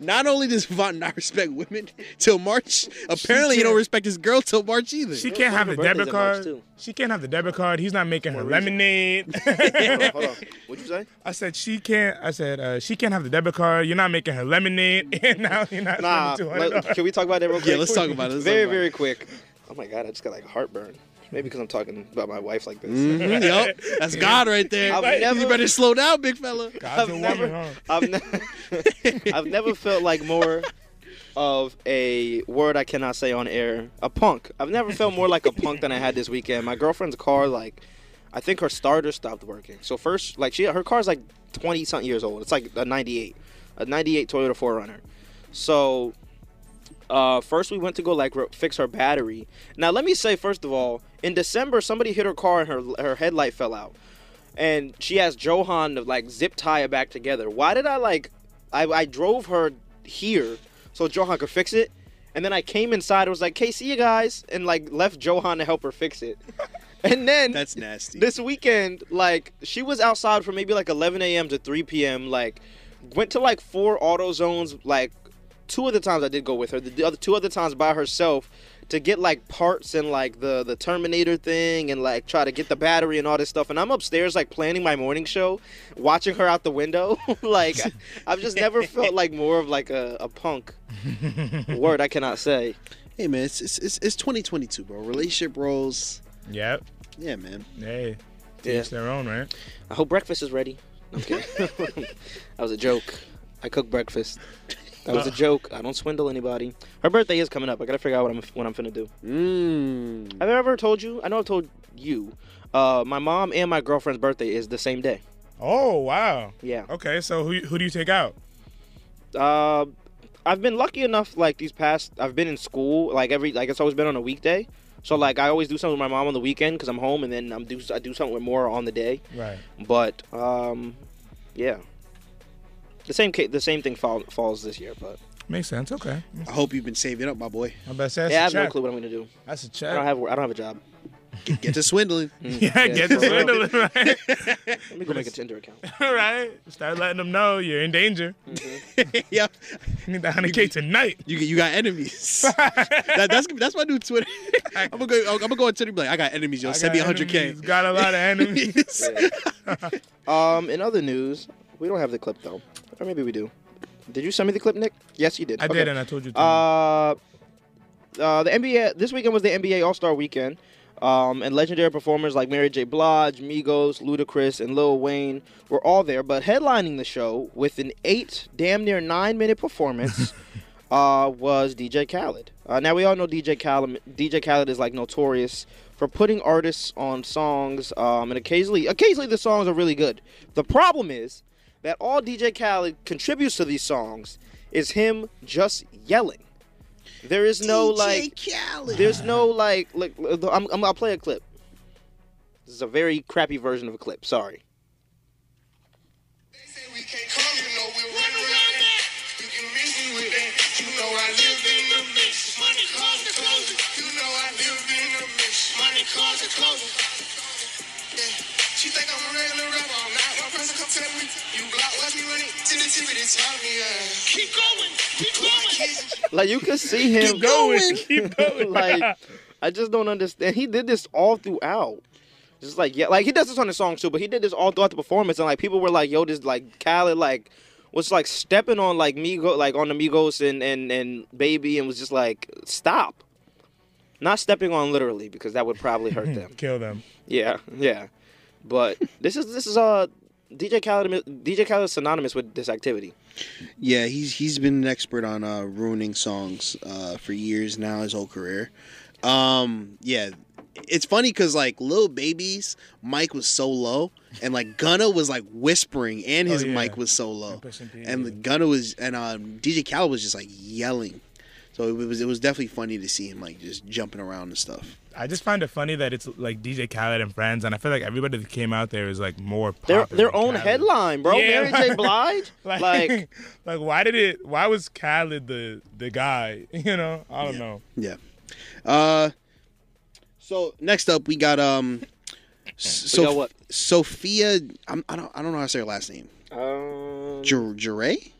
Speaker 9: Not only does Von not respect women [LAUGHS] till March, apparently he don't respect his girl till March either.
Speaker 7: She can't have
Speaker 3: her
Speaker 7: the debit
Speaker 3: birthday's in March,
Speaker 7: card.
Speaker 3: too.
Speaker 7: She can't have the debit card. He's not making her
Speaker 3: [LAUGHS]
Speaker 7: lemonade.
Speaker 3: Hold on, hold on. What'd you say?
Speaker 7: I said she can't. I said uh, she can't have the debit card. You're not making her lemonade, [LAUGHS] and now you're not
Speaker 3: [LAUGHS] Nah.
Speaker 7: spending two
Speaker 3: let-
Speaker 7: hundred.
Speaker 3: [LAUGHS] can we talk about that real quick?
Speaker 9: yeah, let's talk about it. Let's
Speaker 3: very
Speaker 9: talk about
Speaker 3: very
Speaker 9: it.
Speaker 3: quick. Oh my god, I just got like heartburn. Maybe because I'm talking about my wife like this.
Speaker 9: Mhm, [LAUGHS] yup, that's God right there.
Speaker 3: I've
Speaker 9: You
Speaker 3: never-
Speaker 9: better slow down, big
Speaker 7: [LAUGHS]
Speaker 9: fella.
Speaker 3: I've never, I've, ne- [LAUGHS] I've never felt like more of a word I cannot say on air, a punk. I've never felt more like a punk than I had this weekend. My girlfriend's car, like, I think her starter stopped working. So first, like, she her car's like twenty something years old. It's like a '98, a '98 Toyota 4Runner. So uh, first, we went to go like re- fix her battery. Now, let me say first of all, in December, somebody hit her car and her her headlight fell out, and she has Johan to like zip tie it back together. Why did I like? I I drove her here so Johan could fix it, and then I came inside. and was like, "Okay, see you guys," and like left Johan to help her fix it. [LAUGHS] And then
Speaker 9: That's nasty.
Speaker 3: this weekend, like she was outside from maybe like 11 a.m. to 3 p.m. Like went to like four auto zones. Like two of the times I did go with her. The other two other times by herself to get like parts and like the the Terminator thing and like try to get the battery and all this stuff. And I'm upstairs like planning my morning show, watching her out the window. [LAUGHS] like I've just never felt like more of like a, a punk. Word I cannot say.
Speaker 9: hey man, it's it's, it's it's 2022, bro. Relationship roles.
Speaker 7: Yep.
Speaker 9: Yeah, man.
Speaker 7: Hey. Teach
Speaker 3: Yeah.
Speaker 7: their own, right?
Speaker 3: I hope breakfast is ready. Okay. [LAUGHS] that was a joke. I cook breakfast. That was a joke. I don't swindle anybody. Her birthday is coming up. I gotta figure out what I'm what I'm finna do.
Speaker 9: Mm.
Speaker 3: Have I ever told you? I know I've told you. Uh, my mom and my girlfriend's birthday is the same day.
Speaker 7: Oh wow.
Speaker 3: Yeah.
Speaker 7: Okay, so who who do you take out?
Speaker 3: Uh, I've been lucky enough. Like these past, I've been in school. Like every, like it's always been on a weekday. So like I always do something with my mom on the weekend because I'm home, and then I'm do I do something with more on the day.
Speaker 7: Right.
Speaker 3: But um, yeah. The same ca- the same thing fall- falls this year, but
Speaker 7: Makes sense. Okay.
Speaker 9: I hope you've been saving up, my boy.
Speaker 7: I bet that's
Speaker 3: yeah, I
Speaker 7: a
Speaker 3: have
Speaker 7: check.
Speaker 3: no clue what I'm gonna do.
Speaker 7: That's a
Speaker 3: I don't
Speaker 7: [LAUGHS] check.
Speaker 3: have I don't have a job.
Speaker 9: Get, get to swindling.
Speaker 7: [LAUGHS]
Speaker 9: [LAUGHS]
Speaker 7: Yeah, get the
Speaker 3: for real.
Speaker 7: swindling [LAUGHS] right.
Speaker 3: Let me go make a
Speaker 7: [LAUGHS]
Speaker 3: Tinder account.
Speaker 7: right. Start letting them know you're in
Speaker 3: [LAUGHS]
Speaker 7: danger.
Speaker 9: yep.
Speaker 7: You need the hundred K tonight.
Speaker 9: You you got
Speaker 7: [LAUGHS]
Speaker 9: enemies. that, that's that's my new Twitter. I'm gonna go. I'm gonna go on Twitter. And be like, I got enemies, yo.
Speaker 7: I
Speaker 9: Send
Speaker 7: got
Speaker 9: me 100k.
Speaker 7: enemies, Got a
Speaker 3: [LAUGHS]
Speaker 7: lot of enemies.
Speaker 9: [LAUGHS]
Speaker 3: Um, in other news, we don't have the clip though, or maybe we do. Did you send me the clip, Nick? Yes, you did.
Speaker 7: I
Speaker 3: Okay.
Speaker 7: did, and I told you. To.
Speaker 3: Uh, uh, the NBA this weekend was the NBA All Star Weekend, um, and legendary performers like Mary J. Blige, Migos, Ludacris, and Lil Wayne were all there. But headlining the show with an eight, damn near nine minute performance. uh, was DJ Khaled. Uh, now we all know DJ Khaled. DJ Khaled is like notorious for putting artists on songs, um, and occasionally, occasionally the songs are really good. The problem is that all DJ Khaled contributes to these songs is him just yelling. There is no like, there's no like. Look, look, I'm, I'm, I'll play a clip. This is a very crappy version of a clip. Sorry.
Speaker 10: They say we can't come, you know we're running around that. You can miss me with that. You know I live in the mix. Money calls the closer. You know I live in the mix. Money calls the closer. Yeah. She think I'm a regular rapper. I'm not. My person come tell me. You block, watch me run it. Send it to me, this time, yeah. Keep going. Keep going.
Speaker 3: Like you could see him
Speaker 7: going. Keep going.
Speaker 3: [LAUGHS] like I just don't understand. He did this all throughout. Just like yeah, like he does this on the song too, but he did this all throughout the performance, and like people were like, "Yo, this like Khaled like was like stepping on like Migo like on the Migos and and and Baby, and was just like, "Stop." Not stepping on literally because that would probably
Speaker 7: [LAUGHS]
Speaker 3: hurt them.
Speaker 7: Kill them.
Speaker 3: Yeah, yeah. But this is this is uh DJ Khaled DJ Khaled is synonymous with this activity.
Speaker 9: Yeah, he's he's been an expert on uh, ruining songs uh, for years now, his whole career. Um, yeah, it's funny because like Lil Baby's mic was so low, and like Gunna was like whispering, and his
Speaker 7: yeah.
Speaker 9: mic was so low,
Speaker 7: pushing P,
Speaker 9: and Gunna was and um, DJ Khaled was just like yelling. So it was it was definitely funny to see him like just jumping around and stuff.
Speaker 7: I just find it funny that it's like DJ Khaled and friends, and I feel like everybody that came out there is like more
Speaker 3: Their
Speaker 7: popular
Speaker 3: their
Speaker 7: than
Speaker 3: own
Speaker 7: Khaled.
Speaker 3: headline, bro.
Speaker 7: Yeah.
Speaker 3: Mary J. Blige.
Speaker 7: [LAUGHS] Like,
Speaker 3: like
Speaker 7: [LAUGHS] like, why did it? Why was Khaled the the guy? [LAUGHS] You know, I don't know.
Speaker 9: Yeah. Uh, so next up we got
Speaker 3: [LAUGHS]
Speaker 9: um, so
Speaker 3: got what?
Speaker 9: Sophia. I'm, I don't I don't know how to say her last name.
Speaker 3: um,
Speaker 9: Jir- Jiray?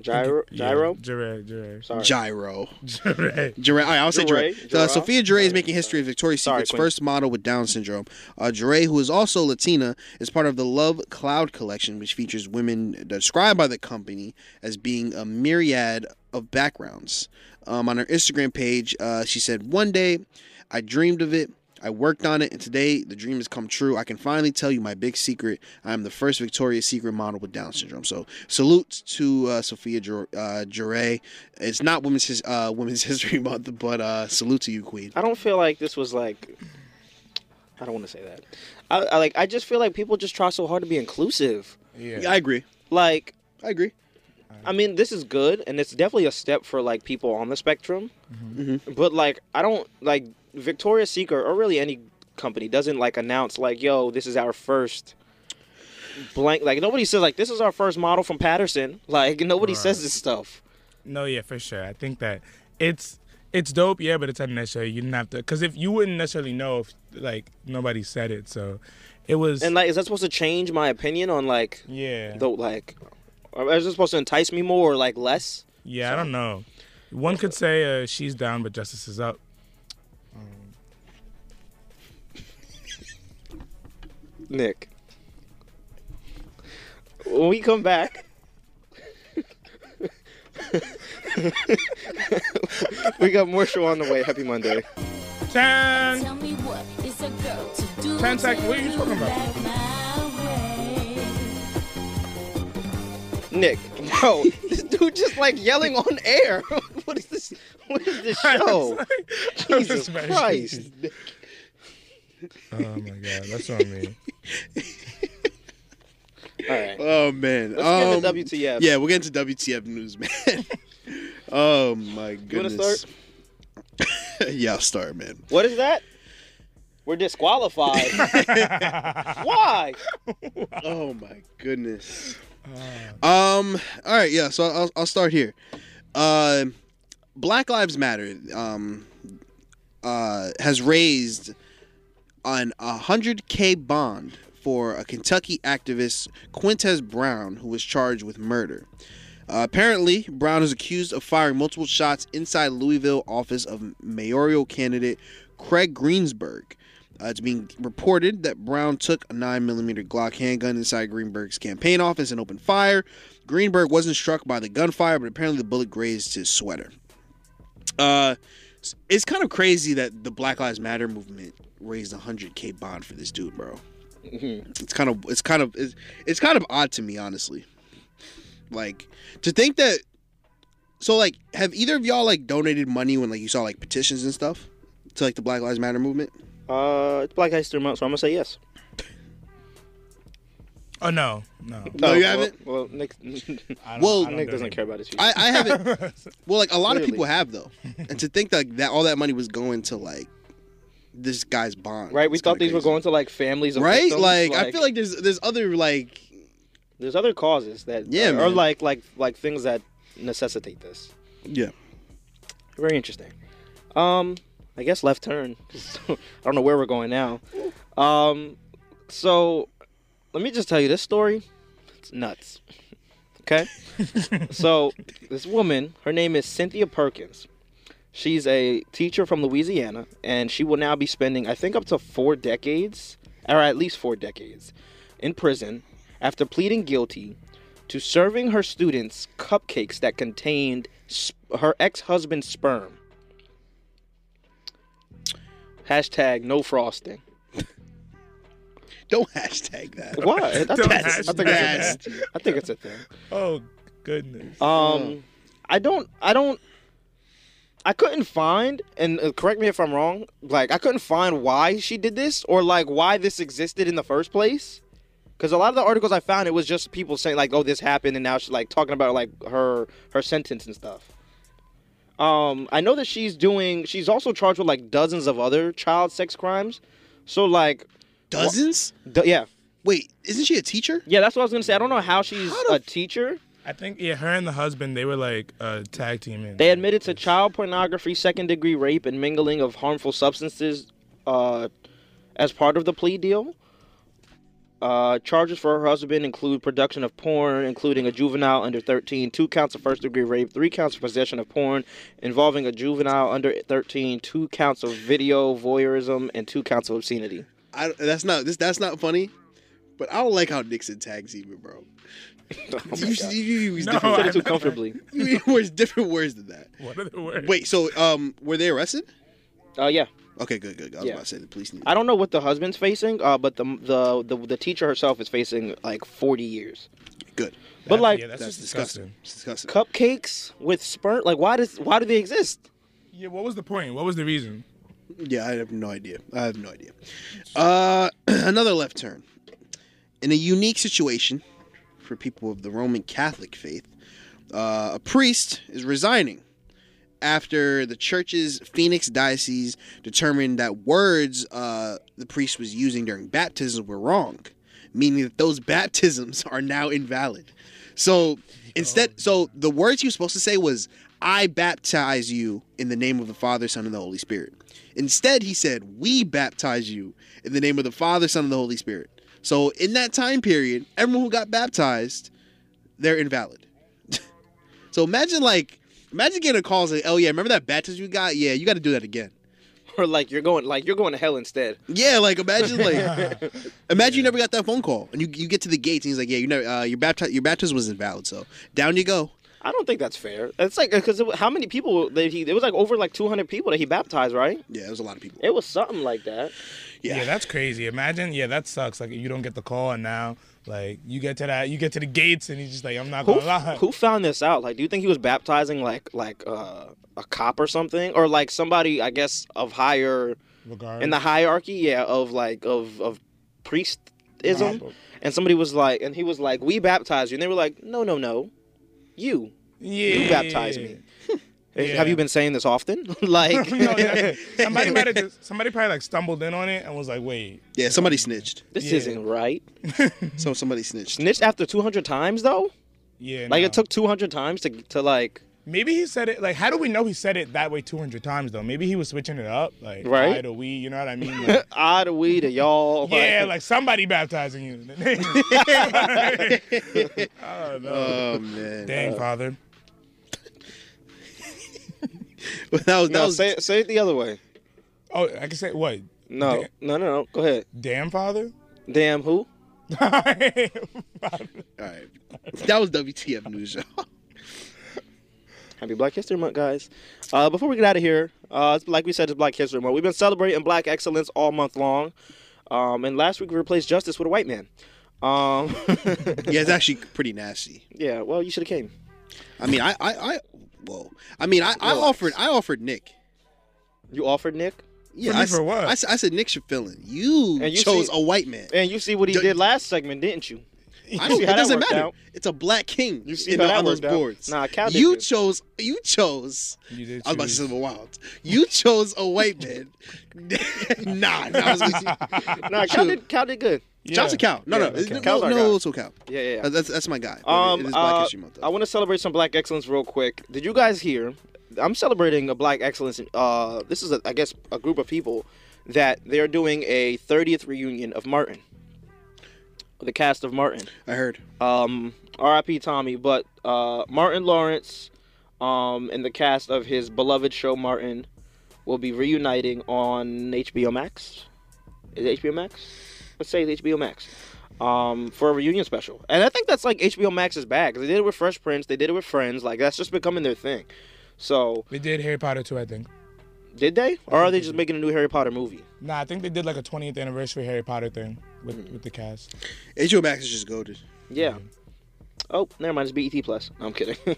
Speaker 3: gyro, gyro.
Speaker 7: Jure, Jure, [LAUGHS]
Speaker 3: Sorry.
Speaker 9: Gyro.
Speaker 7: Jure.
Speaker 9: Jure. All right, I'll say Jure.
Speaker 3: Jure?
Speaker 9: Uh,
Speaker 3: Jure?
Speaker 9: Sophia Jure is making history as Victoria's
Speaker 3: Sorry,
Speaker 9: Secret's
Speaker 3: Queen.
Speaker 9: first model with Down syndrome. Uh, Jure, who is also Latina, is part of the Love Cloud collection, which features women described by the company as being a myriad of backgrounds. Um, on her Instagram page, uh, she said, One day, I dreamed of it. I worked on it, and today the dream has come true. I can finally tell you my big secret. I am the first Victoria's Secret model with Down syndrome. So, salute to uh, Sophia Jure. Uh, Jure. It's not Women's His- uh, Women's [LAUGHS] History Month, but uh, salute to you, Queen.
Speaker 3: I don't feel like this was like. I don't want to say that. I, I like. I just feel like people just try so hard to be inclusive.
Speaker 9: Yeah, I agree.
Speaker 3: Like,
Speaker 9: I agree.
Speaker 3: I mean, this is good, and it's definitely a step for like people on the spectrum. But like, I don't like Victoria's Secret or really any company doesn't like announce like, "Yo, this is our first blank." Like nobody says like, "This is our first model from Patterson." Like nobody says this stuff.
Speaker 7: No, yeah, for sure. I think that it's it's dope, yeah, but it's unnecessary. You didn't have to, because if you wouldn't necessarily know if like nobody said it, so it was.
Speaker 3: And like, is that supposed to change my opinion on like,
Speaker 7: yeah,
Speaker 3: though, like, or is it supposed to entice me more or like less?
Speaker 7: yeah, I don't know. One could say uh, she's down, but justice is up.
Speaker 3: Nick. When we come back, [LAUGHS] we got more show on the way. Happy Monday.
Speaker 7: Ten.
Speaker 10: Tell me what is a girl to do?
Speaker 7: Ten seconds. What are you talking about?
Speaker 3: Nick, bro, this dude just like yelling on air. [LAUGHS] what is this? What is this show? Jesus Christ.
Speaker 7: Oh my god, that's what I mean.
Speaker 3: All right.
Speaker 9: Oh man.
Speaker 3: Let's
Speaker 9: Um,
Speaker 3: get into WTF.
Speaker 9: Yeah, we'll get into WTF news, [LAUGHS] man. oh my
Speaker 3: You want
Speaker 9: goodness.
Speaker 3: to start?
Speaker 9: [LAUGHS] yeah, I'll start, man.
Speaker 3: What is that? We're disqualified. Why?
Speaker 9: Oh my goodness. Um. All right. Yeah. So I'll, I'll start here. Uh, Black Lives Matter. Um. Uh, has raised an 100k bond for a Kentucky activist, Quintez Brown, who was charged with murder. Uh, apparently, Brown is accused of firing multiple shots inside Louisville office of mayoral candidate Craig Greensburg. Uh, it's being reported that Brown took a 9mm Glock handgun inside Greenberg's campaign office and opened fire. Greenberg wasn't struck by the gunfire, but apparently the bullet grazed his sweater. Uh, it's kind of crazy that the Black Lives Matter movement raised a 100k bond for this dude, bro. It's kind of it's kind of it's, it's kind of odd to me, honestly. Like to think that so like have either of y'all like donated money when like you saw like petitions and stuff to like the Black Lives Matter movement?
Speaker 3: Uh, it's Black History Month, so I'm gonna say yes.
Speaker 7: [LAUGHS] Oh no, no.
Speaker 9: No, you
Speaker 3: Oh, well-
Speaker 9: haven't?
Speaker 3: Well, Nick, [LAUGHS]
Speaker 7: I don't,
Speaker 9: Well,
Speaker 7: I don't
Speaker 3: Nick
Speaker 7: do
Speaker 3: doesn't
Speaker 7: it.
Speaker 3: care about his future.
Speaker 9: I, I
Speaker 7: [LAUGHS]
Speaker 9: haven't. Well, like a lot of
Speaker 3: Clearly.
Speaker 9: people have though, and to think like that all that money was going to like this guy's bond.
Speaker 3: right? We
Speaker 9: It's
Speaker 3: thought
Speaker 9: kinda
Speaker 3: these were
Speaker 9: crazy.
Speaker 3: going to like families of
Speaker 9: right.
Speaker 3: victims,
Speaker 9: Like, I feel like there's there's other like
Speaker 3: there's other causes that
Speaker 9: Yeah,
Speaker 3: are, are
Speaker 9: man.
Speaker 3: like like like things that necessitate this.
Speaker 9: yeah.
Speaker 3: Very interesting. Um, I guess left turn. [LAUGHS] I don't know where we're going now. Um, so let me just tell you this story. It's nuts. Okay. so this woman, her name is Cynthia Perkins. She's a teacher from Louisiana, and she will now be spending, I think, up to four decades, or at least four decades, in prison after pleading guilty to serving her students cupcakes that contained sp- her ex-husband's sperm. Hashtag no frosting.
Speaker 9: Don't hashtag that.
Speaker 7: [LAUGHS]
Speaker 3: What? I think, it's-
Speaker 9: That's
Speaker 3: I think it's a
Speaker 9: nasty.
Speaker 3: thing. I think it's a thing.
Speaker 7: Oh goodness.
Speaker 3: Um, I don't, I don't, I couldn't find, and uh, correct me if I'm wrong. Like, I couldn't find why she did this or like why this existed in the first place. Because a lot of the articles I found, it was just people saying like, "Oh, this happened," and now she's like talking about like her her sentence and stuff. Um, I know that she's doing. She's also charged with like dozens of other child sex crimes. So like,
Speaker 9: Dozens?
Speaker 3: do- yeah,
Speaker 9: Wait, isn't she a teacher?
Speaker 3: yeah. That's what I was gonna say. I don't know how she's a teacher.
Speaker 7: I think yeah, her and the husband they were like uh, tag teaming.
Speaker 3: They admitted to child pornography, second degree rape, and mingling of harmful substances uh, as part of the plea deal. Uh, charges for her husband include production of porn, including a juvenile under 13, two counts of first degree rape, three counts of possession of porn involving a juvenile under 13, two counts of video voyeurism, and two counts of obscenity.
Speaker 9: I, that's not this. That's not funny. But I don't like how Nixon tags even, bro.
Speaker 3: Oh
Speaker 9: you, you, you use
Speaker 7: No,
Speaker 9: different,
Speaker 7: I-
Speaker 3: Too comfortably.
Speaker 9: [LAUGHS] you use different words than that.
Speaker 7: What are the words?
Speaker 9: Wait, so um, were they arrested?
Speaker 3: Uh, yeah.
Speaker 9: Okay, good, good. good. I was
Speaker 3: Yeah.
Speaker 9: about to say the police need.
Speaker 3: I don't know what the husband's facing, uh, but the, the the the teacher herself is facing like 40 years.
Speaker 9: Good.
Speaker 3: But like
Speaker 7: yeah, that's,
Speaker 9: That's
Speaker 7: just
Speaker 9: disgusting.
Speaker 7: disgusting.
Speaker 9: It's disgusting.
Speaker 3: cupcakes with sperm. Like, why does why do they exist? [LAUGHS]
Speaker 7: Yeah, what was the point? What was the reason?
Speaker 9: Yeah, I have no idea. I have no idea. Uh, [CLEARS THROAT] another left turn. In a unique situation for people of the Roman Catholic faith, uh, a priest is resigning after the church's Phoenix diocese determined that words uh, the priest was using during baptism were wrong, meaning that those [LAUGHS] baptisms are now invalid. So instead, so the words he was supposed to say was, I baptize you in the name of the Father, Son, and the Holy Spirit. Instead, he said, We baptize you in the name of the Father, Son, and the Holy Spirit. So in that time period, everyone who got baptized, they're invalid. so imagine like imagine getting a call and say, Oh yeah, remember that baptism you got? Yeah, you gotta do that again.
Speaker 3: Or like you're going like you're going to hell instead.
Speaker 9: Yeah, like imagine like
Speaker 7: [LAUGHS]
Speaker 9: imagine you never got that phone call and you, you get to the gates and he's like, Yeah, you never uh, your baptiz your baptism was invalid, so down you go.
Speaker 3: I don't think that's fair. It's like because how many people that he? It was like over like 200 people that he baptized, right?
Speaker 9: Yeah, there's a lot of people.
Speaker 3: It was something like that.
Speaker 9: Yeah.
Speaker 7: Yeah. that's crazy. Imagine, yeah, that sucks. Like you don't get the call, and now like you get to that, you get to the gates, and he's just like, I'm not
Speaker 3: Who
Speaker 7: gonna lie.
Speaker 3: who found this out? Like, do you think he was baptizing like like uh, a cop or something, or like somebody I guess of higher
Speaker 7: Regard.
Speaker 3: in the hierarchy? Yeah, of like of of priestism. and somebody was like, and he was like, "We baptize you," and they were like, "No, no, no, you."
Speaker 7: yeah.
Speaker 3: You baptize me.
Speaker 7: Yeah.
Speaker 3: Have you been saying this often? [LAUGHS] like,
Speaker 7: [LAUGHS] No, that- somebody, might have just, somebody probably like stumbled in on it and was like, wait,
Speaker 9: Yeah, somebody snitched.
Speaker 3: [LAUGHS] this
Speaker 7: Yeah.
Speaker 3: isn't right.
Speaker 9: So somebody snitched.
Speaker 3: Snitched after 200 times though.
Speaker 7: yeah.
Speaker 3: Like
Speaker 7: no.
Speaker 3: it took 200 times to to like
Speaker 7: Maybe he said it like. How do we know he said it that way 200 times though? Maybe he was switching it up, like
Speaker 3: Right.
Speaker 7: I to we. You know what I mean? [LAUGHS] Like,
Speaker 3: I to we to y'all.
Speaker 7: yeah, like somebody baptizing you. [LAUGHS]
Speaker 9: Oh man.
Speaker 7: Dang, father.
Speaker 9: [LAUGHS] that was that
Speaker 3: no,
Speaker 9: was
Speaker 3: say it, say it the other way.
Speaker 7: Oh, I can say what?
Speaker 3: No,
Speaker 7: Da-
Speaker 3: no, no, no. Go ahead.
Speaker 7: Damn, father. [LAUGHS]
Speaker 3: Damn who?
Speaker 9: all right. That was WTF news, y'all. [LAUGHS]
Speaker 3: Happy Black History Month, guys. Uh, before we get out of here, uh, it's- like we said, it's Black History Month. We've been celebrating Black excellence all month long. Um, and last week we replaced justice with a white man. Um, [LAUGHS]
Speaker 9: Yeah, it's actually pretty nasty.
Speaker 3: yeah, well, you should have came.
Speaker 9: I mean, I, I, I whoa. I mean, I, I offered, I offered Nick.
Speaker 3: You offered Nick,
Speaker 9: Yeah,
Speaker 7: For me,
Speaker 9: I, s-
Speaker 7: for what?
Speaker 9: I, s- I said Nick should fill in. You,
Speaker 3: And you
Speaker 9: chose
Speaker 3: see-
Speaker 9: a white man.
Speaker 3: and you see what he
Speaker 9: Do-
Speaker 3: did last segment, didn't
Speaker 9: [LAUGHS]
Speaker 3: you?
Speaker 9: I don't.
Speaker 3: see
Speaker 9: It
Speaker 3: how that
Speaker 9: doesn't
Speaker 3: worked
Speaker 9: matter.
Speaker 3: out.
Speaker 9: It's a black king.
Speaker 3: You see
Speaker 9: in
Speaker 3: how
Speaker 9: the-
Speaker 3: that
Speaker 9: on those
Speaker 3: worked out.
Speaker 9: boards.
Speaker 3: Nah, Cal did
Speaker 9: You
Speaker 3: good.
Speaker 9: chose. You chose.
Speaker 7: You did
Speaker 9: I was about to say
Speaker 7: choose.
Speaker 9: something wild. You chose a white
Speaker 7: [LAUGHS]
Speaker 9: man. [LAUGHS] nah, nah, I was with you.
Speaker 3: Nah, Cal did, Cal did good.
Speaker 9: Johnson Cow. No, no,
Speaker 7: Yeah, okay.
Speaker 9: no,
Speaker 3: Cow's
Speaker 9: no,
Speaker 3: our
Speaker 9: no,
Speaker 3: guy.
Speaker 9: also Cow.
Speaker 3: Yeah, yeah, yeah.
Speaker 9: Uh, That's that's my guy. But
Speaker 3: Um,
Speaker 9: it is Black
Speaker 3: uh,
Speaker 9: History Month.
Speaker 3: I
Speaker 9: Though.
Speaker 3: want to celebrate some Black excellence real quick. Did you guys hear? I'm celebrating a Black excellence. Uh, this is, a, I guess, a group of people that they're doing a 30th reunion of Martin, the cast of Martin.
Speaker 9: I heard.
Speaker 3: Um, R.I.P. Tommy, but uh, Martin Lawrence, um, and the cast of his beloved show Martin will be reuniting on HBO Max. Is it HBO Max? Let's say it's HBO Max. Um, for a reunion special, and I think that's like HBO Max's bag. 'cause They did it with Fresh Prince, they did it with Friends. Like that's just becoming their thing. So
Speaker 7: They did Harry Potter too, I think.
Speaker 3: did they, or are they just making a new Harry Potter movie?
Speaker 7: Nah, I think they did like a 20th anniversary Harry Potter thing with, with the [LAUGHS] cast.
Speaker 9: HBO Max is just goaded.
Speaker 3: Yeah. Oh, never mind. It's BET Plus. No, I'm kidding. [LAUGHS]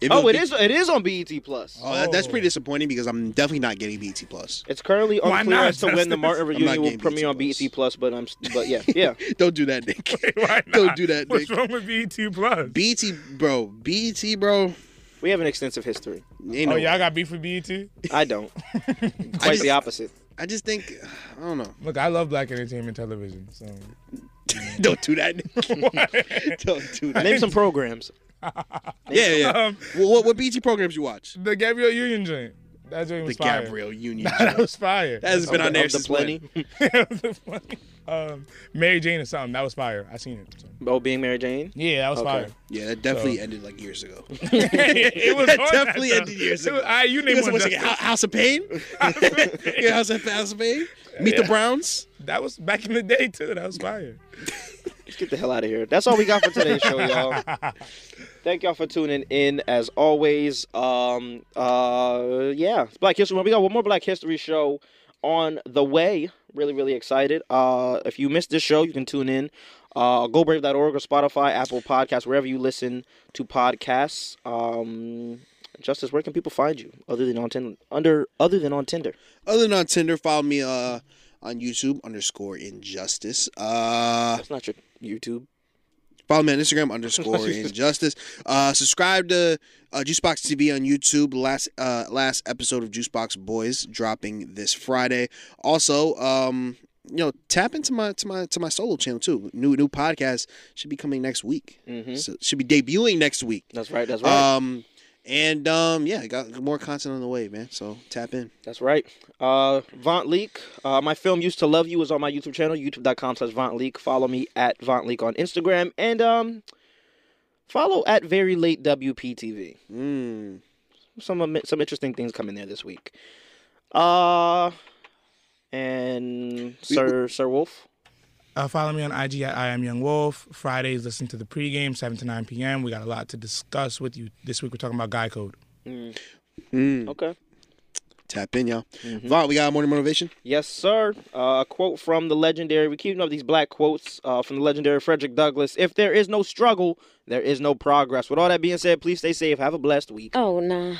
Speaker 9: If
Speaker 3: oh,
Speaker 9: was
Speaker 3: it is. It is on BET Plus.
Speaker 9: Oh, that, that's pretty disappointing because I'm definitely not getting BT Plus. [LAUGHS]
Speaker 3: It's currently
Speaker 7: Why
Speaker 3: unclear
Speaker 7: not?
Speaker 3: as to when the Martin reunion will
Speaker 9: getting BET+.
Speaker 3: premiere on BET Plus, but I'm but
Speaker 9: [LAUGHS]
Speaker 3: yeah, yeah.
Speaker 9: Don't do that,
Speaker 7: [LAUGHS]
Speaker 9: Nick.
Speaker 7: Why
Speaker 9: [LAUGHS] Don't do that,
Speaker 7: What's
Speaker 9: Nick.
Speaker 7: wrong with BET E Plus?
Speaker 9: BT, bro. BT, bro.
Speaker 3: We have an extensive history.
Speaker 9: Ain't
Speaker 7: oh,
Speaker 9: no way.
Speaker 7: y'all got beef with E BET?
Speaker 9: [LAUGHS]
Speaker 3: I don't. Quite
Speaker 9: I just-
Speaker 3: the opposite.
Speaker 9: I just think I don't know.
Speaker 7: Look, I love black entertainment television. So
Speaker 9: [LAUGHS] don't do that. don't do that.
Speaker 3: Name some programs.
Speaker 9: yeah, yeah.
Speaker 7: Um,
Speaker 9: well, what what BT programs you watch?
Speaker 7: the Gabriel Union joint. That joint
Speaker 9: The
Speaker 7: was fire.
Speaker 9: Gabriel Union.
Speaker 7: that was fire.
Speaker 9: That has been
Speaker 3: Of
Speaker 9: on
Speaker 3: the-
Speaker 9: there
Speaker 3: of the
Speaker 9: since plenty.
Speaker 3: plenty.
Speaker 7: um, Mary Jane or something. That was fire. I seen it. so.
Speaker 3: Oh, being Mary Jane.
Speaker 7: Yeah, that was
Speaker 3: Okay.
Speaker 7: fire.
Speaker 9: Yeah, that definitely ended like years ago.
Speaker 7: [LAUGHS] it [LAUGHS] was
Speaker 9: that
Speaker 7: on
Speaker 9: definitely
Speaker 7: though.
Speaker 9: ended years
Speaker 7: It
Speaker 9: ago.
Speaker 7: was- all right, you name
Speaker 9: Because
Speaker 7: one.
Speaker 9: what's it,
Speaker 7: Justin.
Speaker 9: Hou- House of
Speaker 7: [LAUGHS]
Speaker 9: Pain. [LAUGHS] yeah, House of, House of Pain. Meet the Browns.
Speaker 7: That was back in the day too. That was fire.
Speaker 3: Let's get the hell out of here. That's all we got for today's show, y'all. Thank y'all for tuning in as always. Um, uh, yeah, it's Black History Month. We got one more Black History show on the way. Really, really excited. Uh, if you missed this show, you can tune in. Uh, GoBrave.org or Spotify, Apple Podcasts, wherever you listen to podcasts. Um, Justice, where can people find you other than on Tinder? Under other than on Tinder,
Speaker 9: Other than on Tinder, follow me uh, on YouTube underscore Injustice. Uh,
Speaker 3: that's not your YouTube.
Speaker 9: Follow me on Instagram underscore injustice. Uh, subscribe to uh, Juicebox TV on YouTube. Last uh, last episode of Juicebox Boys dropping this Friday. Also, um, you know, tap into my to my to my solo channel too. New new podcast should be coming next week. So should be debuting next week.
Speaker 3: That's right. That's right.
Speaker 9: Um, and um, yeah, got more content on the way, man. So tap in.
Speaker 3: That's right. Uh, Vaunt Leak. Uh, my film Used to Love You is on my YouTube channel, youtube.com slash Vaunt Leak. Follow me at Vaunt Leak on Instagram. And um, follow at Very Late WPTV.
Speaker 9: Mm.
Speaker 3: Some, am- some interesting things coming there this week. Uh, and Sir Sir Wolf.
Speaker 7: Uh, follow me on IG at I am Young Wolf. Fridays, listen to the pregame, 7 to 9 p.m. We got a lot to discuss with you. This week, we're talking about guy code.
Speaker 3: Okay.
Speaker 9: Tap in, y'all. Vaughn, we got morning motivation.
Speaker 3: Yes, sir. Uh, a quote from the legendary. We're keeping up these black quotes uh, from the legendary Frederick Douglass. If there is no struggle, there is no progress. With all that being said, please stay safe. Have a blessed week.
Speaker 11: Oh, nah.